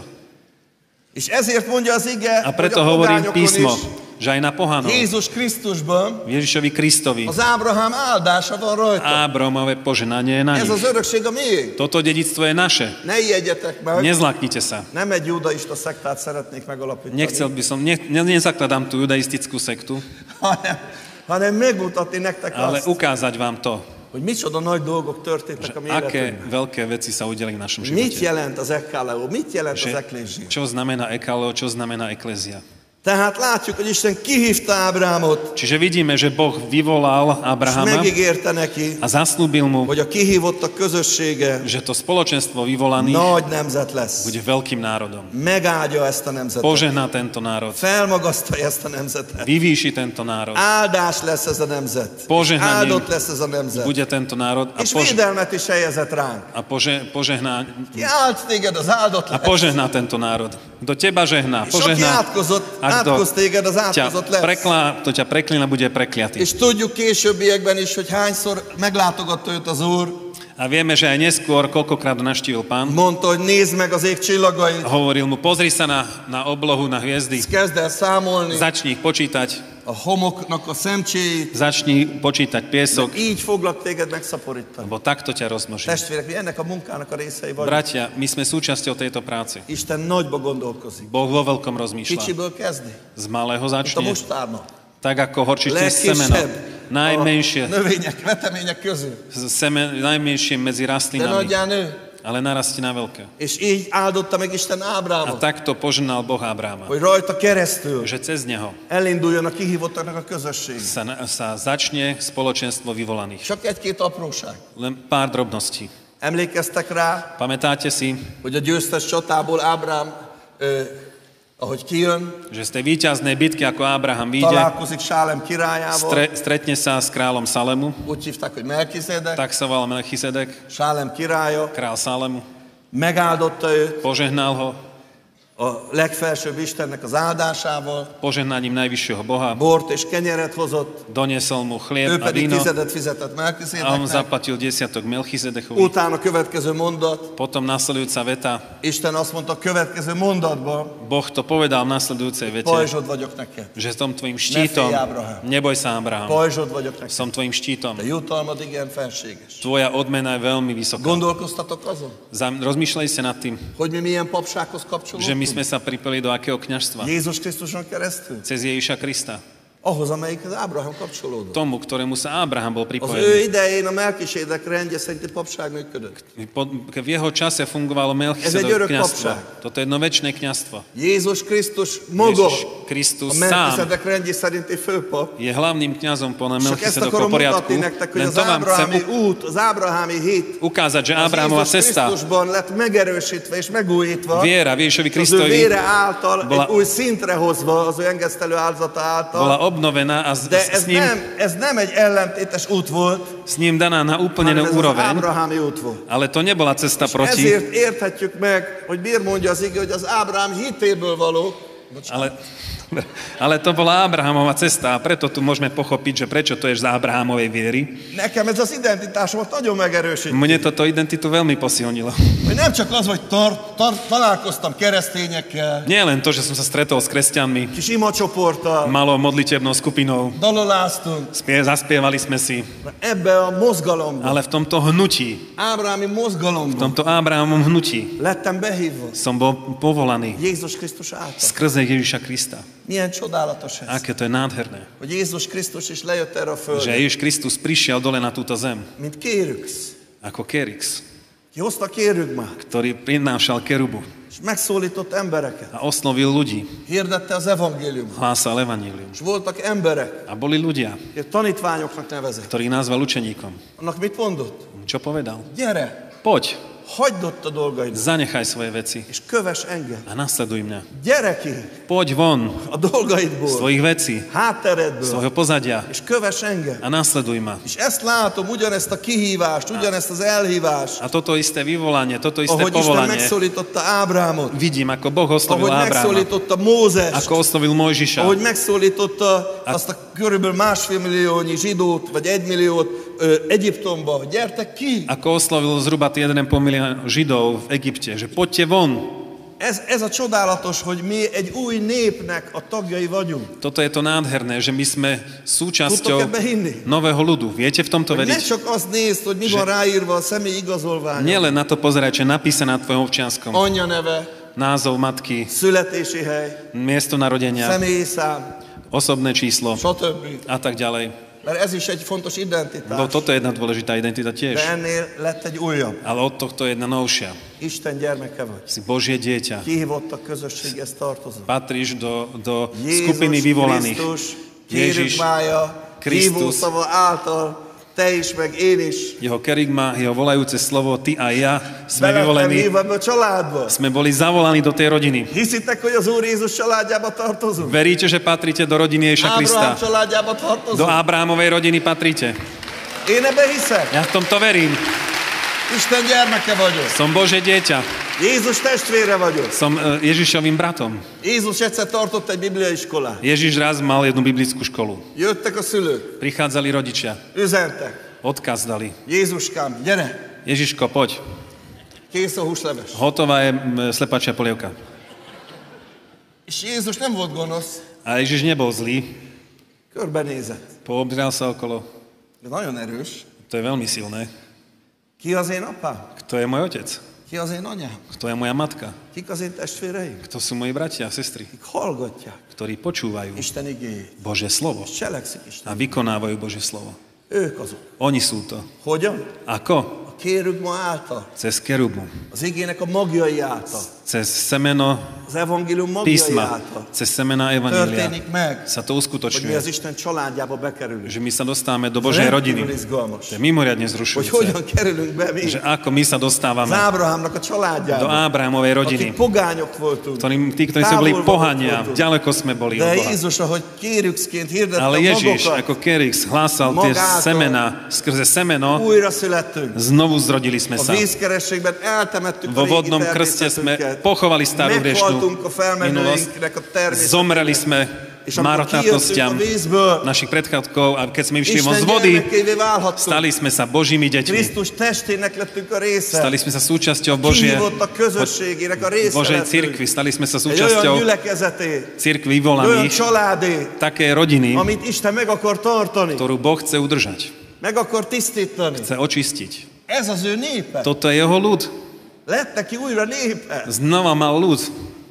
[SPEAKER 4] És ezért mondja az ige, hogy
[SPEAKER 5] A
[SPEAKER 4] a
[SPEAKER 5] preto hovorím
[SPEAKER 4] pogányokon
[SPEAKER 5] písmo,
[SPEAKER 4] is
[SPEAKER 5] že aj na pohanov,
[SPEAKER 4] Jézus Krisztusban
[SPEAKER 5] v Ježišovi Kristovi,
[SPEAKER 4] az Ábrahám áldása van rajta.
[SPEAKER 5] Abromové poženanie je na
[SPEAKER 4] Ez
[SPEAKER 5] nich.
[SPEAKER 4] az örökség a miénk.
[SPEAKER 5] Toto dedictvo je naše.
[SPEAKER 4] Ne ijedjetek meg.
[SPEAKER 5] Nezlaknite sa.
[SPEAKER 4] Nem egy judaista szektát szeretnék megalapítani,
[SPEAKER 5] Nechcel by som, ne, ne, nezakladám tú judaistickú sektu,
[SPEAKER 4] hanem, hanem megmutatni nektek
[SPEAKER 5] ale
[SPEAKER 4] azt,
[SPEAKER 5] ukázať vám to,
[SPEAKER 4] hogy micsoda nagy dolgok történtek a mi
[SPEAKER 5] aké
[SPEAKER 4] életünkben.
[SPEAKER 5] veľké veci sa udeli v našom
[SPEAKER 4] Mit
[SPEAKER 5] živote.
[SPEAKER 4] jelent az ekkaleó? Mit jelent az
[SPEAKER 5] Že,
[SPEAKER 4] eklézsia?
[SPEAKER 5] čo znamená ekalo, čo znamená eklezia.
[SPEAKER 4] Tehát látjuk, hogy Isten kihívta Ábrámot,
[SPEAKER 5] Čiže vidíme, že Boh vyvolal
[SPEAKER 4] és
[SPEAKER 5] Abrahama
[SPEAKER 4] megígérte neki,
[SPEAKER 5] a zaslúbil mu,
[SPEAKER 4] hogy a kihívottak közössége
[SPEAKER 5] že to spoločenstvo vyvolaných
[SPEAKER 4] nagy nemzet lesz.
[SPEAKER 5] bude veľkým národom.
[SPEAKER 4] Megáldja ezt a nemzetet.
[SPEAKER 5] Požehná tento národ,
[SPEAKER 4] Felmagasztalja ezt a nemzetet.
[SPEAKER 5] vyvýši tento národ,
[SPEAKER 4] Áldás lesz ez a nemzet.
[SPEAKER 5] Pozsehnaný.
[SPEAKER 4] Áldott lesz ez a nemzet.
[SPEAKER 5] bude tento národ a,
[SPEAKER 4] És
[SPEAKER 5] pož-
[SPEAKER 4] védelmet is helyezett ránk.
[SPEAKER 5] a, pože- požehná,
[SPEAKER 4] Ki áld téged, az áldott
[SPEAKER 5] Hm. a
[SPEAKER 4] lesz.
[SPEAKER 5] požehná tento národ. Kto teba
[SPEAKER 4] És
[SPEAKER 5] žehná,
[SPEAKER 4] aki
[SPEAKER 5] požehná.
[SPEAKER 4] átkozott,
[SPEAKER 5] A kto
[SPEAKER 4] átkoz téged, az
[SPEAKER 5] ťa
[SPEAKER 4] átkozott lesz.
[SPEAKER 5] preklá, to ťa preklína, bude prekliatý.
[SPEAKER 4] És tudjuk későbbiekben is, hogy hányszor meglátogatta őt az Úr,
[SPEAKER 5] A vieme, že aj neskôr, koľkokrát ho navštívil pán,
[SPEAKER 4] mondta, hogy nézd meg az ég csillagait,
[SPEAKER 5] hovoril mu, pozri sa na, na oblohu, na hviezdy,
[SPEAKER 4] és kezd el számolni
[SPEAKER 5] začni ich počítať,
[SPEAKER 4] a homoknak a szemcséit,
[SPEAKER 5] začni počítať piesok,
[SPEAKER 4] így foglak téged megszaporítani.
[SPEAKER 5] lebo takto ťa rozmnoží.
[SPEAKER 4] Testvérek, mi ennek a munkának a részei vagyunk.
[SPEAKER 5] Bratia, my sme súčasťou tejto práce.
[SPEAKER 4] Isten nagyba gondolkozik.
[SPEAKER 5] Boh vo veľkom rozmýšľa.
[SPEAKER 4] Kicsiből kezdi,
[SPEAKER 5] Z malého
[SPEAKER 4] mint a
[SPEAKER 5] začne,
[SPEAKER 4] mustárna.
[SPEAKER 5] tak ako horčičné semeno.
[SPEAKER 4] Legkisebb a
[SPEAKER 5] Najmenšie,
[SPEAKER 4] növények, vetemények közül,
[SPEAKER 5] z- semen, najmenšie medzi
[SPEAKER 4] de
[SPEAKER 5] rastlinami,
[SPEAKER 4] nagyjá nő.
[SPEAKER 5] ale narastie na veľké.
[SPEAKER 4] És így áldotta meg Isten
[SPEAKER 5] Hát A
[SPEAKER 4] Ábrámot,
[SPEAKER 5] takto požehnal Boh Abráma,
[SPEAKER 4] hogy rajta keresztül
[SPEAKER 5] že cez neho
[SPEAKER 4] elinduljon a kihívottaknak a közösség.
[SPEAKER 5] sa, na- sa začne spoločenstvo vyvolaných.
[SPEAKER 4] Csak egy-két apróság.
[SPEAKER 5] Len pár drobností.
[SPEAKER 4] Emlékeztek rá,
[SPEAKER 5] Pamätáte si,
[SPEAKER 4] hogy a győztes csatából Ábrám, ö, ahogy kijön,
[SPEAKER 5] že z tej víťaznej bitky, ako Abraham vyjde,
[SPEAKER 4] találkozik Sálem királyával,
[SPEAKER 5] stre, stretne sa s kráľom Salemu,
[SPEAKER 4] úgy hívták, hogy Melkizédek,
[SPEAKER 5] tak sa volal Melchizedek,
[SPEAKER 4] Sálem királya,
[SPEAKER 5] král Salemu,
[SPEAKER 4] megáldotta őt
[SPEAKER 5] požehnal ho
[SPEAKER 4] a legfelsőbb Istennek az áldásával,
[SPEAKER 5] požehnaním Najvyššieho Boha,
[SPEAKER 4] bort és kenyeret hozott,
[SPEAKER 5] doniesol mu
[SPEAKER 4] ő
[SPEAKER 5] chlieb a
[SPEAKER 4] pedig
[SPEAKER 5] víno
[SPEAKER 4] tizedet fizetett
[SPEAKER 5] a on
[SPEAKER 4] Melkizédeknek.
[SPEAKER 5] zaplatil desiatok Melchizedechovi.
[SPEAKER 4] Utána a következő mondat,
[SPEAKER 5] Potom nasledujúca veta,
[SPEAKER 4] Isten azt mondta a következő mondatban,
[SPEAKER 5] Boh to povedal v nasledujúcej vete,
[SPEAKER 4] pajzsod vagyok neked,
[SPEAKER 5] že som tvojim štítom,
[SPEAKER 4] Nefej, Abraham.
[SPEAKER 5] neboj sa Abraham,
[SPEAKER 4] pajzsod vagyok neked,
[SPEAKER 5] som tvojim
[SPEAKER 4] a
[SPEAKER 5] štítom.
[SPEAKER 4] jutalmad igen felséges.
[SPEAKER 5] Tvoja odmena je veľmi vysoká.
[SPEAKER 4] Gondolkoztatok azon?
[SPEAKER 5] Zam- Rozmýšľaj sa nad tým,
[SPEAKER 4] hogy mi milyen papsághoz
[SPEAKER 5] že my sme
[SPEAKER 4] kapcsolódunk?
[SPEAKER 5] sa pripeli do akého kňažstva?
[SPEAKER 4] Jézus Krisztuson keresztül?
[SPEAKER 5] Cez Ježiša Krista.
[SPEAKER 4] Ahhoz, amelyik az Ábrahám kapcsolódott.
[SPEAKER 5] Tomu, ktorému sa Abraham
[SPEAKER 4] Az ő
[SPEAKER 5] bol pripojený.
[SPEAKER 4] idején a Melkisédek rendje szerinti papság működött.
[SPEAKER 5] Po- V jeho čase
[SPEAKER 4] Ez
[SPEAKER 5] fungovalo
[SPEAKER 4] egy
[SPEAKER 5] Melchisedek
[SPEAKER 4] örök
[SPEAKER 5] kňažstvo.
[SPEAKER 4] papság.
[SPEAKER 5] Toto je jedno väčšie kňažstvo.
[SPEAKER 4] Jézus Krisztus maga
[SPEAKER 5] Jézus Krisztus
[SPEAKER 4] a
[SPEAKER 5] szám.
[SPEAKER 4] Melkisédek rendje szerinti főpap.
[SPEAKER 5] Je hlavným kňazom
[SPEAKER 4] Csak
[SPEAKER 5] podľa
[SPEAKER 4] ezt
[SPEAKER 5] Melchisedokho
[SPEAKER 4] akarom
[SPEAKER 5] poriadku.
[SPEAKER 4] mutatni nektek, hogy
[SPEAKER 5] Len
[SPEAKER 4] az
[SPEAKER 5] to vám chcem
[SPEAKER 4] ábrahámi
[SPEAKER 5] u-
[SPEAKER 4] út, az ábrahámi hit,
[SPEAKER 5] ukázať, že
[SPEAKER 4] az
[SPEAKER 5] Abrahamova
[SPEAKER 4] Jézus
[SPEAKER 5] cesta,
[SPEAKER 4] Krisztusban lett megerősítve és megújítva,
[SPEAKER 5] viera v
[SPEAKER 4] és az ő
[SPEAKER 5] Ježišovi Kristovi
[SPEAKER 4] vére által
[SPEAKER 5] bola,
[SPEAKER 4] egy új szintre hozva, az ő engesztelő áldozata
[SPEAKER 5] bola
[SPEAKER 4] által.
[SPEAKER 5] obnovená a s,
[SPEAKER 4] De ez
[SPEAKER 5] s, ním,
[SPEAKER 4] nem, ez nem egy ellentétes út volt,
[SPEAKER 5] s ním daná na
[SPEAKER 4] hanem
[SPEAKER 5] úplnenú
[SPEAKER 4] ez az
[SPEAKER 5] úroveň.
[SPEAKER 4] Ábrahámi út volt.
[SPEAKER 5] Ale to nebola cesta proti,
[SPEAKER 4] Ezért érthetjük meg, hogy miért mondja az ige, hogy az Ábrám hitéből való, Bocsánat.
[SPEAKER 5] ale, ale to bola Abrahamova cesta a preto tu môžeme pochopiť, že prečo to je z Abrahamovej viery.
[SPEAKER 4] nekem ez az identitásomat nagyon megerősít.
[SPEAKER 5] Mne toto identitu veľmi posilnilo.
[SPEAKER 4] Hogy nem csak az, hogy tar, tar, találkoztam keresztényekkel,
[SPEAKER 5] Nie len to, že som sa stretol s kresťanmi,
[SPEAKER 4] kis imacsoporttal,
[SPEAKER 5] malou modlitebnou skupinou,
[SPEAKER 4] daloláztunk,
[SPEAKER 5] spie, zaspievali sme si,
[SPEAKER 4] mert ebbe a mozgalomban,
[SPEAKER 5] ale v tomto hnutí,
[SPEAKER 4] Ábrámi
[SPEAKER 5] v
[SPEAKER 4] mozgalomban
[SPEAKER 5] tomto Abrahamom hnutí
[SPEAKER 4] lettem behívva.
[SPEAKER 5] som bol povolaný
[SPEAKER 4] Jézus Krisztus által.
[SPEAKER 5] skrze Ježiša Krista.
[SPEAKER 4] Milyen csodálatos ez,
[SPEAKER 5] Aké to je nádherné.
[SPEAKER 4] hogy Jézus Krisztus is lejött erre a
[SPEAKER 5] Že
[SPEAKER 4] földre,
[SPEAKER 5] Ježiš Kristus prišiel dole na túto zem
[SPEAKER 4] mint kérüksz.
[SPEAKER 5] ako Kerix,
[SPEAKER 4] Ki hozta kérügmát,
[SPEAKER 5] ktorý prinášal kerubu
[SPEAKER 4] és megszólított embereket.
[SPEAKER 5] a oslovil ľudí,
[SPEAKER 4] hirdette az evangéliumot.
[SPEAKER 5] hlásal evanílium.
[SPEAKER 4] És voltak emberek,
[SPEAKER 5] A boli ľudia,
[SPEAKER 4] akik tanítványoknak nevezett.
[SPEAKER 5] ktorý nazval učeníkom.
[SPEAKER 4] Annak mit mondott?
[SPEAKER 5] Čo povedal?
[SPEAKER 4] Gyere,
[SPEAKER 5] Poď,
[SPEAKER 4] hagyd ott a dolgaidat,
[SPEAKER 5] zanechaj svoje veci
[SPEAKER 4] és köves engem.
[SPEAKER 5] a nasleduj mňa.
[SPEAKER 4] Gyere ki
[SPEAKER 5] Poď von
[SPEAKER 4] a
[SPEAKER 5] z
[SPEAKER 4] dolgaidból,
[SPEAKER 5] tvojich vecí,
[SPEAKER 4] hátteredből,
[SPEAKER 5] svojho pozadia
[SPEAKER 4] és köves engem.
[SPEAKER 5] a nasleduj ma.
[SPEAKER 4] És ezt látom, ugyanezt a kihívást, ugyanezt az elhívást,
[SPEAKER 5] A toto isté vyvolanie, toto isté
[SPEAKER 4] ahogy Isten
[SPEAKER 5] povolanie
[SPEAKER 4] megszólította Ábrámot,
[SPEAKER 5] vidím, ako Boh oslovil
[SPEAKER 4] ahogy
[SPEAKER 5] Ábrama,
[SPEAKER 4] megszólította Mózes,
[SPEAKER 5] ako oslovil Mojžiša,
[SPEAKER 4] ahogy megszólította azt a körülbelül másfél milliónyi zsidót, vagy egymilliót ö, Egyiptomba, hogy gyertek ki!
[SPEAKER 5] ako oslovil zhruba 1,5 milión Židov v Egypte, že poďte von.
[SPEAKER 4] Ez, ez a csodálatos, hogy mi egy új népnek a tagjai vagyunk.
[SPEAKER 5] Toto je to nádherné, že my sme
[SPEAKER 4] Tudtok
[SPEAKER 5] súčasťou
[SPEAKER 4] ebbe hinni?
[SPEAKER 5] nového ľudu. Viete v tomto
[SPEAKER 4] Ne
[SPEAKER 5] veriť?
[SPEAKER 4] csak azt nézd, hogy mi van ráírva a személy igazolványon,
[SPEAKER 5] Nielen na to pozerať, čo je napísané na tvojom občianskom.
[SPEAKER 4] anyja neve,
[SPEAKER 5] Názov matky,
[SPEAKER 4] születési hely,
[SPEAKER 5] miesto narodenia,
[SPEAKER 4] személyi szám,
[SPEAKER 5] osobné číslo
[SPEAKER 4] stb.
[SPEAKER 5] a tak ďalej.
[SPEAKER 4] Mert ez is egy fontos
[SPEAKER 5] Lebo
[SPEAKER 4] identitás.
[SPEAKER 5] toto je jedna dôležitá identita
[SPEAKER 4] De
[SPEAKER 5] tiež.
[SPEAKER 4] ennél lett egy újabb.
[SPEAKER 5] Ale od tohto je jedna novšia.
[SPEAKER 4] Isten gyermeke vagy.
[SPEAKER 5] Si Božie dieťa.
[SPEAKER 4] Kihívott a közösséghez tartozom.
[SPEAKER 5] Patríš do, do skupiny
[SPEAKER 4] Jézus
[SPEAKER 5] vyvolaných.
[SPEAKER 4] Krisztus,
[SPEAKER 5] Jézsis,
[SPEAKER 4] kérjük mája,
[SPEAKER 5] Krisztus.
[SPEAKER 4] hívó szava által, te is, meg én is.
[SPEAKER 5] Jeho kerygma, jeho volajúce slovo, ty a ja sme
[SPEAKER 4] Bele lettem
[SPEAKER 5] vyvolení.
[SPEAKER 4] hívva ebbe a családba.
[SPEAKER 5] Sme boli zavolaní do tej rodiny.
[SPEAKER 4] Hiszitek, hogy az Úr Jézus családjába tartozunk?
[SPEAKER 5] Veríte, že patríte do rodiny Ježa
[SPEAKER 4] Ábrahám
[SPEAKER 5] Krista.
[SPEAKER 4] családjába
[SPEAKER 5] Do
[SPEAKER 4] tartozunk?
[SPEAKER 5] Abrámovej rodiny patríte.
[SPEAKER 4] Én ebben hiszek.
[SPEAKER 5] Ja v tomto verím.
[SPEAKER 4] Isten gyermeke vagyok.
[SPEAKER 5] Som Bože dieťa.
[SPEAKER 4] Jézus testvére vagyok.
[SPEAKER 5] Som e, Ježišovým bratom.
[SPEAKER 4] Jézus egyszer tartott egy bibliaiskolát.
[SPEAKER 5] Ježiš raz mal jednu biblickú školu.
[SPEAKER 4] Jöttek a szülők,
[SPEAKER 5] Prichádzali rodičia.
[SPEAKER 4] üzentek.
[SPEAKER 5] Odkaz dali.
[SPEAKER 4] Jézuskám, gyere,
[SPEAKER 5] Ježiško, poď.
[SPEAKER 4] kész a húsleves.
[SPEAKER 5] Hotová je m, slepačia polievka.
[SPEAKER 4] És Jézus nem volt gonosz,
[SPEAKER 5] A Ježiš nebol zlý.
[SPEAKER 4] körbenézett.
[SPEAKER 5] Poobzeral sa okolo.
[SPEAKER 4] De nagyon erős.
[SPEAKER 5] To je veľmi silné.
[SPEAKER 4] Ki az én apám?
[SPEAKER 5] Kto je môj otec?
[SPEAKER 4] Ki az én anyám?
[SPEAKER 5] Kto je moja matka?
[SPEAKER 4] Kik az én testvéreim?
[SPEAKER 5] Kto sú moji bratia a sestry?
[SPEAKER 4] Kik hallgatják
[SPEAKER 5] Ktorí počúvajú
[SPEAKER 4] Isten igéjét.
[SPEAKER 5] Bože slovo
[SPEAKER 4] Cselekszik Isten.
[SPEAKER 5] a vykonávajú Bože slovo.
[SPEAKER 4] Ők azok.
[SPEAKER 5] Oni sú to.
[SPEAKER 4] Hogyan?
[SPEAKER 5] Ako?
[SPEAKER 4] A kérügma által,
[SPEAKER 5] Cez kerubu.
[SPEAKER 4] az igének a magjai által,
[SPEAKER 5] Cez semeno
[SPEAKER 4] az evangélium magjai
[SPEAKER 5] písma.
[SPEAKER 4] által
[SPEAKER 5] Cez semena Evanília.
[SPEAKER 4] történik meg,
[SPEAKER 5] Sa
[SPEAKER 4] hogy mi az
[SPEAKER 5] to uskutočňuje.
[SPEAKER 4] Isten családjába bekerülünk.
[SPEAKER 5] Že my sa dostávame do Božej
[SPEAKER 4] Rendkívül
[SPEAKER 5] rodiny.
[SPEAKER 4] izgalmas.
[SPEAKER 5] To je mimoriadne
[SPEAKER 4] Hogy
[SPEAKER 5] zrušujúce.
[SPEAKER 4] hogyan kerülünk be mi
[SPEAKER 5] Že ako my sa
[SPEAKER 4] az
[SPEAKER 5] dostávame
[SPEAKER 4] Ábrahámnak a
[SPEAKER 5] do
[SPEAKER 4] családjába,
[SPEAKER 5] Ábrahamovej rodiny.
[SPEAKER 4] akik pogányok voltunk,
[SPEAKER 5] Ktorým, tí, ktorí sme boli pohania, ďaleko sme boli od
[SPEAKER 4] De
[SPEAKER 5] Boha.
[SPEAKER 4] Jézus, ahogy kérükszként hirdette
[SPEAKER 5] Ale Ježiš,
[SPEAKER 4] magokat,
[SPEAKER 5] ako Kerix, hlásal tie
[SPEAKER 4] Magától.
[SPEAKER 5] semena, skrze semeno,
[SPEAKER 4] újra születtünk.
[SPEAKER 5] znovu zrodili sme
[SPEAKER 4] A
[SPEAKER 5] sa.
[SPEAKER 4] vízkerességben eltemettük
[SPEAKER 5] Vo
[SPEAKER 4] a régi
[SPEAKER 5] vodnom krste sme
[SPEAKER 4] természetünket.
[SPEAKER 5] pochovali starú hriešnú
[SPEAKER 4] Meghaltunk a
[SPEAKER 5] minulosť.
[SPEAKER 4] felmenőinknek a természetünket.
[SPEAKER 5] Zomreli sme
[SPEAKER 4] És amikor kijöttünk a
[SPEAKER 5] marotátnostiam
[SPEAKER 4] vízből,
[SPEAKER 5] našich predchádkov a keď sme išli von z
[SPEAKER 4] Isten
[SPEAKER 5] vody,
[SPEAKER 4] gyermekévé válhattunk.
[SPEAKER 5] stali sme sa Božími deťmi.
[SPEAKER 4] Krisztus testének lettünk a része.
[SPEAKER 5] Stali sme sa súčasťou Božie,
[SPEAKER 4] Kihívott a közösségének a része
[SPEAKER 5] Božej
[SPEAKER 4] lettünk.
[SPEAKER 5] cirkvi, stali sme sa
[SPEAKER 4] Egy olyan
[SPEAKER 5] súčasťou
[SPEAKER 4] gyülekezetét,
[SPEAKER 5] cirkvi
[SPEAKER 4] egy olyan
[SPEAKER 5] vyvolaných,
[SPEAKER 4] családét,
[SPEAKER 5] také rodiny,
[SPEAKER 4] amit Isten meg akar tartani,
[SPEAKER 5] ktorú Boh chce udržať,
[SPEAKER 4] meg akar tisztítani.
[SPEAKER 5] chce očistiť.
[SPEAKER 4] Ez az ő népe.
[SPEAKER 5] Toto je jeho ľud.
[SPEAKER 4] Lett neki újra népe.
[SPEAKER 5] Znova mal ľud.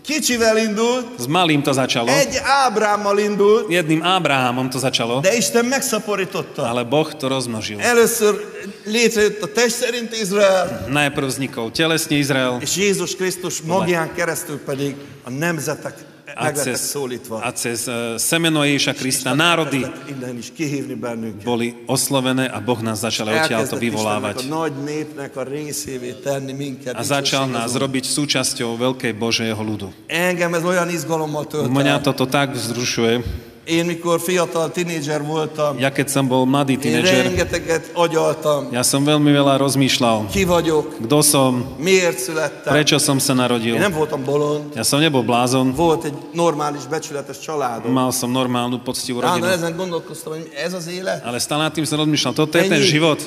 [SPEAKER 4] Kicsivel indult,
[SPEAKER 5] S malým to začalo.
[SPEAKER 4] egy Ábrámmal indult,
[SPEAKER 5] Jedným Abrahamom to začalo,
[SPEAKER 4] de Isten megszaporította.
[SPEAKER 5] ale Boh to rozmnožil.
[SPEAKER 4] Először létrejött a test szerint Izrael,
[SPEAKER 5] Najprv vznikol telesne Izrael
[SPEAKER 4] és Jézus Krisztus magján keresztül pedig a nemzetek
[SPEAKER 5] a
[SPEAKER 4] meg lettek
[SPEAKER 5] cez, a
[SPEAKER 4] szólítva.
[SPEAKER 5] cez eh, semeno Ježiša Krista národy
[SPEAKER 4] Elkezdett innen is kihívni bennünket.
[SPEAKER 5] boli oslovené a Boh nás začal odtiaľto
[SPEAKER 4] Elkezdett Istennek a
[SPEAKER 5] vyvolávať.
[SPEAKER 4] nagy népnek a részévé tenni minket.
[SPEAKER 5] A začal
[SPEAKER 4] dicsőség
[SPEAKER 5] nás
[SPEAKER 4] az Úr.
[SPEAKER 5] robiť súčasťou veľkej Božieho ľudu.
[SPEAKER 4] Engem ez olyan izgalommal tölt el.
[SPEAKER 5] Mňa toto No tak vzrušuje.
[SPEAKER 4] Én mikor fiatal tinédzser voltam,
[SPEAKER 5] Ja keď som bol mladý
[SPEAKER 4] én
[SPEAKER 5] tínedžer,
[SPEAKER 4] rengeteget agyaltam.
[SPEAKER 5] ja som veľmi veľa rozmýšľal.
[SPEAKER 4] Ki vagyok?
[SPEAKER 5] Kto som?
[SPEAKER 4] Miért születtem?
[SPEAKER 5] Prečo som sa
[SPEAKER 4] Én
[SPEAKER 5] narodil?
[SPEAKER 4] nem voltam bolond,
[SPEAKER 5] Ja som nebol blázon.
[SPEAKER 4] volt egy normális, becsületes családom.
[SPEAKER 5] Mal som normálnu, poctivú
[SPEAKER 4] Állandóan
[SPEAKER 5] rodinu.
[SPEAKER 4] ezen gondolkoztam, hogy ez az élet?
[SPEAKER 5] Ale stále nad tým som rozmýšľal. Toto je
[SPEAKER 4] Není.
[SPEAKER 5] ten život.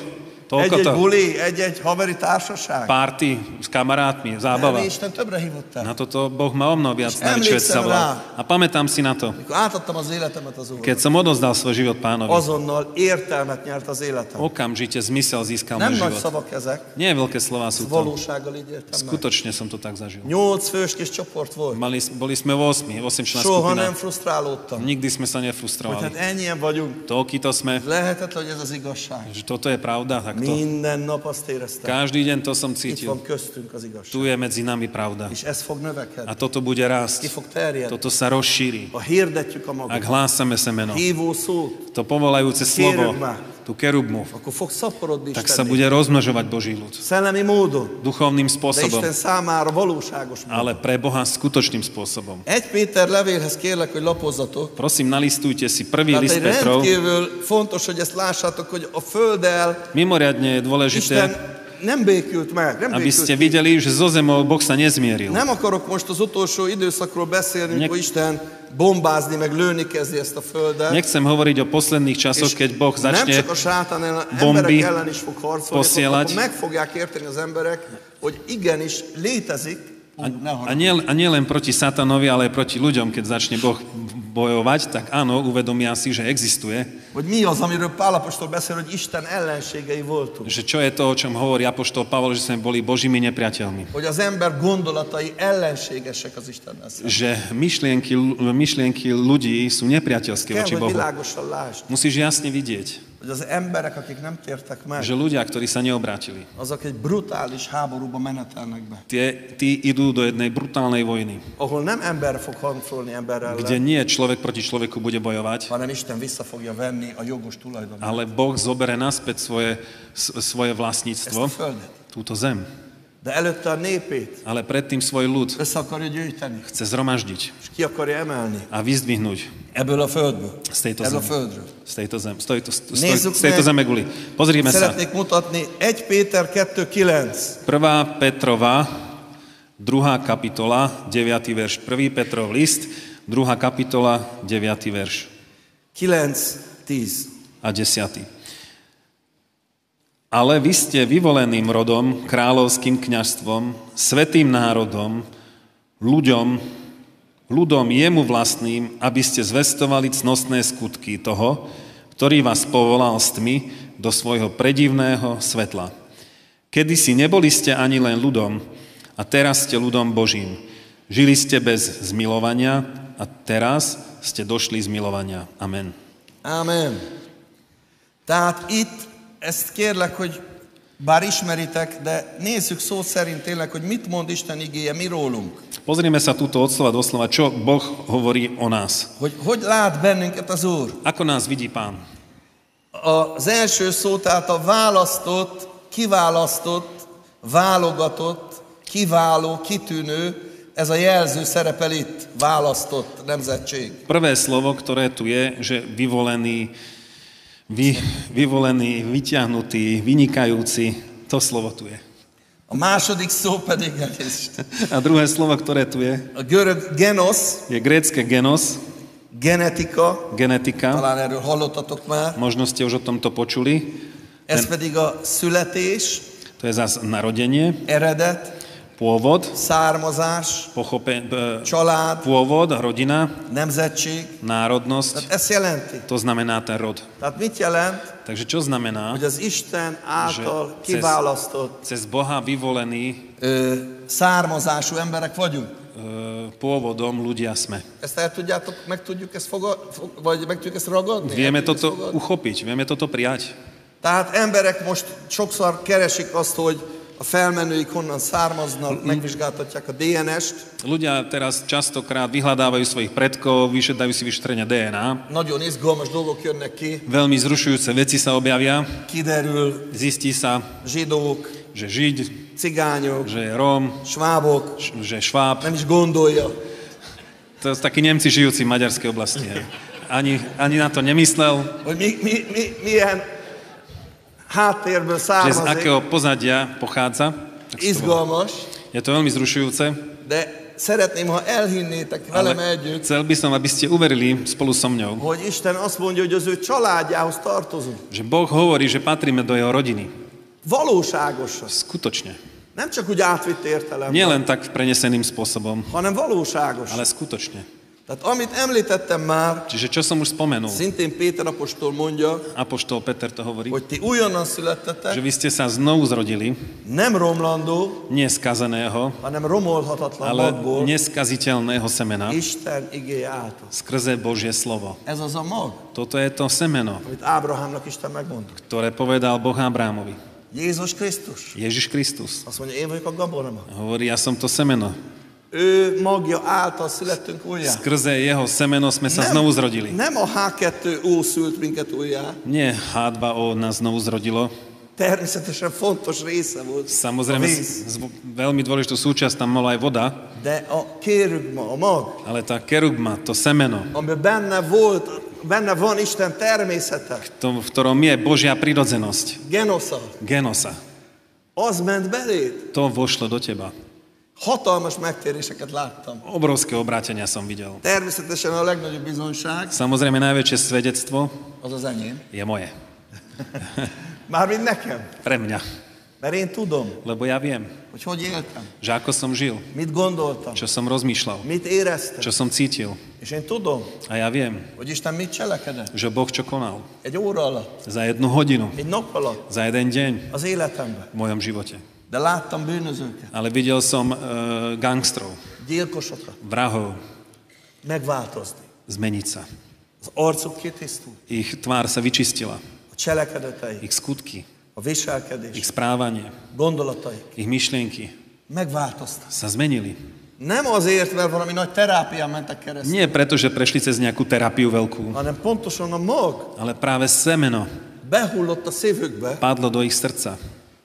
[SPEAKER 5] Toľko
[SPEAKER 4] Egy-egy
[SPEAKER 5] to.
[SPEAKER 4] buli, egy-egy haveri társaság.
[SPEAKER 5] Party s kamarátmi, zábava.
[SPEAKER 4] Erre Isten többre hívott el.
[SPEAKER 5] Na toto Boh ma o mnoho
[SPEAKER 4] Už
[SPEAKER 5] viac navičuje
[SPEAKER 4] emlékszem
[SPEAKER 5] sa volá. A pamätám si na to,
[SPEAKER 4] Mikor átadtam az életemet az Úrnak,
[SPEAKER 5] keď som odozdal svoj život pánovi,
[SPEAKER 4] azonnal értelmet nyert az életem.
[SPEAKER 5] okamžite zmysel získal
[SPEAKER 4] Nem
[SPEAKER 5] môj
[SPEAKER 4] nagy
[SPEAKER 5] život.
[SPEAKER 4] szavak ezek,
[SPEAKER 5] Nie veľké slova sú to.
[SPEAKER 4] valósággal így értem meg.
[SPEAKER 5] Skutočne som to tak zažil.
[SPEAKER 4] Nyolc fős kis csoport volt.
[SPEAKER 5] Mali, boli sme v 8, 8 člená
[SPEAKER 4] Soha
[SPEAKER 5] skupina.
[SPEAKER 4] nem frusztrálódtam.
[SPEAKER 5] Nikdy sme
[SPEAKER 4] Hogy
[SPEAKER 5] sa
[SPEAKER 4] hát
[SPEAKER 5] nefrustrovali.
[SPEAKER 4] ennyien vagyunk.
[SPEAKER 5] Toľký to sme,
[SPEAKER 4] Lehetetlen, hogy ez az igazság.
[SPEAKER 5] že toto je pravda, tak to.
[SPEAKER 4] Minden nap azt éreztem.
[SPEAKER 5] Každý deň to som
[SPEAKER 4] Itt van
[SPEAKER 5] cítil.
[SPEAKER 4] köztünk az igazság.
[SPEAKER 5] Tu je medzi nami pravda.
[SPEAKER 4] És ez fog
[SPEAKER 5] A
[SPEAKER 4] növekedni.
[SPEAKER 5] toto bude
[SPEAKER 4] Ki
[SPEAKER 5] rásť.
[SPEAKER 4] fog terjedni.
[SPEAKER 5] Toto sa rozšíri.
[SPEAKER 4] Ha hirdetjük a
[SPEAKER 5] Ak
[SPEAKER 4] magunkat.
[SPEAKER 5] hlásame semeno,
[SPEAKER 4] Hívó szót,
[SPEAKER 5] to povolajúce slovo,
[SPEAKER 4] kérünk már.
[SPEAKER 5] tú kerubmu,
[SPEAKER 4] akkor fog szaporodni
[SPEAKER 5] tak sa
[SPEAKER 4] Isten
[SPEAKER 5] bude rozmnožovať Boží ľud.
[SPEAKER 4] szellemi módon,
[SPEAKER 5] Duchovným
[SPEAKER 4] de Isten
[SPEAKER 5] spôsobom,
[SPEAKER 4] számára valóságos módon.
[SPEAKER 5] ale pre Boha skutočným spôsobom.
[SPEAKER 4] Egy Péter levélhez kérlek, hogy lapozzatok.
[SPEAKER 5] Prosím, nalistujte si prvý
[SPEAKER 4] Tehát
[SPEAKER 5] list
[SPEAKER 4] egy
[SPEAKER 5] Petrov.
[SPEAKER 4] rendkívül fontos, hogy ezt lássátok, hogy a földdel
[SPEAKER 5] Mimoriadne je dôležité,
[SPEAKER 4] Isten nem békült meg, nem
[SPEAKER 5] aby
[SPEAKER 4] békült
[SPEAKER 5] ste
[SPEAKER 4] ki.
[SPEAKER 5] videli, že zo zemou Boh sa nezmieril.
[SPEAKER 4] Nem akarok most az utolsó időszakról beszélni,
[SPEAKER 5] Nek-
[SPEAKER 4] amikor Isten bombázni, meg lőni kezdi ezt a földet.
[SPEAKER 5] Nechcem hovoriť o posledných časoch, keď Boh
[SPEAKER 4] nem
[SPEAKER 5] začne
[SPEAKER 4] csak a sátán ellen,
[SPEAKER 5] bombi
[SPEAKER 4] emberek ellen is fog harcolni, akkor-
[SPEAKER 5] poszélać.
[SPEAKER 4] akkor meg fogják érteni az emberek, hogy igenis létezik,
[SPEAKER 5] A, a, nie, a nie len proti satanovi, ale aj proti ľuďom, keď začne Boh bojovať, tak áno, uvedomia si, že existuje,
[SPEAKER 4] hogy mi az, amiről Pálapostól beszél, hogy Isten ellenségei voltunk.
[SPEAKER 5] že čo je to, o čom hovorí Apoštol Pavol, že sme boli Božími nepriateľmi.
[SPEAKER 4] Hogy az ember gondolatai ellenségesek az Istennel szemben.
[SPEAKER 5] Že myšlienky, myšlienky ľudí sú nepriateľské
[SPEAKER 4] Kell,
[SPEAKER 5] voči
[SPEAKER 4] hogy
[SPEAKER 5] Bohu.
[SPEAKER 4] világosan lásd,
[SPEAKER 5] Musíš jasne vidieť,
[SPEAKER 4] hogy az emberek, akik nem tértek meg,
[SPEAKER 5] že ľudia, ktorí sa neobrátili,
[SPEAKER 4] azok egy brutális háborúba menetelnek be,
[SPEAKER 5] tie, tí idú do jednej brutálnej vojny,
[SPEAKER 4] ahol nem ember fog harcolni ember
[SPEAKER 5] kde
[SPEAKER 4] ellen,
[SPEAKER 5] nie človek proti človeku bude bojovať,
[SPEAKER 4] hanem Isten vissza fogja venni a jogos tulajdonát.
[SPEAKER 5] ale Boh zobere naspäť svoje, s- svoje
[SPEAKER 4] Ezt a
[SPEAKER 5] vlastníctvo,
[SPEAKER 4] földet.
[SPEAKER 5] túto zem.
[SPEAKER 4] De előtte a népét
[SPEAKER 5] Ale predtým svoj ľud
[SPEAKER 4] össze akarja gyűjteni,
[SPEAKER 5] chce zhromaždiť
[SPEAKER 4] és ki akarja emelni
[SPEAKER 5] a vyzdvihnúť
[SPEAKER 4] ebből a földből,
[SPEAKER 5] z tejto
[SPEAKER 4] ebből a
[SPEAKER 5] zeme.
[SPEAKER 4] földről.
[SPEAKER 5] Z tejto zeme, z tejto, z, z,
[SPEAKER 4] Nézzük
[SPEAKER 5] z tejto
[SPEAKER 4] meg.
[SPEAKER 5] zeme guli. Pozrime sa.
[SPEAKER 4] Szeretnék mutatni 1 Péter 2.9.
[SPEAKER 5] 1. Petrova, 2. kapitola, 9. verš. 1. Petrov list, 2. kapitola, 9. verš
[SPEAKER 4] 9.10.
[SPEAKER 5] a 10. Ale vy ste vyvoleným rodom, kráľovským kňazstvom, svetým národom, ľuďom, ľudom jemu vlastným, aby ste zvestovali cnostné skutky toho, ktorý vás povolal z tmy do svojho predivného svetla. Kedysi neboli ste ani len ľudom, a teraz ste ľudom Božím. Žili ste bez zmilovania a teraz ste došli z milovania. Amen.
[SPEAKER 4] Ámen. Tehát itt ezt kérlek, hogy bár ismeritek, de nézzük szó szerint tényleg, hogy mit mond Isten igéje mi rólunk.
[SPEAKER 5] Pozrieme sa túto od slova do slova, čo Boh hovorí o nás.
[SPEAKER 4] Hogy hogy lát bennünket az Úr?
[SPEAKER 5] Ako nás vidí Pán?
[SPEAKER 4] Az első szó, tehát a választott, kiválasztott, válogatott, kiváló, kitűnő, ez a jelző szerepel itt, választott nemzetség.
[SPEAKER 5] Prvé slovo, ktoré tu je, že vyvolený, vy, vyvolený, vyťahnutý, vynikajúci, to slovo tu je.
[SPEAKER 4] A második szó pedig elnézést,
[SPEAKER 5] A druhé slovo, ktoré tu je,
[SPEAKER 4] a görög genosz,
[SPEAKER 5] je grécke genos,
[SPEAKER 4] genetika,
[SPEAKER 5] genetika.
[SPEAKER 4] talán erről hallottatok már,
[SPEAKER 5] Možno ste už o tomto počuli.
[SPEAKER 4] ez pedig a születés,
[SPEAKER 5] To je zás narodenie,
[SPEAKER 4] eredet,
[SPEAKER 5] pôvod,
[SPEAKER 4] származás,
[SPEAKER 5] pochope, b-
[SPEAKER 4] család,
[SPEAKER 5] pôvod, rodina,
[SPEAKER 4] nemzetség. Hát
[SPEAKER 5] národnosť.
[SPEAKER 4] Ezt jelenti.
[SPEAKER 5] To znamená ten rod.
[SPEAKER 4] Tehát mit jelent,
[SPEAKER 5] Takže čo znamená?
[SPEAKER 4] hogy az Isten által
[SPEAKER 5] Zse-
[SPEAKER 4] kiválasztott
[SPEAKER 5] Cez Boha vyvolený
[SPEAKER 4] ö, származású emberek vagyunk?
[SPEAKER 5] e, pôvodom ľudia sme.
[SPEAKER 4] Ezt el tudjátok, meg tudjuk ezt foga, fog, vagy meg tudjuk ezt ragadni? El
[SPEAKER 5] Vieme
[SPEAKER 4] tudjuk ezt
[SPEAKER 5] toto
[SPEAKER 4] fogadni?
[SPEAKER 5] uchopiť, vieme toto prijať.
[SPEAKER 4] Tehát emberek most sokszor keresik azt, hogy a felmenőik honnan származnak, megvizsgáltatják a DNS-t,
[SPEAKER 5] Ľudia teraz častokrát vyhľadávajú svojich predkov, vyšedajú si vyšetrenia DNA.
[SPEAKER 4] nagyon izgalmas dolgok jönnek ki,
[SPEAKER 5] Veľmi zrušujúce veci sa objavia.
[SPEAKER 4] kiderül
[SPEAKER 5] Zistí sa,
[SPEAKER 4] zsidók,
[SPEAKER 5] že Žid,
[SPEAKER 4] cigányok,
[SPEAKER 5] že je Róm,
[SPEAKER 4] svábok,
[SPEAKER 5] š- že Šváb.
[SPEAKER 4] nem is gondolja.
[SPEAKER 5] To sú takí Nemci žijúci v maďarskej oblasti. hej. Ani, ani na to nemyslel,
[SPEAKER 4] hogy mi, mi, mi, milyen háttérből
[SPEAKER 5] že z
[SPEAKER 4] származik,
[SPEAKER 5] akého pozadia pochádza. Tak si to bolo.
[SPEAKER 4] izgalmas,
[SPEAKER 5] Je to veľmi zrušujúce.
[SPEAKER 4] de szeretném, ha elhinnétek velem
[SPEAKER 5] Ale
[SPEAKER 4] együtt,
[SPEAKER 5] chcel by som, aby ste uverili spolu so mňou,
[SPEAKER 4] hogy Isten azt mondja, hogy az ő családjához tartozunk.
[SPEAKER 5] že Boh hovorí, že patríme do jeho rodiny.
[SPEAKER 4] Valóságosan.
[SPEAKER 5] Skutočne.
[SPEAKER 4] Nem csak úgy átvitt értelemben,
[SPEAKER 5] Nie len tak preneseným spôsobom,
[SPEAKER 4] hanem valóságosan.
[SPEAKER 5] ale skutočne.
[SPEAKER 4] Tehát amit említettem már,
[SPEAKER 5] Čiže čo som už spomenul,
[SPEAKER 4] szintén Péter apostol mondja,
[SPEAKER 5] Apoštol Peter to hovorí,
[SPEAKER 4] hogy ti újonnan
[SPEAKER 5] že
[SPEAKER 4] születtetek,
[SPEAKER 5] vy ste sa znovu zrodili,
[SPEAKER 4] nem romlandó,
[SPEAKER 5] nie z kazeného,
[SPEAKER 4] hanem romolhatatlan
[SPEAKER 5] ale
[SPEAKER 4] magból,
[SPEAKER 5] neskaziteľného semena,
[SPEAKER 4] Isten igéje által.
[SPEAKER 5] skrze Božie slovo.
[SPEAKER 4] Ez az a mag,
[SPEAKER 5] Toto je to semeno,
[SPEAKER 4] amit Ábrahámnak Isten megmondott.
[SPEAKER 5] ktoré povedal Boh Abrámovi.
[SPEAKER 4] Jézus Krisztus.
[SPEAKER 5] Ježiš Kristus
[SPEAKER 4] Azt mondja, én vagyok a gabonama.
[SPEAKER 5] hovorí, ja som to semeno.
[SPEAKER 4] ő magja által születtünk újjá.
[SPEAKER 5] Skrze jeho semeno sme sa znovu zrodili.
[SPEAKER 4] nem a H2O szült minket újjá.
[SPEAKER 5] Nie H2O nás znovu zrodilo.
[SPEAKER 4] Természetesen fontos része volt a
[SPEAKER 5] Samozrejme,
[SPEAKER 4] víz.
[SPEAKER 5] z, z, veľmi dôležitú súčasť tam mala aj voda,
[SPEAKER 4] De a kérügma, a mag,
[SPEAKER 5] ale tá kerugma, to semeno,
[SPEAKER 4] ami benne volt, benne van Isten természete,
[SPEAKER 5] to, v ktorom je Božia prirodzenosť,
[SPEAKER 4] genosza,
[SPEAKER 5] genosa,
[SPEAKER 4] az ment beléd.
[SPEAKER 5] to vošlo do teba.
[SPEAKER 4] Hatalmas megtéréseket láttam.
[SPEAKER 5] Obrovské obrátenia som videl.
[SPEAKER 4] Természetesen a legnagyobb bizonyság
[SPEAKER 5] Samozrejme, najväčšie svedectvo
[SPEAKER 4] az az enyém.
[SPEAKER 5] je moje.
[SPEAKER 4] Mármint nekem.
[SPEAKER 5] Pre mňa.
[SPEAKER 4] Mert én tudom,
[SPEAKER 5] Lebo ja viem,
[SPEAKER 4] hogy hogy éltem,
[SPEAKER 5] že ako som žil,
[SPEAKER 4] mit gondoltam,
[SPEAKER 5] čo som rozmýšľal,
[SPEAKER 4] mit éreztem.
[SPEAKER 5] čo som cítil.
[SPEAKER 4] És én tudom,
[SPEAKER 5] A ja viem,
[SPEAKER 4] hogy Isten mit cselekedett.
[SPEAKER 5] že Boh čo konal.
[SPEAKER 4] Egy óra alatt,
[SPEAKER 5] Za jednu hodinu,
[SPEAKER 4] egy nap alatt
[SPEAKER 5] za jeden deň
[SPEAKER 4] az életemben.
[SPEAKER 5] v mojom živote.
[SPEAKER 4] De láttam bűnözőket,
[SPEAKER 5] Ale videl som e, gangstrov,
[SPEAKER 4] gyilkosokat
[SPEAKER 5] vrahov,
[SPEAKER 4] megváltozni.
[SPEAKER 5] zmeniť sa.
[SPEAKER 4] Az arcuk kitisztult,
[SPEAKER 5] Ich tvár sa vyčistila,
[SPEAKER 4] a cselekedeteik,
[SPEAKER 5] ich skutky,
[SPEAKER 4] a
[SPEAKER 5] ich
[SPEAKER 4] viselkedés,
[SPEAKER 5] správanie,
[SPEAKER 4] gondolataik
[SPEAKER 5] ich myšlienky
[SPEAKER 4] megváltoztak.
[SPEAKER 5] sa zmenili.
[SPEAKER 4] Nem azért, mert valami nagy terápián mentek keresztül,
[SPEAKER 5] Nie preto, že prešli cez nejakú terapiu veľkú,
[SPEAKER 4] hanem pontosan a mag
[SPEAKER 5] ale práve semeno
[SPEAKER 4] behullott a szívükbe,
[SPEAKER 5] padlo do ich srdca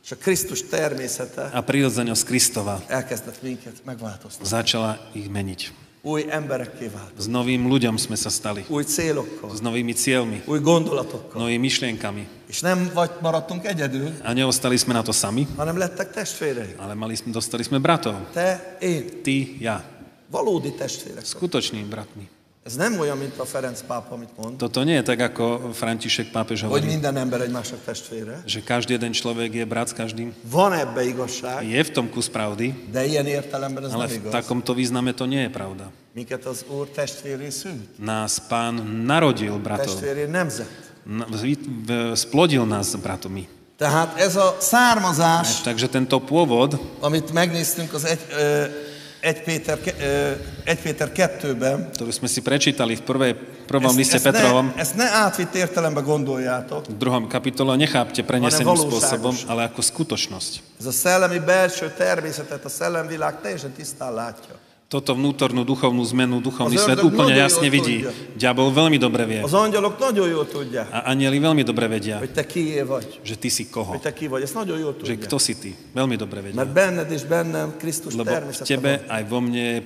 [SPEAKER 4] és a Krisztus természete
[SPEAKER 5] a prírodzenosť Kristova
[SPEAKER 4] elkezdett minket megváltoztatni.
[SPEAKER 5] začala ich meniť.
[SPEAKER 4] Új emberekké vált,
[SPEAKER 5] S novým ľuďom sme sa stali,
[SPEAKER 4] új célokkal,
[SPEAKER 5] s novými cieľmi,
[SPEAKER 4] új gondolatokkal.
[SPEAKER 5] novými myšlienkami.
[SPEAKER 4] És nem vagy maradtunk egyedül,
[SPEAKER 5] A neostali sme na to sami,
[SPEAKER 4] hanem lettek testvéreik.
[SPEAKER 5] ale mali sme, dostali sme bratov.
[SPEAKER 4] Te, én,
[SPEAKER 5] Ty, ja.
[SPEAKER 4] valódi testvérek.
[SPEAKER 5] Skutočnými bratmi.
[SPEAKER 4] Ez nem olyan, mint a Ferenc pápa, amit mond,
[SPEAKER 5] Toto nie je tak, ako František
[SPEAKER 4] hogy
[SPEAKER 5] pápež hovorí,
[SPEAKER 4] minden ember egymásnak testvére.
[SPEAKER 5] že každý jeden človek je brat s každým.
[SPEAKER 4] Van ebbe igazság,
[SPEAKER 5] Je v tom kus pravdy,
[SPEAKER 4] de ilyen értelemben ez
[SPEAKER 5] ale
[SPEAKER 4] nem
[SPEAKER 5] v
[SPEAKER 4] igaz.
[SPEAKER 5] takomto význame to nie je pravda.
[SPEAKER 4] Minket az Úr testvéré szült,
[SPEAKER 5] Nás pán narodil bratov.
[SPEAKER 4] testvéré nemzet.
[SPEAKER 5] Na- vy- v- Splodil nás s bratmi.
[SPEAKER 4] Tehát ez a származás,
[SPEAKER 5] Takže tento pôvod,
[SPEAKER 4] amit megnéztünk az egy, ö, egy, Péter, ke- ö, egy Péter 2-ben,
[SPEAKER 5] ktorý sme si prečítali v prvej, prvom liste
[SPEAKER 4] ezt,
[SPEAKER 5] Petrovom,
[SPEAKER 4] ne, ezt ne átvitt értelembe gondoljátok,
[SPEAKER 5] v druhom kapitole, nechápte preneseným
[SPEAKER 4] valúságos.
[SPEAKER 5] spôsobom, ale ako skutočnosť.
[SPEAKER 4] ez a szellemi belső természetet a szellemvilág teljesen tisztán látja.
[SPEAKER 5] Toto vnútornú duchovnú zmenu duchovný
[SPEAKER 4] A
[SPEAKER 5] svet
[SPEAKER 4] zördög
[SPEAKER 5] úplne
[SPEAKER 4] nagyon
[SPEAKER 5] jasne
[SPEAKER 4] jól
[SPEAKER 5] vidí.
[SPEAKER 4] tudja.
[SPEAKER 5] Ďabol veľmi dobre vie.
[SPEAKER 4] Az angyalok nagyon jól tudják,
[SPEAKER 5] A anieli veľmi dobre vedia,
[SPEAKER 4] hogy te kié vagy,
[SPEAKER 5] že ty si koho.
[SPEAKER 4] hogy te ki vagy, ezt nagyon jól
[SPEAKER 5] Že
[SPEAKER 4] tudják.
[SPEAKER 5] kto si ty. Veľmi dobre vedia.
[SPEAKER 4] Mert benned és bennem Krisztus
[SPEAKER 5] Lebo v
[SPEAKER 4] természete
[SPEAKER 5] tebe
[SPEAKER 4] van.
[SPEAKER 5] aj vo mne je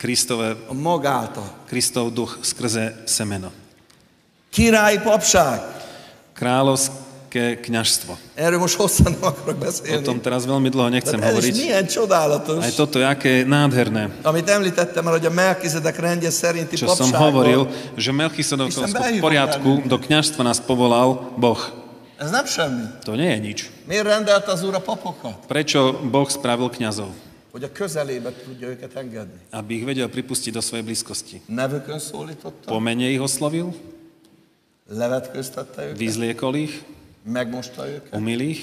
[SPEAKER 5] Kristové,
[SPEAKER 4] A mag által.
[SPEAKER 5] Kristov duch skrze semeno.
[SPEAKER 4] Királyi papság.
[SPEAKER 5] Kráľovské kňažstvo.
[SPEAKER 4] Erről most hosszan nem akarok
[SPEAKER 5] O tom
[SPEAKER 4] beszélni.
[SPEAKER 5] teraz veľmi dlho nechcem
[SPEAKER 4] De ez is
[SPEAKER 5] hovoriť.
[SPEAKER 4] milyen csodálatos.
[SPEAKER 5] Aj toto je aké nádherné,
[SPEAKER 4] Amit említettem már, hogy a Melkizedek rendje szerinti
[SPEAKER 5] čo som
[SPEAKER 4] papságból.
[SPEAKER 5] hovoril, že Melchisedekovskom
[SPEAKER 4] Istem behívom
[SPEAKER 5] poriadku
[SPEAKER 4] rád.
[SPEAKER 5] do kňažstva nás povolal Boh.
[SPEAKER 4] Ez nem semmi.
[SPEAKER 5] To nie je nič.
[SPEAKER 4] Miért rendelte az Úr a papokat?
[SPEAKER 5] Prečo Boh spravil kňazov?
[SPEAKER 4] Hogy a közelébe tudja őket engedni.
[SPEAKER 5] Aby ich vedel pripustiť do svojej blízkosti.
[SPEAKER 4] Nevükön szólította,
[SPEAKER 5] Po mene ich oslovil,
[SPEAKER 4] levetkőztette őket,
[SPEAKER 5] vyzliekol ich,
[SPEAKER 4] megmosta őket,
[SPEAKER 5] umil ich,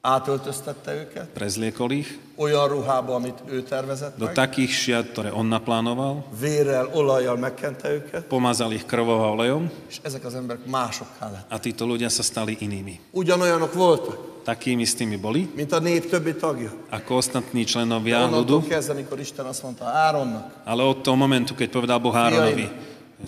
[SPEAKER 4] átöltöztette őket,
[SPEAKER 5] prezliekol ich
[SPEAKER 4] olyan ruhába, amit ő tervezett
[SPEAKER 5] do
[SPEAKER 4] meg,
[SPEAKER 5] takých šiat, ktoré on naplánoval,
[SPEAKER 4] vérrel, olajjal megkente őket,
[SPEAKER 5] pomazal ich krvou a olejom
[SPEAKER 4] és ezek az emberek másokká lett.
[SPEAKER 5] a títo ľudia sa stali inými.
[SPEAKER 4] Ugyanolyanok voltak,
[SPEAKER 5] Takými s tými boli,
[SPEAKER 4] mint a nép többi tagja.
[SPEAKER 5] ako ostatní členovia
[SPEAKER 4] Onnantól
[SPEAKER 5] ľudu,
[SPEAKER 4] kezdve, amikor Isten azt mondta Áronnak,
[SPEAKER 5] ale od toho momentu, keď povedal Boh Áronovi,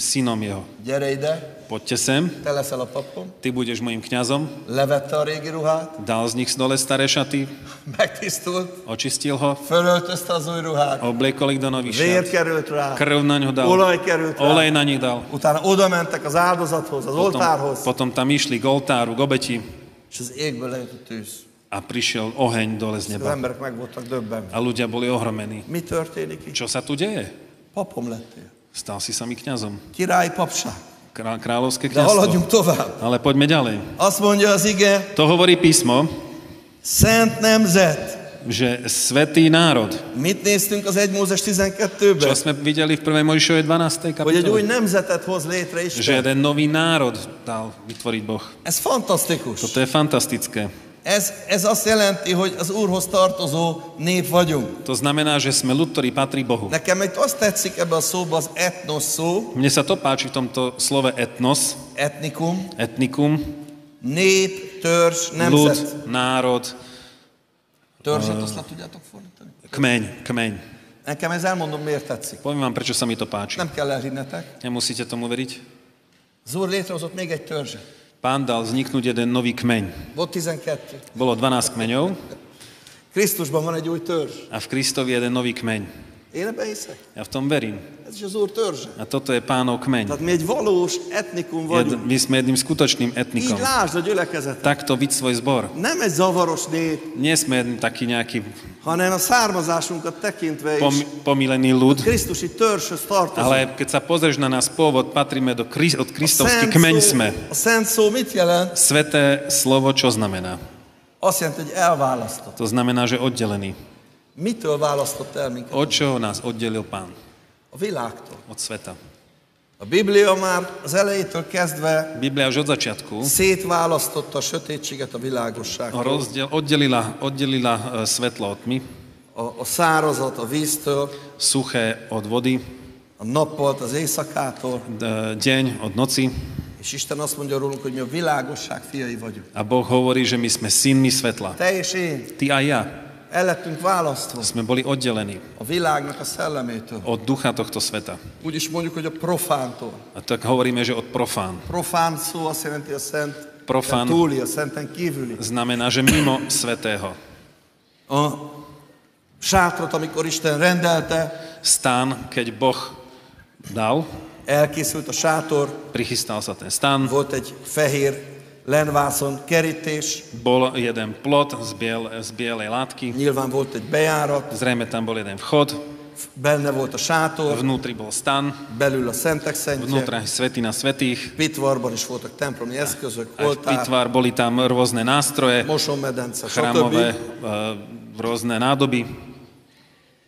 [SPEAKER 5] synom jeho,
[SPEAKER 4] gyere ide,
[SPEAKER 5] poďte sem,
[SPEAKER 4] te leszel a papom,
[SPEAKER 5] ty budeš mojim kňazom,
[SPEAKER 4] levette a régi ruhát,
[SPEAKER 5] dal z nich dole staré šaty,
[SPEAKER 4] megtisztult,
[SPEAKER 5] očistil ho,
[SPEAKER 4] fölöltözte az új ruhát,
[SPEAKER 5] obliekol ich do nových
[SPEAKER 4] vér
[SPEAKER 5] šiat,
[SPEAKER 4] került rá,
[SPEAKER 5] krv na ňo dal,
[SPEAKER 4] olaj került rá,
[SPEAKER 5] olej na nich dal.
[SPEAKER 4] Utána oda mentek az áldozathoz, az
[SPEAKER 5] Potom,
[SPEAKER 4] oltárhoz,
[SPEAKER 5] potom tam išli k oltáru, k obeti
[SPEAKER 4] és az égből lejött a tűz.
[SPEAKER 5] a prišiel oheň dole z
[SPEAKER 4] Az
[SPEAKER 5] neba.
[SPEAKER 4] emberek meg voltak döbbenve.
[SPEAKER 5] A ľudia boli ohromení.
[SPEAKER 4] Mi történik itt?
[SPEAKER 5] Čo sa tu deje?
[SPEAKER 4] Papom lettél.
[SPEAKER 5] Stal si sa mi kňazom.
[SPEAKER 4] Királyi papság.
[SPEAKER 5] Krá- kráľovské
[SPEAKER 4] De haladjunk
[SPEAKER 5] kňazstvo.
[SPEAKER 4] tovább.
[SPEAKER 5] Ale poďme ďalej.
[SPEAKER 4] Azt mondja az ige,
[SPEAKER 5] To hovorí písmo,
[SPEAKER 4] szent nemzet.
[SPEAKER 5] že svetý národ,
[SPEAKER 4] Mit néztünk az 1 Mózes
[SPEAKER 5] čo
[SPEAKER 4] 12-ben?
[SPEAKER 5] sme videli v 1. Mojžišovej 12.
[SPEAKER 4] Hogy egy új
[SPEAKER 5] kapitole,
[SPEAKER 4] nemzetet hoz létre
[SPEAKER 5] že
[SPEAKER 4] Isten.
[SPEAKER 5] jeden nový národ dal vytvoriť Boh.
[SPEAKER 4] Ez fantasztikus.
[SPEAKER 5] To je fantastické.
[SPEAKER 4] Ez, ez azt jelenti, hogy az Úrhoz tartozó nép vagyunk.
[SPEAKER 5] To znamená, že sme ľud, ktorý patrí Bohu.
[SPEAKER 4] Nekem egy azt tetszik ebbe a szóba az etnos szó,
[SPEAKER 5] Mne sa to páči v tomto slove etnos,
[SPEAKER 4] etnikum,
[SPEAKER 5] etnikum,
[SPEAKER 4] nép, törzs, nemzet.
[SPEAKER 5] ľud, národ,
[SPEAKER 4] Törzset, azt le tudjátok fordítani?
[SPEAKER 5] kmeň, kmeň.
[SPEAKER 4] Nekem ez elmondom, miért tetszik.
[SPEAKER 5] Poviem vám, prečo sa mi to páči.
[SPEAKER 4] Nem kell elhinnetek.
[SPEAKER 5] Nemusíte tomu veriť.
[SPEAKER 4] Az úr létrehozott még egy törzset.
[SPEAKER 5] Pán dal vzniknúť jeden nový kmeň.
[SPEAKER 4] Volt 12.
[SPEAKER 5] Bolo 12 kmeňov
[SPEAKER 4] Krisztusban van egy új törzs.
[SPEAKER 5] a v Kristovi jeden nový kmeň.
[SPEAKER 4] Én ebbe hiszek.
[SPEAKER 5] Ja v tom verím.
[SPEAKER 4] Ez is az úr törzse.
[SPEAKER 5] A toto je pánov kmeň.
[SPEAKER 4] Tehát mi egy valós etnikum
[SPEAKER 5] Jed,
[SPEAKER 4] vagyunk.
[SPEAKER 5] my sme jedným skutočným etnikom.
[SPEAKER 4] Így lásd a gyülekezetet.
[SPEAKER 5] Takto byť svoj zbor.
[SPEAKER 4] Nem egy zavaros nép,
[SPEAKER 5] Nie sme jedný taký nejaký
[SPEAKER 4] hanem a származásunkat tekintve is.
[SPEAKER 5] pom- pomilený ľud,
[SPEAKER 4] Krisztusi törzshöz tartozunk.
[SPEAKER 5] ale keď sa pozrieš na nás pôvod, patríme do kri- od
[SPEAKER 4] A szent
[SPEAKER 5] kristovský kmeň
[SPEAKER 4] szó-
[SPEAKER 5] sme.
[SPEAKER 4] a szent szó mit jelent?
[SPEAKER 5] Sveté slovo čo znamená?
[SPEAKER 4] Azt jelenti, hogy elválasztott.
[SPEAKER 5] To znamená, že oddelený.
[SPEAKER 4] Mitől választott el minket?
[SPEAKER 5] Od čoho nás oddelil pán?
[SPEAKER 4] A világtól.
[SPEAKER 5] Od sveta.
[SPEAKER 4] A Biblia már az elejétől kezdve
[SPEAKER 5] Biblia už od začiatku
[SPEAKER 4] szétválasztotta a sötétséget a világosságtól.
[SPEAKER 5] rozdiel, oddelila, oddelila e, svetlo od tmy,
[SPEAKER 4] A, a szárazat a víztől,
[SPEAKER 5] suché od vody,
[SPEAKER 4] a nappalt az éjszakától.
[SPEAKER 5] d- deň od noci.
[SPEAKER 4] És Isten azt mondja rólunk, hogy mi a világosság fiai vagyunk.
[SPEAKER 5] A Boh hovorí, že my sme synmi svetla.
[SPEAKER 4] Te és én
[SPEAKER 5] Ty a ja
[SPEAKER 4] el lettünk választva
[SPEAKER 5] sme boli oddelení
[SPEAKER 4] a világnak a szellemétől.
[SPEAKER 5] od ducha tohto sveta.
[SPEAKER 4] Úgy is mondjuk, hogy a profántól.
[SPEAKER 5] A tak hovoríme, že od profán.
[SPEAKER 4] Profán szó azt jelenti a szent
[SPEAKER 5] Profán.
[SPEAKER 4] túli, a szenten kívüli.
[SPEAKER 5] Znamená, že mimo svetého.
[SPEAKER 4] A sátrat, amikor Isten rendelte,
[SPEAKER 5] Stan, keď Boh dal,
[SPEAKER 4] elkészült a sátor,
[SPEAKER 5] prichystal sa ten stan,
[SPEAKER 4] Volt egy fehér lenvászon kerítés,
[SPEAKER 5] bol jeden plot z, biel, z bielej látky,
[SPEAKER 4] nyilván volt egy bejárat,
[SPEAKER 5] zrejme tam bol jeden vchod,
[SPEAKER 4] benne volt a sátor,
[SPEAKER 5] vnútri bol stan,
[SPEAKER 4] belül a szentek szentje,
[SPEAKER 5] vnútra svetina svetých,
[SPEAKER 4] pitvarban is voltak templomi eszközök,
[SPEAKER 5] aj v
[SPEAKER 4] oltár,
[SPEAKER 5] pitvár boli tam rôzne nástroje,
[SPEAKER 4] mosómedence,
[SPEAKER 5] chrámové,
[SPEAKER 4] stb.
[SPEAKER 5] e, rôzne nádoby.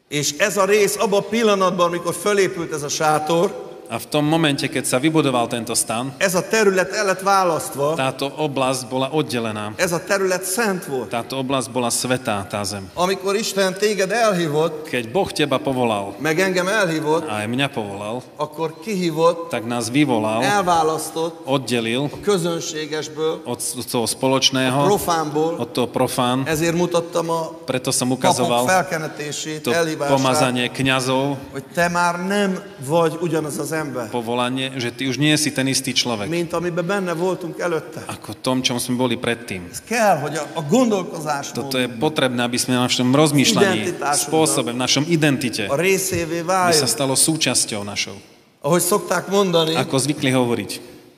[SPEAKER 4] És ez a rész abban a pillanatban, amikor fölépült ez a sátor,
[SPEAKER 5] A v tom momente, keď sa vybudoval tento stan,
[SPEAKER 4] ez a terület el lett választva,
[SPEAKER 5] táto oblasť bola oddelená.
[SPEAKER 4] ez a terület szent volt.
[SPEAKER 5] Táto oblasť bola svetá, tá zem.
[SPEAKER 4] Amikor Isten téged elhívott,
[SPEAKER 5] Keď Boh teba povolal,
[SPEAKER 4] meg engem elhívott,
[SPEAKER 5] a aj mňa povolal,
[SPEAKER 4] akkor kihívott,
[SPEAKER 5] tak nás vyvolal,
[SPEAKER 4] elválasztott
[SPEAKER 5] oddelil
[SPEAKER 4] a közönségesből,
[SPEAKER 5] od s- toho spoločného,
[SPEAKER 4] profánból,
[SPEAKER 5] od toho profán.
[SPEAKER 4] Ezért mutattam a
[SPEAKER 5] Preto som
[SPEAKER 4] papok
[SPEAKER 5] ukazoval
[SPEAKER 4] felkenetését,
[SPEAKER 5] to
[SPEAKER 4] elhívását,
[SPEAKER 5] pomazanie kňazov,
[SPEAKER 4] hogy te már nem vagy ugyanaz az ember,
[SPEAKER 5] povolanie, že ty už nie si ten istý človek,
[SPEAKER 4] mint amiben benne voltunk előtte.
[SPEAKER 5] ako v tom, čom sme boli predtým.
[SPEAKER 4] Ez kell, hogy a, a gondolkozás
[SPEAKER 5] Toto je potrebné, aby sme na našom rozmýšľaní,
[SPEAKER 4] Identitášu,
[SPEAKER 5] spôsobe, v našom identite,
[SPEAKER 4] a részévé
[SPEAKER 5] aby
[SPEAKER 4] váljon.
[SPEAKER 5] sa stalo súčasťou našou.
[SPEAKER 4] Ahogy szokták mondani,
[SPEAKER 5] Ako zvykli hovoriť,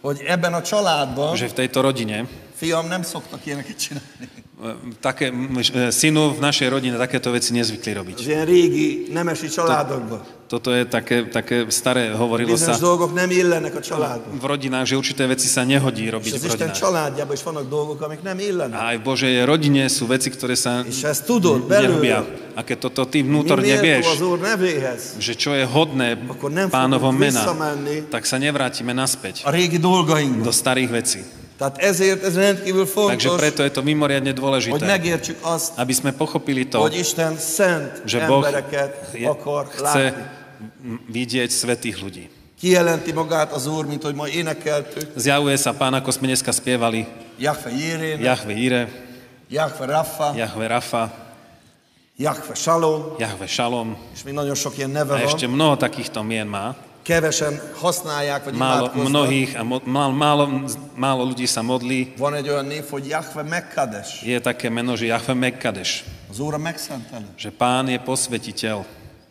[SPEAKER 4] hogy ebben a családban,
[SPEAKER 5] že v tejto rodine,
[SPEAKER 4] fiam, nem szoktak ilyeneket csinálni.
[SPEAKER 5] e, také, m- e, synu v našej rodine takéto veci nezvykli robiť.
[SPEAKER 4] Az ilyen régi, nemesi családokban.
[SPEAKER 5] Toto je také, také staré, hovorilo
[SPEAKER 4] Bizonyos
[SPEAKER 5] sa
[SPEAKER 4] dolgok nem illenek a családba.
[SPEAKER 5] v rodinách, že určité veci sa nehodí
[SPEAKER 4] És
[SPEAKER 5] robiť
[SPEAKER 4] az
[SPEAKER 5] v
[SPEAKER 4] Isten
[SPEAKER 5] rodinách.
[SPEAKER 4] családjában is vannak dolgok, amik nem illenek.
[SPEAKER 5] A aj v Božej rodine sú veci, ktoré sa
[SPEAKER 4] És ha ezt tudod
[SPEAKER 5] nerobia.
[SPEAKER 4] belőle,
[SPEAKER 5] A keď toto ty
[SPEAKER 4] mi
[SPEAKER 5] vnútorne
[SPEAKER 4] méltó az
[SPEAKER 5] vieš,
[SPEAKER 4] Úr nevéhez,
[SPEAKER 5] že čo je hodné
[SPEAKER 4] akkor nem
[SPEAKER 5] pánovo
[SPEAKER 4] fogunk
[SPEAKER 5] mena,
[SPEAKER 4] visszamenni
[SPEAKER 5] tak sa nevrátime naspäť
[SPEAKER 4] a régi dolgainkba.
[SPEAKER 5] do starých vecí.
[SPEAKER 4] Tehát ezért ez rendkívül
[SPEAKER 5] Takže
[SPEAKER 4] fontos,
[SPEAKER 5] preto je to mimoriadne
[SPEAKER 4] hogy
[SPEAKER 5] dôležité,
[SPEAKER 4] megértsük azt,
[SPEAKER 5] aby sme pochopili to,
[SPEAKER 4] hogy Isten szent
[SPEAKER 5] že Boh
[SPEAKER 4] embereket
[SPEAKER 5] je,
[SPEAKER 4] akar
[SPEAKER 5] chce
[SPEAKER 4] látni.
[SPEAKER 5] m- vidieť svetých ľudí.
[SPEAKER 4] Kijelenti magát az Úr, mint hogy ma énekeltük,
[SPEAKER 5] Zjavuje sa pán, ako sme dneska spievali,
[SPEAKER 4] Jahve Jirén,
[SPEAKER 5] Jahve Ire,
[SPEAKER 4] Jahve Rafa,
[SPEAKER 5] Jahve Rafa,
[SPEAKER 4] Jahve Salom,
[SPEAKER 5] Jahve Šalom
[SPEAKER 4] és még nagyon sok ilyen
[SPEAKER 5] a
[SPEAKER 4] neve
[SPEAKER 5] ešte
[SPEAKER 4] van.
[SPEAKER 5] mnoho takýchto mien má.
[SPEAKER 4] Kevesen használják, vagy
[SPEAKER 5] Málo,
[SPEAKER 4] imádkoznak.
[SPEAKER 5] mnohých a mo, málo, málo, málo ľudí sa modlí.
[SPEAKER 4] Van egy olyan név, hogy Jahve Mekades.
[SPEAKER 5] Je také meno, že Jahve Mekkadeš,
[SPEAKER 4] Az Úr a megszentelő.
[SPEAKER 5] že pán je posvetiteľ.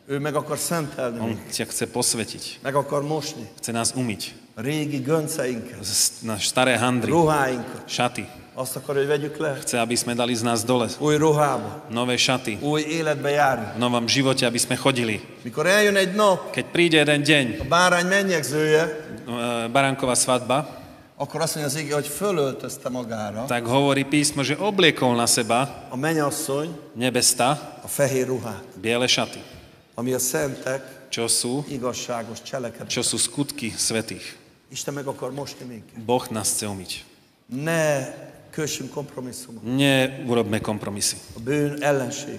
[SPEAKER 4] Ő meg akar szentelni,
[SPEAKER 5] On
[SPEAKER 4] minket,
[SPEAKER 5] ťa chce posvetiť.
[SPEAKER 4] meg akar mosni
[SPEAKER 5] Chce nás umyť.
[SPEAKER 4] a régi gönceinket,
[SPEAKER 5] Z- Naš staré handry,
[SPEAKER 4] ruháinkat.
[SPEAKER 5] šaty.
[SPEAKER 4] Azt akar, hogy vegyük le
[SPEAKER 5] Chce, aby sme dali z nás dole
[SPEAKER 4] új ruhába,
[SPEAKER 5] nové šaty.
[SPEAKER 4] új életbe járni.
[SPEAKER 5] V novom živote, aby sme chodili.
[SPEAKER 4] Mikor eljön egy nap,
[SPEAKER 5] Keď príde jeden
[SPEAKER 4] a
[SPEAKER 5] deň,
[SPEAKER 4] bárány mennyegzője,
[SPEAKER 5] e, baránková svadba,
[SPEAKER 4] akkor azt mondja az ige, hogy fölöltözte magára
[SPEAKER 5] tak hovorí písmo, že obliekol na seba
[SPEAKER 4] a menyasszony
[SPEAKER 5] nebesta
[SPEAKER 4] a fehér ruhát,
[SPEAKER 5] biele šaty,
[SPEAKER 4] ami a szentek
[SPEAKER 5] čo sú,
[SPEAKER 4] igazságos cselekedet.
[SPEAKER 5] čo sú skutky svetých.
[SPEAKER 4] Isten meg akar mosni minket.
[SPEAKER 5] Boh nás chce umyť.
[SPEAKER 4] Ne kössünk kompromisszumot.
[SPEAKER 5] Neurobme kompromisy.
[SPEAKER 4] A bűn ellenség.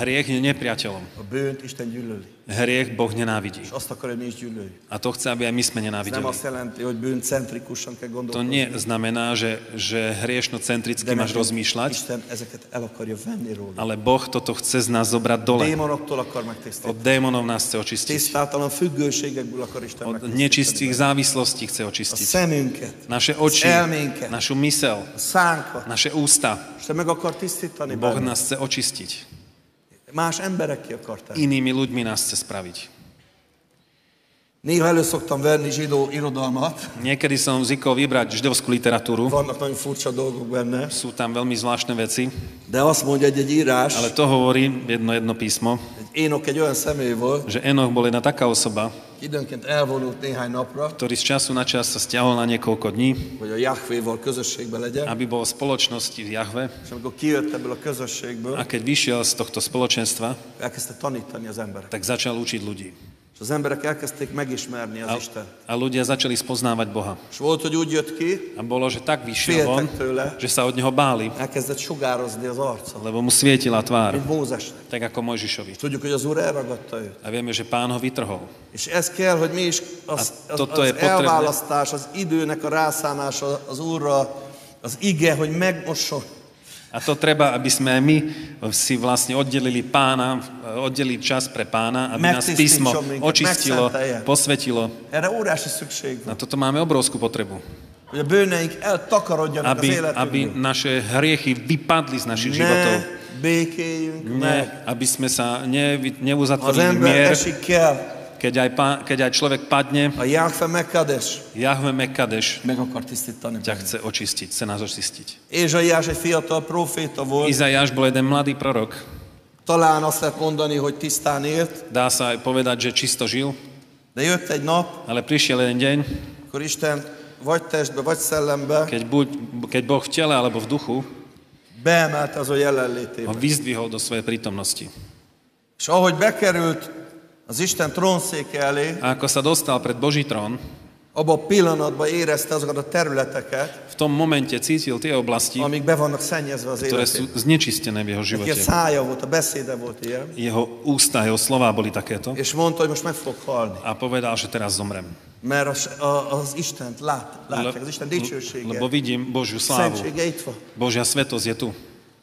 [SPEAKER 5] Hriech je nepriateľom.
[SPEAKER 4] A bűnt Isten gyűlöli.
[SPEAKER 5] Hriech Boh nenávidí.
[SPEAKER 4] És azt akarja, hogy mi is gyűlöljük.
[SPEAKER 5] A to chce, aby aj my sme
[SPEAKER 4] Ez nem
[SPEAKER 5] nenávideli.
[SPEAKER 4] azt jelenti, hogy bűncentrikusan kell
[SPEAKER 5] To
[SPEAKER 4] gondolkodni.
[SPEAKER 5] neznamená, že, že hriešno-centricky máš
[SPEAKER 4] nekünk
[SPEAKER 5] rozmýšľať,
[SPEAKER 4] Isten ezeket el akarja venni róla.
[SPEAKER 5] ale Boh toto chce z nás zobrať dole.
[SPEAKER 4] Démonoktól akar
[SPEAKER 5] Od
[SPEAKER 4] megtisztítani.
[SPEAKER 5] démonov nás chce očistiť.
[SPEAKER 4] Tisztátalan függőségekből akar Isten
[SPEAKER 5] Od
[SPEAKER 4] megtisztítani.
[SPEAKER 5] nečistých závislostí chce
[SPEAKER 4] A
[SPEAKER 5] očistiť.
[SPEAKER 4] szemünket,
[SPEAKER 5] Naše oči,
[SPEAKER 4] Elmienke.
[SPEAKER 5] našu mysel,
[SPEAKER 4] a szánkat.
[SPEAKER 5] naše ústa.
[SPEAKER 4] Isten meg akar tisztítani.
[SPEAKER 5] Boh
[SPEAKER 4] bennünket.
[SPEAKER 5] nás chce očistiť.
[SPEAKER 4] Más emberek ki akarták.
[SPEAKER 5] Inými ľuďmi nás chce spraviť.
[SPEAKER 4] Néha elő szoktam venni zsidó irodalmat.
[SPEAKER 5] Niekedy som zvykol vybrať židovskú literatúru.
[SPEAKER 4] Vannak nagyon furcsa dolgok benne.
[SPEAKER 5] Sú tam veľmi zvláštne veci,
[SPEAKER 4] De azt mondja egy-egy írás,
[SPEAKER 5] ale to hovorí jedno jedno písmo,
[SPEAKER 4] egy Énok egy olyan személy volt,
[SPEAKER 5] že Enoch bol jedna taká osoba,
[SPEAKER 4] időnként elvonult néhány napra,
[SPEAKER 5] ktorý z času na čas sa stiahol na niekoľko dní,
[SPEAKER 4] hogy a Jahvéval közösségben legyen,
[SPEAKER 5] aby bol v spoločnosti v Jahve.
[SPEAKER 4] és amikor kijött ebből a közösségből,
[SPEAKER 5] A keď vyšiel z tohto spoločenstva,
[SPEAKER 4] elkezdte tanítani az emberek.
[SPEAKER 5] tak začal učiť ľudí.
[SPEAKER 4] És az emberek elkezdték megismerni az
[SPEAKER 5] A,
[SPEAKER 4] Isten.
[SPEAKER 5] a ľudia začali spoznávať Boha.
[SPEAKER 4] És volt, hogy úgy jött ki,
[SPEAKER 5] A bolo, že tak vyšiel
[SPEAKER 4] Féltek
[SPEAKER 5] von,
[SPEAKER 4] tőle.
[SPEAKER 5] že sa od neho báli,
[SPEAKER 4] elkezdett sugározni az arca,
[SPEAKER 5] lebo mu svietila tvár,
[SPEAKER 4] mint Mózesnek.
[SPEAKER 5] tak ako
[SPEAKER 4] És
[SPEAKER 5] Mojžišovi.
[SPEAKER 4] tudjuk, hogy az Úr elragadta őt.
[SPEAKER 5] A vieme, že pán ho vytrhol.
[SPEAKER 4] És ez kell, hogy mi is az, az,
[SPEAKER 5] Hát tudta,
[SPEAKER 4] az
[SPEAKER 5] hogy potrebné-
[SPEAKER 4] elválasztás, az időnek a rászánása az Úrra, az ige, hogy megmosson.
[SPEAKER 5] A to treba, aby sme aj my si vlastne oddelili pána, oddelili čas pre pána, aby nás
[SPEAKER 4] Mercy
[SPEAKER 5] písmo
[SPEAKER 4] speech, Dominik,
[SPEAKER 5] očistilo,
[SPEAKER 4] mercy teje.
[SPEAKER 5] posvetilo.
[SPEAKER 4] Erre órási szükség van,
[SPEAKER 5] Na toto máme obrovskú potrebu.
[SPEAKER 4] hogy a bőneink eltakarodjanak az
[SPEAKER 5] Aby, aby
[SPEAKER 4] életünkből.
[SPEAKER 5] naše hriechy vypadli z našich
[SPEAKER 4] Ne
[SPEAKER 5] životov.
[SPEAKER 4] békéljünk meg.
[SPEAKER 5] Ne, aby sme sa nevy,
[SPEAKER 4] Ha az
[SPEAKER 5] neuzatvorili v
[SPEAKER 4] ember
[SPEAKER 5] mier,
[SPEAKER 4] esik kell,
[SPEAKER 5] keď aj, pá, keď aj človek padne,
[SPEAKER 4] a Jákfe Mekades
[SPEAKER 5] Jahve Mekadeš
[SPEAKER 4] meg akar tisztítani.
[SPEAKER 5] ťa chce očistiť, chce nás očistiť.
[SPEAKER 4] Ézsaiás egy fiatal proféta volt,
[SPEAKER 5] Izajáš bol jeden mladý prorok.
[SPEAKER 4] talán azt lehet mondani, hogy tisztán élt,
[SPEAKER 5] Dá sa aj povedať, že čisto žil,
[SPEAKER 4] de jött egy nap,
[SPEAKER 5] ale prišiel jeden deň,
[SPEAKER 4] akkor Isten vagy testbe, vagy szellembe
[SPEAKER 5] keď, buď, keď Boh v tele alebo v duchu
[SPEAKER 4] beemelte az ő
[SPEAKER 5] ho
[SPEAKER 4] jelenlétébe.
[SPEAKER 5] vyzdvihol do svojej prítomnosti.
[SPEAKER 4] És ahogy bekerült az Isten trónszéke elé,
[SPEAKER 5] A ako sa dostal pred Boží trón,
[SPEAKER 4] abban a pillanatban érezte azokat a területeket,
[SPEAKER 5] v tom momente cítil tie oblasti,
[SPEAKER 4] amik be vannak szennyezve az
[SPEAKER 5] ktoré sú
[SPEAKER 4] életében.
[SPEAKER 5] znečistené v jeho
[SPEAKER 4] Neki a
[SPEAKER 5] živote.
[SPEAKER 4] szája volt, a beszéde volt ilyen,
[SPEAKER 5] Jeho ústa, jeho slová boli takéto.
[SPEAKER 4] és mondta, hogy most meg fog halni,
[SPEAKER 5] A povedal, že teraz zomrem.
[SPEAKER 4] mert az, a- az Istent lát, látják, az Isten
[SPEAKER 5] lebo
[SPEAKER 4] dicsősége,
[SPEAKER 5] vidím Božiu slávu.
[SPEAKER 4] szentsége itt van.
[SPEAKER 5] Božia svetosť je tu.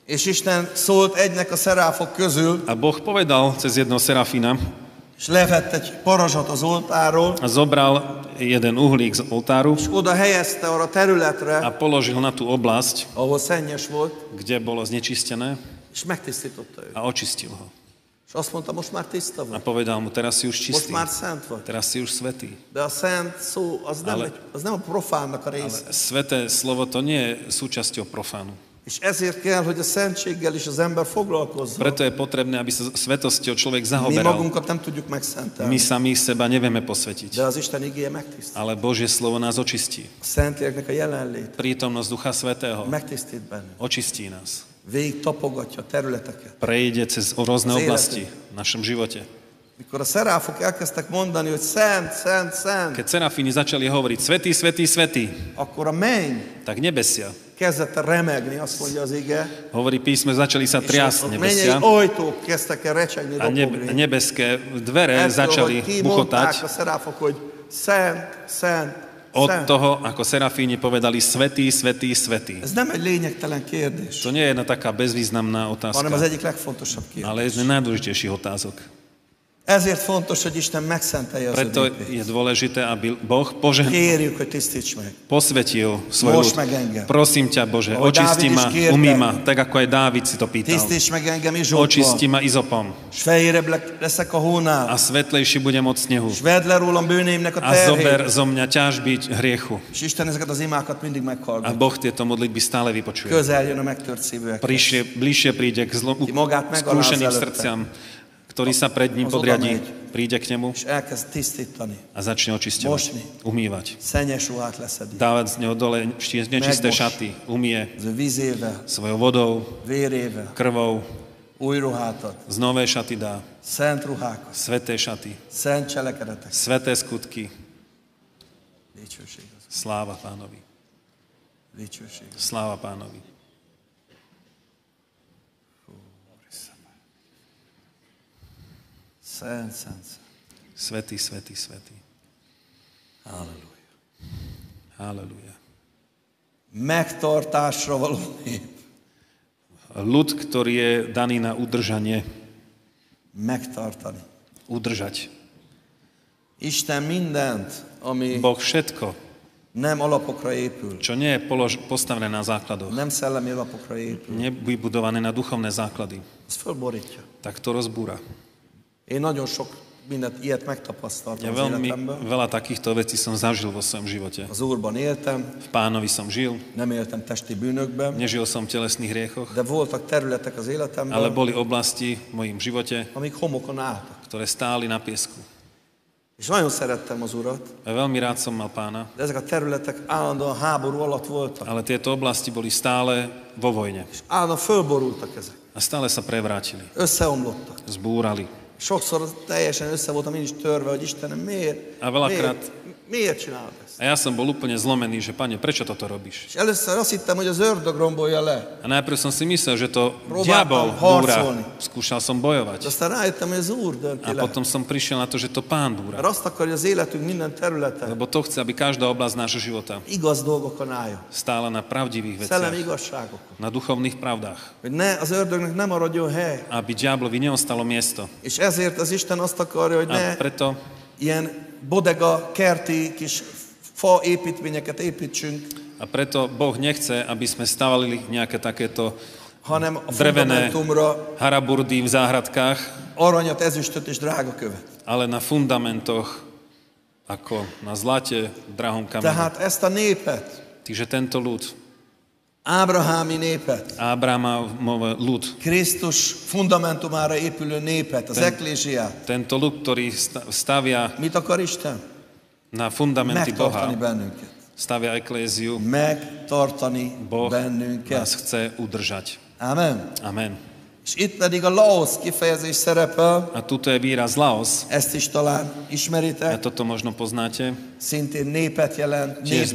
[SPEAKER 4] És Isten szólt egynek a szeráfok közül,
[SPEAKER 5] A Boh povedal cez jedného serafína
[SPEAKER 4] és levett egy parazsat az oltáról,
[SPEAKER 5] a zobral jeden uhlík z oltáru
[SPEAKER 4] és oda helyezte arra a
[SPEAKER 5] a
[SPEAKER 4] területre,
[SPEAKER 5] položil na tú oblasť,
[SPEAKER 4] ahol szennyes volt,
[SPEAKER 5] kde bolo znečistené
[SPEAKER 4] és megtisztította őt.
[SPEAKER 5] a očistil ho.
[SPEAKER 4] És azt mondta, most már tiszta
[SPEAKER 5] A
[SPEAKER 4] vagy,
[SPEAKER 5] povedal mu, teraz si už
[SPEAKER 4] most
[SPEAKER 5] čistý,
[SPEAKER 4] már szent vagy.
[SPEAKER 5] teraz si už svetý.
[SPEAKER 4] De a szent szó az nem,
[SPEAKER 5] Ale-
[SPEAKER 4] egy, az nem a profánnak a része.
[SPEAKER 5] Sveté slovo to nie je súčasťou profánu.
[SPEAKER 4] És ezért kell, hogy a szentséggel is az ember foglalkozzon.
[SPEAKER 5] Preto je potrebné, aby sa svetosťou človek
[SPEAKER 4] Mi
[SPEAKER 5] zaoberal.
[SPEAKER 4] magunkat nem tudjuk
[SPEAKER 5] My
[SPEAKER 4] megszentelni,
[SPEAKER 5] sami seba nevieme
[SPEAKER 4] de
[SPEAKER 5] posvetiť,
[SPEAKER 4] az Isten igéje megtisztít.
[SPEAKER 5] ale Božie slovo nás očistí.
[SPEAKER 4] A szentléleknek a jelenlét
[SPEAKER 5] Prítomnosť Ducha Svetého
[SPEAKER 4] megtisztít bennünk.
[SPEAKER 5] očistí nás.
[SPEAKER 4] Végig tapogatja a területeket.
[SPEAKER 5] Prejde cez
[SPEAKER 4] Z
[SPEAKER 5] rôzne
[SPEAKER 4] életünk.
[SPEAKER 5] oblasti v našom živote.
[SPEAKER 4] Mikor a szeráfok elkezdtek mondani, hogy szent, szent, szent,
[SPEAKER 5] Keď serafíni začali hovoriť Svetý, Svetý, Svetý,
[SPEAKER 4] akkor a menny
[SPEAKER 5] tak nebesia.
[SPEAKER 4] kezdett el remegni, azt mondja az ige.
[SPEAKER 5] Hovorí písme, začali sa
[SPEAKER 4] És a
[SPEAKER 5] triasť
[SPEAKER 4] mennyei
[SPEAKER 5] nebesia
[SPEAKER 4] ajtók kezdtek el recsegni,
[SPEAKER 5] a nebe,
[SPEAKER 4] ropogni.
[SPEAKER 5] nebeské dvere
[SPEAKER 4] Ettől, hogy
[SPEAKER 5] začali
[SPEAKER 4] kimondták a
[SPEAKER 5] buchotať
[SPEAKER 4] szeráfok, hogy szent, szent,
[SPEAKER 5] od
[SPEAKER 4] szent.
[SPEAKER 5] toho, ako serafíni povedali Svetý, Svetý, Svetý.
[SPEAKER 4] Ez nem egy lényegtelen kérdés,
[SPEAKER 5] To nie je jedna taká bezvýznamná
[SPEAKER 4] hanem az
[SPEAKER 5] otázka,
[SPEAKER 4] egyik legfontosabb kérdés.
[SPEAKER 5] ale je z najdôležitejších otázok.
[SPEAKER 4] Ezért fontos, hogy Isten megszentelje az ő
[SPEAKER 5] Preto je
[SPEAKER 4] népét.
[SPEAKER 5] dôležité, aby Boh požehnal
[SPEAKER 4] Kérjük, hogy tisztíts meg.
[SPEAKER 5] posvetil svoj
[SPEAKER 4] Môž
[SPEAKER 5] ľud.
[SPEAKER 4] meg engem.
[SPEAKER 5] Prosím ťa, Bože,
[SPEAKER 4] Lebo
[SPEAKER 5] očisti
[SPEAKER 4] Dávid is
[SPEAKER 5] ma,
[SPEAKER 4] kérte.
[SPEAKER 5] umí ma, tak ako aj Dávid si to pýtal.
[SPEAKER 4] Tisztíts meg engem Izsótban,
[SPEAKER 5] Očisti ma izopom
[SPEAKER 4] és fehérebb le- leszek a
[SPEAKER 5] a
[SPEAKER 4] hónál,
[SPEAKER 5] svetlejší budem od snehu.
[SPEAKER 4] és vedd le rólam bűnéimnek a
[SPEAKER 5] A zober
[SPEAKER 4] terhét.
[SPEAKER 5] zo mňa ťažby hriechu.
[SPEAKER 4] És Isten ezeket az imákat mindig
[SPEAKER 5] A
[SPEAKER 4] meghallgat.
[SPEAKER 5] Boh tieto modlitby stále vypočuje.
[SPEAKER 4] Közel jön a megtört szívűek.
[SPEAKER 5] Prišie, bližšie príde k zlom,
[SPEAKER 4] Ty magát megalázz
[SPEAKER 5] skúšeným
[SPEAKER 4] előtte.
[SPEAKER 5] srdciam, ktorý sa pred ním
[SPEAKER 4] Az
[SPEAKER 5] podriadí.
[SPEAKER 4] odamegy.
[SPEAKER 5] Príde k nemu
[SPEAKER 4] És elkezd tisztítani.
[SPEAKER 5] a začne
[SPEAKER 4] Mosni.
[SPEAKER 5] očisťovať, umývať.
[SPEAKER 4] Szennyes ruhát leszedi.
[SPEAKER 5] Dávať z neho dole štie- nečisté
[SPEAKER 4] Megmos.
[SPEAKER 5] šaty, umie
[SPEAKER 4] Az ő vízével,
[SPEAKER 5] svojou vodou,
[SPEAKER 4] vérével,
[SPEAKER 5] krvou,
[SPEAKER 4] új ruhát ad,
[SPEAKER 5] z nové šaty dá,
[SPEAKER 4] szent ruhákat,
[SPEAKER 5] sveté šaty,
[SPEAKER 4] szent cselekedetek.
[SPEAKER 5] sveté skutky,
[SPEAKER 4] Dicsőség az,
[SPEAKER 5] Sláva pánovi.
[SPEAKER 4] dicsőség az.
[SPEAKER 5] Sláva pánovi.
[SPEAKER 4] Szent, szent, szent.
[SPEAKER 5] Svetý, svetý, svetý. Halleluja.
[SPEAKER 4] Megtartásra való nép.
[SPEAKER 5] Halleluja. Ľud, ktorý je daný na udržanie.
[SPEAKER 4] Megtartani.
[SPEAKER 5] Udržať.
[SPEAKER 4] Isten mindent, ami
[SPEAKER 5] Boh všetko,
[SPEAKER 4] nem alapokra épül,
[SPEAKER 5] čo nie je polož- postavené na základoch,
[SPEAKER 4] nem szellemi alapokra épül,
[SPEAKER 5] nevybudované na duchovné základy,
[SPEAKER 4] az fölborítja.
[SPEAKER 5] tak to rozbúra.
[SPEAKER 4] Én nagyon sok mindent, ilyet megtapasztaltam
[SPEAKER 5] Ja
[SPEAKER 4] az
[SPEAKER 5] veľmi
[SPEAKER 4] életemben.
[SPEAKER 5] veľa takýchto vecí som zažil vo svojom živote.
[SPEAKER 4] Az Úrban éltem,
[SPEAKER 5] V pánovi som žil,
[SPEAKER 4] nem éltem testi bűnökben,
[SPEAKER 5] nežil som v telesných hriechoch,
[SPEAKER 4] de voltak területek az életemben,
[SPEAKER 5] ale boli oblasti v mojom živote,
[SPEAKER 4] amik homokon álltak.
[SPEAKER 5] ktoré stáli na piesku.
[SPEAKER 4] És nagyon szerettem az Urat,
[SPEAKER 5] A veľmi rád som mal pána,
[SPEAKER 4] de ezek a területek állandóan háború alatt voltak.
[SPEAKER 5] ale tieto oblasti boli stále vo vojne
[SPEAKER 4] És állandóan fölborultak ezek.
[SPEAKER 5] a stále sa prevrátili,
[SPEAKER 4] Összeomlottak.
[SPEAKER 5] zbúrali.
[SPEAKER 4] Sokszor az teljesen össze voltam én is törve, hogy Istenem, miért?
[SPEAKER 5] A valakrat-
[SPEAKER 4] miért, miért csinálod ezt?
[SPEAKER 5] A ja som bol úplne zlomený, že pane, prečo toto robíš?
[SPEAKER 4] És először azt hittem, hogy az ördög rombolja le.
[SPEAKER 5] A najprv som si myslel, že to
[SPEAKER 4] Robert
[SPEAKER 5] diabol
[SPEAKER 4] tam
[SPEAKER 5] búra.
[SPEAKER 4] harcolný.
[SPEAKER 5] Skúšal som
[SPEAKER 4] De
[SPEAKER 5] bojovať.
[SPEAKER 4] aztán rájöttem, hogy az Úr dönti
[SPEAKER 5] A
[SPEAKER 4] le.
[SPEAKER 5] potom som prišiel na to, že to pán búra.
[SPEAKER 4] Mert azt akarja, hogy az életünk minden területen
[SPEAKER 5] Lebo to chce, aby každá oblasť nášho života
[SPEAKER 4] igaz dolgokon álljon.
[SPEAKER 5] stála na pravdivých
[SPEAKER 4] Szellemi
[SPEAKER 5] veciach,
[SPEAKER 4] igazságokon.
[SPEAKER 5] na duchovných pravdách.
[SPEAKER 4] Hogy ne, az ördögnek nem maradjon hely.
[SPEAKER 5] Aby diablovi neostalo miesto.
[SPEAKER 4] És ezért az Isten azt akarja, hogy
[SPEAKER 5] A
[SPEAKER 4] ne
[SPEAKER 5] preto
[SPEAKER 4] ilyen bodega, kerti kis fa építményeket építsünk,
[SPEAKER 5] a preto Boh nechce, aby sme stavali nejaké takéto
[SPEAKER 4] hanem a
[SPEAKER 5] drevené
[SPEAKER 4] fundamentumra
[SPEAKER 5] haraburdy v záhradkách,
[SPEAKER 4] aranyat, ezüstöt és drága követ.
[SPEAKER 5] ale na fundamentoch ako na zlate, drahom kameni.
[SPEAKER 4] Tehát ezt a népet,
[SPEAKER 5] Čiže tento ľud,
[SPEAKER 4] Ábrahámi népet,
[SPEAKER 5] Abrahamov ľud,
[SPEAKER 4] Krisztus fundamentumára épülő népet, az eklésiát,
[SPEAKER 5] tento ľud, ktorý sta- stavia
[SPEAKER 4] mit akar Isten?
[SPEAKER 5] na fundamenty
[SPEAKER 4] Megtartani
[SPEAKER 5] Boha,
[SPEAKER 4] bennünket.
[SPEAKER 5] stavia ekléziu,
[SPEAKER 4] Megtartani
[SPEAKER 5] Boh nás
[SPEAKER 4] bennünket.
[SPEAKER 5] chce udržať.
[SPEAKER 4] Amen.
[SPEAKER 5] Amen.
[SPEAKER 4] És itt pedig a Laosz kifejezés szerepel,
[SPEAKER 5] A tuto je výraz Laos.
[SPEAKER 4] ezt is talán
[SPEAKER 5] A
[SPEAKER 4] ismeritek,
[SPEAKER 5] toto možno poznáte.
[SPEAKER 4] szintén népet jelent,
[SPEAKER 5] Tiež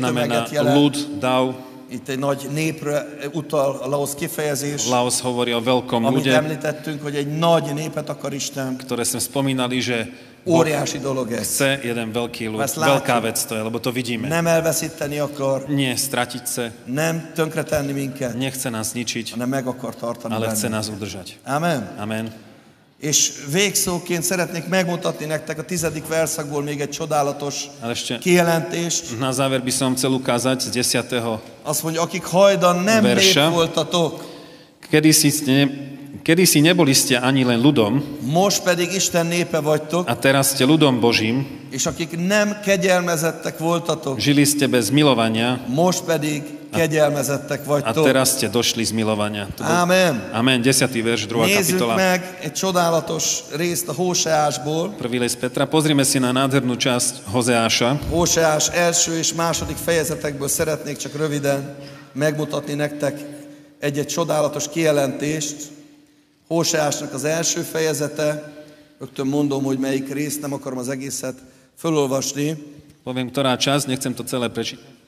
[SPEAKER 4] néptömeget
[SPEAKER 5] znamená
[SPEAKER 4] jelent.
[SPEAKER 5] ľud, dav.
[SPEAKER 4] Itt egy nagy népre utal a Laosz kifejezés,
[SPEAKER 5] Laos hovorí o veľkom
[SPEAKER 4] amit
[SPEAKER 5] ľude,
[SPEAKER 4] említettünk, hogy egy nagy népet akar Isten.
[SPEAKER 5] ktoré sme spomínali, že Boh
[SPEAKER 4] Óriási dolog ez.
[SPEAKER 5] chce jeden veľký ľud.
[SPEAKER 4] Vás látom.
[SPEAKER 5] Veľká vec to je, lebo to vidíme.
[SPEAKER 4] Nem elveszíteni akar,
[SPEAKER 5] Nie stratiť sa,
[SPEAKER 4] nem tönkretenni minket,
[SPEAKER 5] nechce nás ničiť,
[SPEAKER 4] hanem meg akar tartani
[SPEAKER 5] ale
[SPEAKER 4] bennünket.
[SPEAKER 5] chce nás udržať.
[SPEAKER 4] Amen.
[SPEAKER 5] Amen.
[SPEAKER 4] És végszóként szeretnék megmutatni nektek a tizedik verszakból még egy csodálatos
[SPEAKER 5] Ale ešte
[SPEAKER 4] kijelentést.
[SPEAKER 5] na záver by som chcel ukázať z 10.
[SPEAKER 4] Azt mondja, akik hajdan nem nép
[SPEAKER 5] Verse.
[SPEAKER 4] voltatok,
[SPEAKER 5] Kedy si, ste, kedy si neboli ste ani len ľudom,
[SPEAKER 4] most pedig Isten népe vagytok,
[SPEAKER 5] a teraz ste ľudom Božím,
[SPEAKER 4] és akik nem kegyelmezettek voltatok,
[SPEAKER 5] žili ste bez milovania,
[SPEAKER 4] most pedig kegyelmezettek
[SPEAKER 5] a
[SPEAKER 4] vagytok.
[SPEAKER 5] teraz ste došli z milovania. To bol-
[SPEAKER 4] Amen.
[SPEAKER 5] Amen, 10. verš, 2.
[SPEAKER 4] Nézzük
[SPEAKER 5] kapitola.
[SPEAKER 4] meg egy csodálatos részt a Hóseásból.
[SPEAKER 5] Prvý list Petra. Pozrime si na nádhernú časť Hozeáša.
[SPEAKER 4] Hóseás első és második fejezetekből szeretnék csak röviden megmutatni nektek egy-egy csodálatos kijelentést. Hóseásnak az első fejezete, rögtön mondom, hogy melyik rész, nem akarom az egészet fölolvasni.
[SPEAKER 5] Poviem, ktorá časť, nechcem to celé prečítať.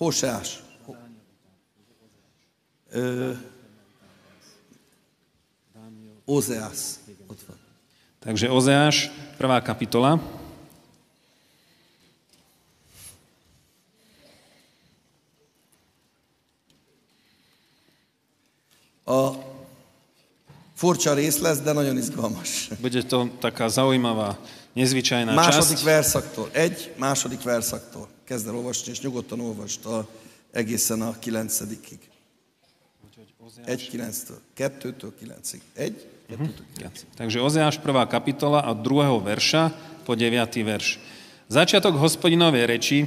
[SPEAKER 4] Hóseás. Ho- Ö, Ózeász. Ott van.
[SPEAKER 5] Takže Ozeáš, 1. kapitola.
[SPEAKER 4] Furcsa rész lesz, de nagyon izgalmas.
[SPEAKER 5] Bude to taká zaujímavá, nezvyčajná
[SPEAKER 4] Második
[SPEAKER 5] časť.
[SPEAKER 4] verszaktól. Egy, második verszaktól. Kezd el olvasni, és nyugodtan olvasd a, egészen a kilencedikig. Egy kilenctől. Kettőtől kilencig. Egy, kettőtől
[SPEAKER 5] Ja. Takže Ozeáš 1. kapitola od 2. verša po 9. verš. Začiatok hospodinovej reči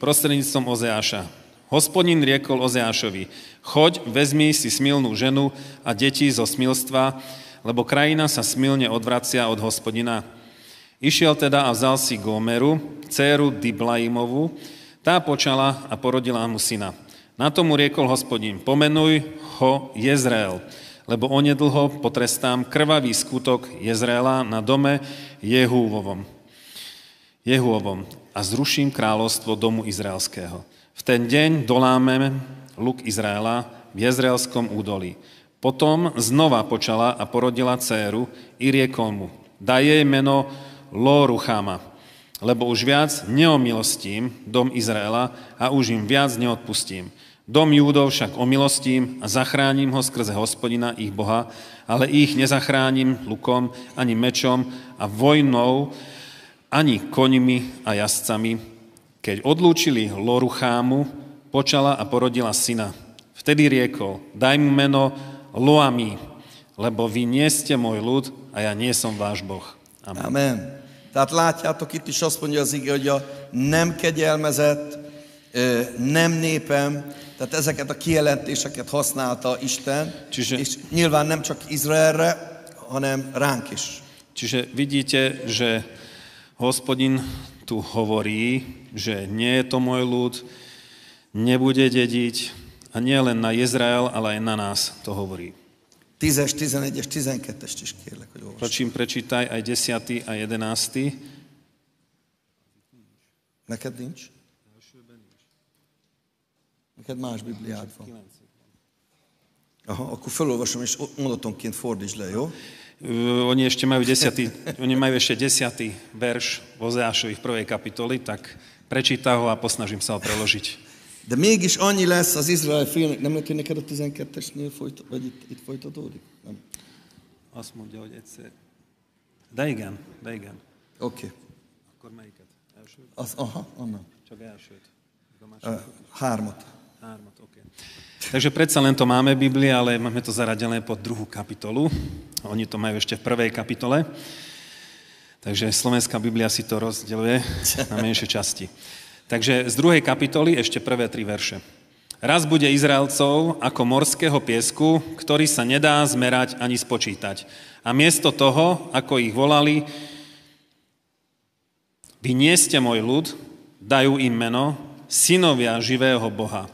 [SPEAKER 5] prostredníctvom Ozeáša. Hospodin riekol Ozeášovi, choď, vezmi si smilnú ženu a deti zo smilstva, lebo krajina sa smilne odvracia od hospodina. Išiel teda a vzal si Gómeru, dceru Diblaimovu, tá počala a porodila mu syna. Na tomu riekol hospodin, pomenuj ho Jezreel, lebo onedlho potrestám krvavý skutok Jezreela na dome Jehúvovom. Jehuovom a zruším kráľovstvo domu izraelského. V ten deň dolámeme luk Izraela v jezraelskom údolí. Potom znova počala a porodila dceru i riekol mu, Daj jej meno Loruchama, lebo už viac neomilostím dom Izraela a už im viac neodpustím. Dom Júdov však omilostím a zachránim ho skrze hospodina ich Boha, ale ich nezachránim lukom, ani mečom a vojnou, ani koňmi a jazdcami. Keď odlúčili Loruchámu, počala a porodila syna. Vtedy riekol, daj mu meno Loami, lebo vy nie ste môj ľud a ja nie som váš Boh. Amen.
[SPEAKER 4] Amen. Tehát látjátok, itt is azt mondja az ige, hogy a nem kegyelmezett, ö, nem népem, tehát ezeket a kijelentéseket használta Isten,
[SPEAKER 5] Csizse.
[SPEAKER 4] és nyilván nem csak Izraelre, hanem ránk is.
[SPEAKER 5] Čiže vidíte, že hospodin tu hovorí, že nie je to môj ľud, nebude dediť a nie len na Izrael, ale aj na nás to hovorí.
[SPEAKER 4] 10-es, 11-es, 12-est is kérlek, hogy olvasd.
[SPEAKER 5] Pročím prečítaj aj 10. a 11.
[SPEAKER 4] Neked nincs? Neked más Bibliád van. Aha, akkor felolvasom, és o- mondatonként fordítsd le, jó?
[SPEAKER 5] Uh, Oni ešte majú 10. oni majú ešte 10. verš vo Zášovi v prvej kapitoli, tak prečítaj ho a posnažím sa ho preložiť.
[SPEAKER 4] De mégis annyi lesz az Izrael félnek. Nem lehet, hogy neked a 12-esnél folyt, vagy itt, itt folytatódik? Nem.
[SPEAKER 5] Azt mondja, hogy egyszer... De igen, de igen.
[SPEAKER 4] Oké. Okay.
[SPEAKER 5] Akkor melyiket? Elsőt?
[SPEAKER 4] Az, aha, onnan.
[SPEAKER 5] Csak elsőt. A
[SPEAKER 4] Ö,
[SPEAKER 5] második?
[SPEAKER 4] Hármat.
[SPEAKER 5] Hármat, okay. Takže predsa len to máme v Biblii, ale máme to zaradené pod druhú kapitolu. Oni to majú ešte v prvej kapitole. Takže slovenská Biblia si to rozdeľuje na menšie časti. Takže z druhej kapitoly ešte prvé tri verše. Raz bude Izraelcov ako morského piesku, ktorý sa nedá zmerať ani spočítať. A miesto toho, ako ich volali, vy nie ste môj ľud, dajú im meno, synovia živého Boha.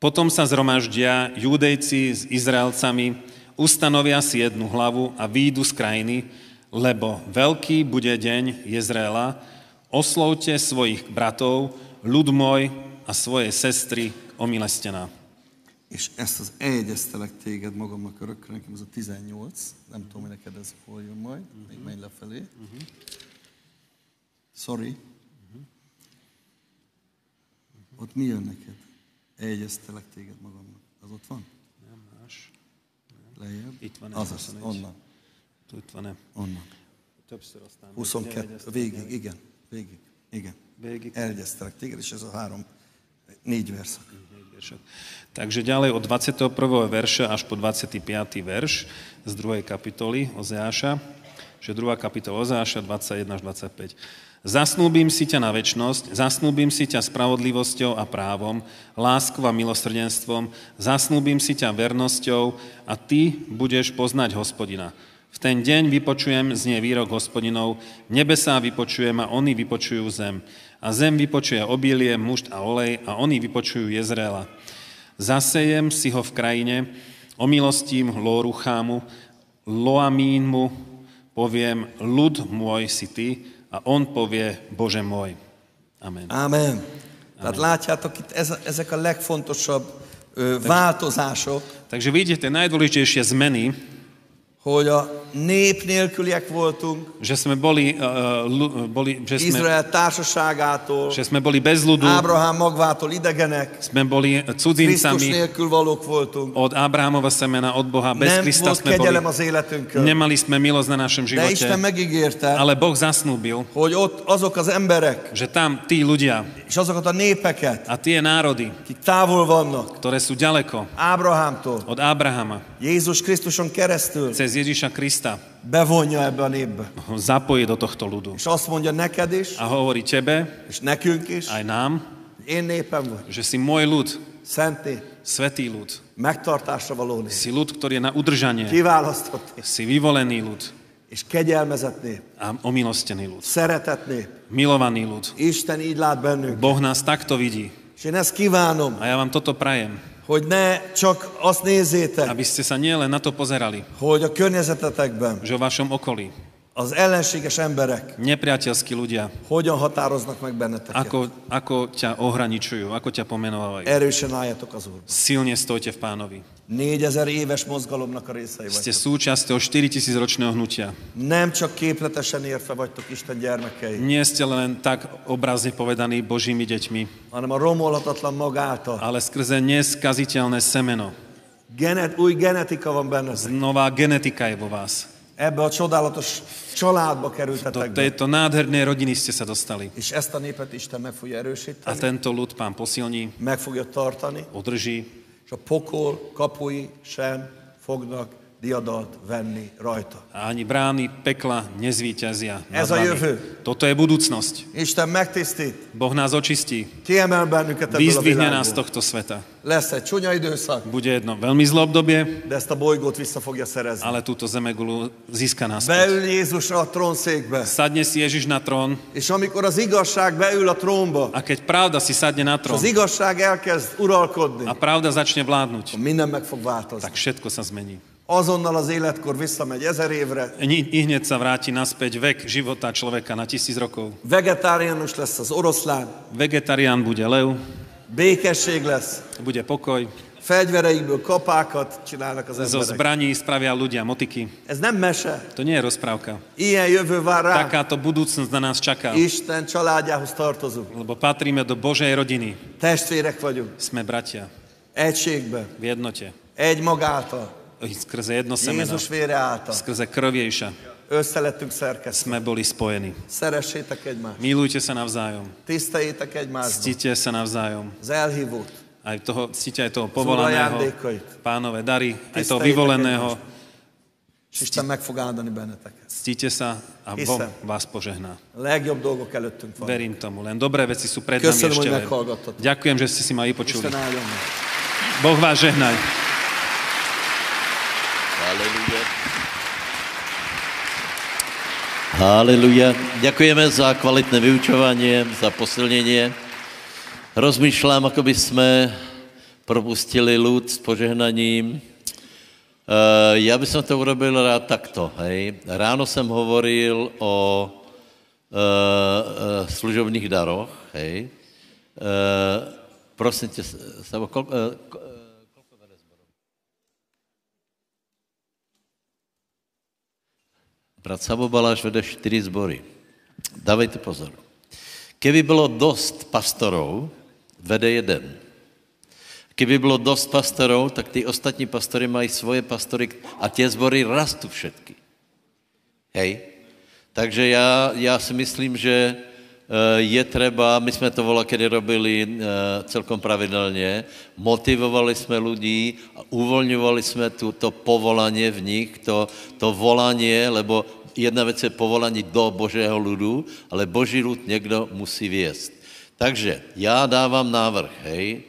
[SPEAKER 5] Potom sa zhromaždia júdejci s Izraelcami, ustanovia si jednu hlavu a výjdu z krajiny, lebo veľký bude deň Jezreela, oslovte svojich bratov, ľud môj a svoje sestry omilestená.
[SPEAKER 4] És ezt az egyeztelek téged magamnak örökre, nekem ez a 18, nem tudom, hogy neked ez hol jön majd,
[SPEAKER 5] Mhm.
[SPEAKER 4] uh-huh. még menj lefelé. Uh-huh. Sorry. Uh-huh.
[SPEAKER 5] Mhm.
[SPEAKER 4] Ott mi jön neked? Egyeztelek téged magamnak. Az ott van? Lejjebb?
[SPEAKER 5] Itt van,
[SPEAKER 4] Az,
[SPEAKER 5] ez
[SPEAKER 4] az,
[SPEAKER 5] 21.
[SPEAKER 4] onnan,
[SPEAKER 5] Tu to ne.
[SPEAKER 4] onnan.
[SPEAKER 5] Többször aztán.
[SPEAKER 4] 22, végig, igen, végig, igen.
[SPEAKER 5] Végig.
[SPEAKER 4] Elegyeztelek téged, és ez a három, négy verszak.
[SPEAKER 5] veršok. Takže ďalej od 21. verša až po 25. verš z druhej kapitoly Ozeáša, že druhá kapitola Ozeáša 21 až 25. Zasnúbim si ťa na väčnosť, zasnúbim si ťa spravodlivosťou a právom, láskou a milosrdenstvom, zasnúbim si ťa vernosťou a ty budeš poznať hospodina. V ten deň vypočujem znie výrok hospodinov, nebesá vypočujem a oni vypočujú zem. A zem vypočuje obilie, mušt a olej a oni vypočujú Jezreela. Zasejem si ho v krajine, omilostím Lóruchámu, Loamínmu, poviem, ľud môj si ty, a on povie, Bože môj. Amen.
[SPEAKER 4] Amen. Amen. Tehát látjátok, itt ez, ezek a legfontosabb ö, változások,
[SPEAKER 5] Takže vidíte najdôležitejšie zmeny,
[SPEAKER 4] hogy a nép nélküliek voltunk,
[SPEAKER 5] že sme boli, uh, lu, boli že, sme,
[SPEAKER 4] Izrael társaságától,
[SPEAKER 5] že sme boli bez ľudu,
[SPEAKER 4] Ábrahám magvától idegenek,
[SPEAKER 5] sme boli
[SPEAKER 4] Krisztus
[SPEAKER 5] cudzincami,
[SPEAKER 4] nélkül valók voltunk,
[SPEAKER 5] od Abrahamova semena, od Boha, bez
[SPEAKER 4] nem
[SPEAKER 5] Krista
[SPEAKER 4] volt
[SPEAKER 5] sme boli.
[SPEAKER 4] kegyelem az életünkön,
[SPEAKER 5] Nemali sme milosť na našom
[SPEAKER 4] de Isten
[SPEAKER 5] živote,
[SPEAKER 4] megígérte,
[SPEAKER 5] ale Boh zasnúbil,
[SPEAKER 4] hogy ott azok az emberek,
[SPEAKER 5] že tam tí ľudia
[SPEAKER 4] és azokat a népeket,
[SPEAKER 5] a tie národy,
[SPEAKER 4] akik távol vannak
[SPEAKER 5] ktoré sú ďaleko
[SPEAKER 4] Ábrahámtól,
[SPEAKER 5] od Abrahama,
[SPEAKER 4] Jézus Krisztuson keresztül
[SPEAKER 5] cez Ježiša Krista
[SPEAKER 4] bevonja ebbe a népbe.
[SPEAKER 5] ho zapojí do tohto ľudu.
[SPEAKER 4] És azt mondja neked is,
[SPEAKER 5] A hovorí tebe,
[SPEAKER 4] és nekünk is,
[SPEAKER 5] aj nám,
[SPEAKER 4] én népem vagy,
[SPEAKER 5] že si môj ľud,
[SPEAKER 4] szent nép,
[SPEAKER 5] svetý ľud,
[SPEAKER 4] megtartásra való nép,
[SPEAKER 5] si ľud, ktorý je na udržanie,
[SPEAKER 4] kiválasztott nép,
[SPEAKER 5] si vyvolený ľud
[SPEAKER 4] és kegyelmezett nép,
[SPEAKER 5] a omilostený ľud,
[SPEAKER 4] szeretett nép.
[SPEAKER 5] milovaný ľud.
[SPEAKER 4] Isten így lát bennünk.
[SPEAKER 5] Boh nás takto vidí
[SPEAKER 4] És én ezt kívánom,
[SPEAKER 5] a ja vám toto prajem,
[SPEAKER 4] hogy ne csak azt nézzétek,
[SPEAKER 5] aby ste sa nielen na to pozerali,
[SPEAKER 4] hogy a környezetetekben,
[SPEAKER 5] že o vašom okolí,
[SPEAKER 4] az ellenséges emberek
[SPEAKER 5] Nepriateľskí ľudia,
[SPEAKER 4] hogyan határoznak meg benneteket.
[SPEAKER 5] ako, ako ťa ohraničujú, ako ťa pomenovávajú.
[SPEAKER 4] Erősen álljatok az Úrban.
[SPEAKER 5] Silne stojte v pánovi.
[SPEAKER 4] Négyezer éves mozgalomnak a részei vagytok.
[SPEAKER 5] Ste súčasťou 4000 ročného hnutia.
[SPEAKER 4] Nem csak képletesen értve vagytok Isten gyermekei,
[SPEAKER 5] Nie ste len tak obrazne povedaní Božími deťmi,
[SPEAKER 4] hanem a romolhatatlan mag által.
[SPEAKER 5] ale skrze neskaziteľné semeno.
[SPEAKER 4] Genet, új genetika van bennetek.
[SPEAKER 5] Nová genetika je vo vás.
[SPEAKER 4] Ebbe a csodálatos családba
[SPEAKER 5] Do
[SPEAKER 4] kerültetek be.
[SPEAKER 5] tejto nádhernej rodiny ste sa dostali.
[SPEAKER 4] És ezt a népet Isten meg fogja
[SPEAKER 5] A
[SPEAKER 4] erősíteni,
[SPEAKER 5] tento ľud pán posilní,
[SPEAKER 4] meg fogja tartani,
[SPEAKER 5] udrží
[SPEAKER 4] és a pokol kapui sem fognak diadalt venni rajta.
[SPEAKER 5] a ani brány pekla nezvíťazia. nad
[SPEAKER 4] Ez a
[SPEAKER 5] vami.
[SPEAKER 4] jövő.
[SPEAKER 5] Toto je budúcnosť.
[SPEAKER 4] Isten megtisztít,
[SPEAKER 5] Boh nás očistí.
[SPEAKER 4] kiemel bennünket ebből a
[SPEAKER 5] Vyzdvihne nás z
[SPEAKER 4] világból.
[SPEAKER 5] tohto sveta.
[SPEAKER 4] Lesz egy csúnya időszak,
[SPEAKER 5] Bude jedno veľmi zlé obdobie,
[SPEAKER 4] de ezt a bolygót vissza fogja szerezni.
[SPEAKER 5] ale túto zemegulu získa
[SPEAKER 4] Beül
[SPEAKER 5] náspäť.
[SPEAKER 4] Jézusra a trónszékbe,
[SPEAKER 5] Sadne si Ježiš na trón
[SPEAKER 4] és amikor az igazság beül a trónba,
[SPEAKER 5] a keď pravda si sadne na
[SPEAKER 4] és
[SPEAKER 5] trón
[SPEAKER 4] az igazság elkezd uralkodni,
[SPEAKER 5] a pravda začne vládnuť,
[SPEAKER 4] minden meg fog változni.
[SPEAKER 5] tak všetko sa zmení.
[SPEAKER 4] Azonnal az életkor visszamegy ezer évre,
[SPEAKER 5] Ni- I hneď sa vráti naspäť vek života človeka na tisíc rokov.
[SPEAKER 4] vegetáriánus lesz az oroszlán,
[SPEAKER 5] Vegetarián bude lev,
[SPEAKER 4] békesség lesz,
[SPEAKER 5] bude pokoj,
[SPEAKER 4] fegyvereikből kapákat csinálnak az emberek.
[SPEAKER 5] zo zbraní spravia ľudia motiky.
[SPEAKER 4] Ez nem mese,
[SPEAKER 5] To nie je rozprávka.
[SPEAKER 4] ilyen jövő vár rá.
[SPEAKER 5] Takáto budúcnosť na nás čaká,
[SPEAKER 4] Isten családjához tartozunk,
[SPEAKER 5] lebo patríme do Božej rodiny.
[SPEAKER 4] testvérek vagyunk,
[SPEAKER 5] Sme bratia
[SPEAKER 4] egységben,
[SPEAKER 5] v jednote.
[SPEAKER 4] egy magáltal,
[SPEAKER 5] Skrze jedno semeno,
[SPEAKER 4] Jézus vére által,
[SPEAKER 5] skrze krviejša
[SPEAKER 4] össze lettünk szerkesztve.
[SPEAKER 5] sme boli spojení.
[SPEAKER 4] Szeressétek egymást,
[SPEAKER 5] Milujte sa navzájom,
[SPEAKER 4] tiszteljétek egymást,
[SPEAKER 5] ctite sa navzájom,
[SPEAKER 4] az elhívót,
[SPEAKER 5] aj toho, ctite aj toho
[SPEAKER 4] Zúra
[SPEAKER 5] povolaného,
[SPEAKER 4] Jandékojt.
[SPEAKER 5] pánové dary, aj toho
[SPEAKER 4] Tiszteljétek
[SPEAKER 5] vyvoleného,
[SPEAKER 4] egymást. és Isten meg fog áldani benneteket.
[SPEAKER 5] ctite sa a Boh
[SPEAKER 4] Hiszen.
[SPEAKER 5] vás požehná.
[SPEAKER 4] A legjobb dolgok előttünk van.
[SPEAKER 5] Verím tomu, len dobré veci sú pred nami
[SPEAKER 4] Köszönöm,
[SPEAKER 5] ešte
[SPEAKER 4] hogy
[SPEAKER 5] len.
[SPEAKER 4] meghallgattatok.
[SPEAKER 5] Ďakujem, že ste si ma vypočuli.
[SPEAKER 4] Isten áldjon meg.
[SPEAKER 5] Boh vás žehnaj.
[SPEAKER 1] Haleluja. Haleluja. Ďakujeme za kvalitné vyučovanie, za posilnenie. Rozmýšľam, ako by sme propustili ľud s požehnaním. Eh, Ja by som to urobil rád takto, hej. Ráno som hovoril o eh, eh, služobných daroch, hej. Eh, Prosím tě, Savo, koľko, eh, ko- Brat Savo Baláš vede čtyři sbory. Dávejte pozor. Keby bylo dost pastorů, vede jeden. Keby bylo dost pastorů, tak ty ostatní pastory mají svoje pastory a tě sbory rastu všetky. Hej. Takže já, já si myslím, že eh, je třeba, my jsme to vola, kedy robili eh, celkom pravidelně, motivovali jsme lidi, a uvolňovali jsme tu, to povolanie v nich, to, to volanie, lebo jedna věc je povolání do Božího ludu, ale Boží lud někdo musí věst. Takže já dávám návrh, hej,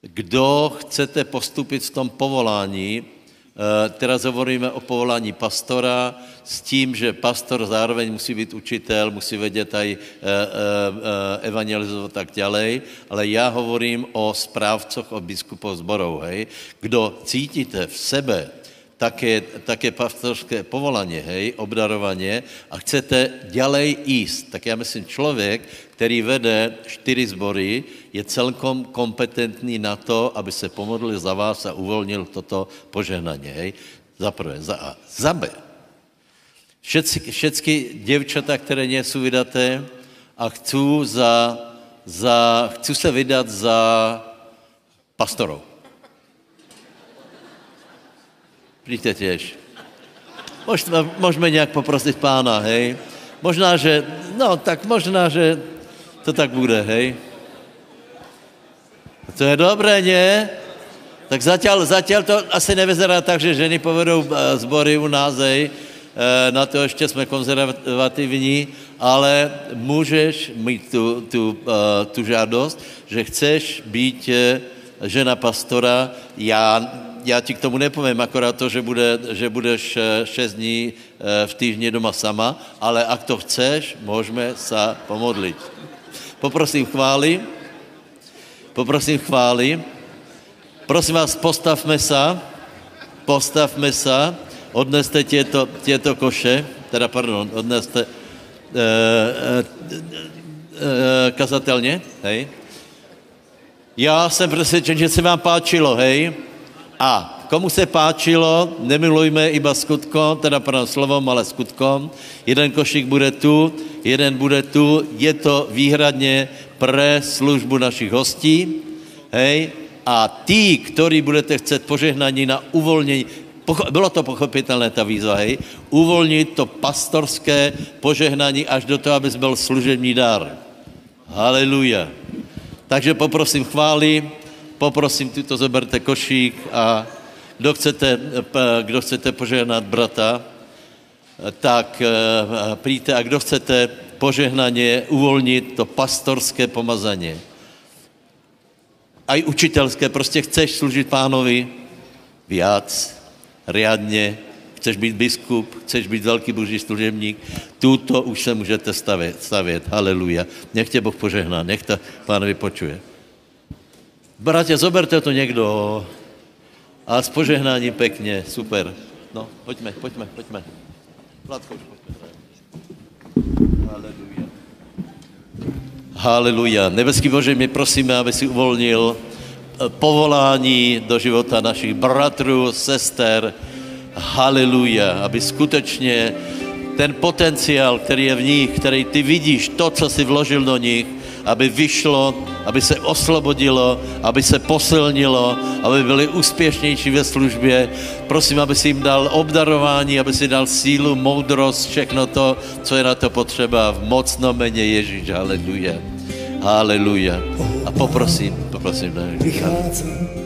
[SPEAKER 1] kdo chcete postupit v tom povolání, eh, teraz hovoríme o povolání pastora, s tím, že pastor zároveň musí být učitel, musí vědět aj eh, eh, eh, evangelizovat a tak ďalej, ale já hovorím o správcoch, o biskupov zborov, hej. Kdo cítíte v sebe také, také pastorské povolanie, hej, obdarovanie a chcete ďalej ísť, tak ja myslím, človek, ktorý vede čtyři zbory, je celkom kompetentný na to, aby se pomodlil za vás a uvolnil toto požehnanie, hej. Za prvé, za A. Za B. Všetci, všetky děvčata, které nie sú vydaté a chcú, za, za, chcú se vydat za pastorov. Príďte tiež. Môžeme, môžeme nejak poprosiť pána, hej. Možná, že, no tak možná, že to tak bude, hej. To je dobré, nie? Tak zatiaľ, zatiaľ to asi nevyzerá tak, že ženy povedou eh, zbory u nás, hej. Eh, Na to ještě jsme konzervativní, ale můžeš mít tu, tu, eh, tu žádost, že chceš být eh, žena pastora. Já, já ti k tomu nepovím, akorát to, že, bude, že budeš 6 dní eh, v týždni doma sama, ale ak to chceš, můžeme se pomodlit. Poprosím chvály. Poprosím chvály. Prosím vás, postavme sa, postavme sa odneste tieto, tieto koše, teda pardon, odneste e, e, e, kazatelně, hej. Já jsem přesvědčen, že se vám páčilo, hej. A komu se páčilo, nemilujme iba skutkom, teda pardon, slovom, ale skutkom. Jeden košík bude tu, jeden bude tu. Je to výhradně pre službu našich hostí, hej. A tí, ktorí budete chcet požehnání na uvolnění, Pocho- bylo to pochopitelné, ta výzva, hej? Uvolnit to pastorské požehnání až do toho, abys byl služební dár. Haleluja. Takže poprosím chvály, poprosím, tuto zoberte košík a kdo chcete, p- kdo chcete požehnat brata, tak eh, přijďte a kdo chcete požehnaně uvolnit to pastorské pomazaně. Aj učitelské, prostě chceš služit pánovi viac, riadně, chceš být biskup, chceš být velký boží služebník, tuto už se můžete stavět, stavět. haleluja. Nech tě Boh požehná, nech to pánovi počuje. Bratě, zoberte to někdo a s požehnáním pěkně, super. No, pojďme, pojďme, pojďme. Vládko, už pojďme. Haleluja. Haleluja. Nebeský Bože, my prosíme, aby si uvolnil eh, povolání do života našich bratrů, sester. Haleluja. Aby skutečně ten potenciál, který je v nich, který ty vidíš, to, co si vložil do nich, aby vyšlo, aby se oslobodilo, aby se posilnilo, aby byli úspěšnější ve službě. Prosím, aby si jim dal obdarování, aby si dal sílu, moudrost, všechno to, co je na to potřeba. V mocno meně Ježíš, haleluja. Haleluja. A poprosím, poprosím. Ne?
[SPEAKER 6] Prichádzam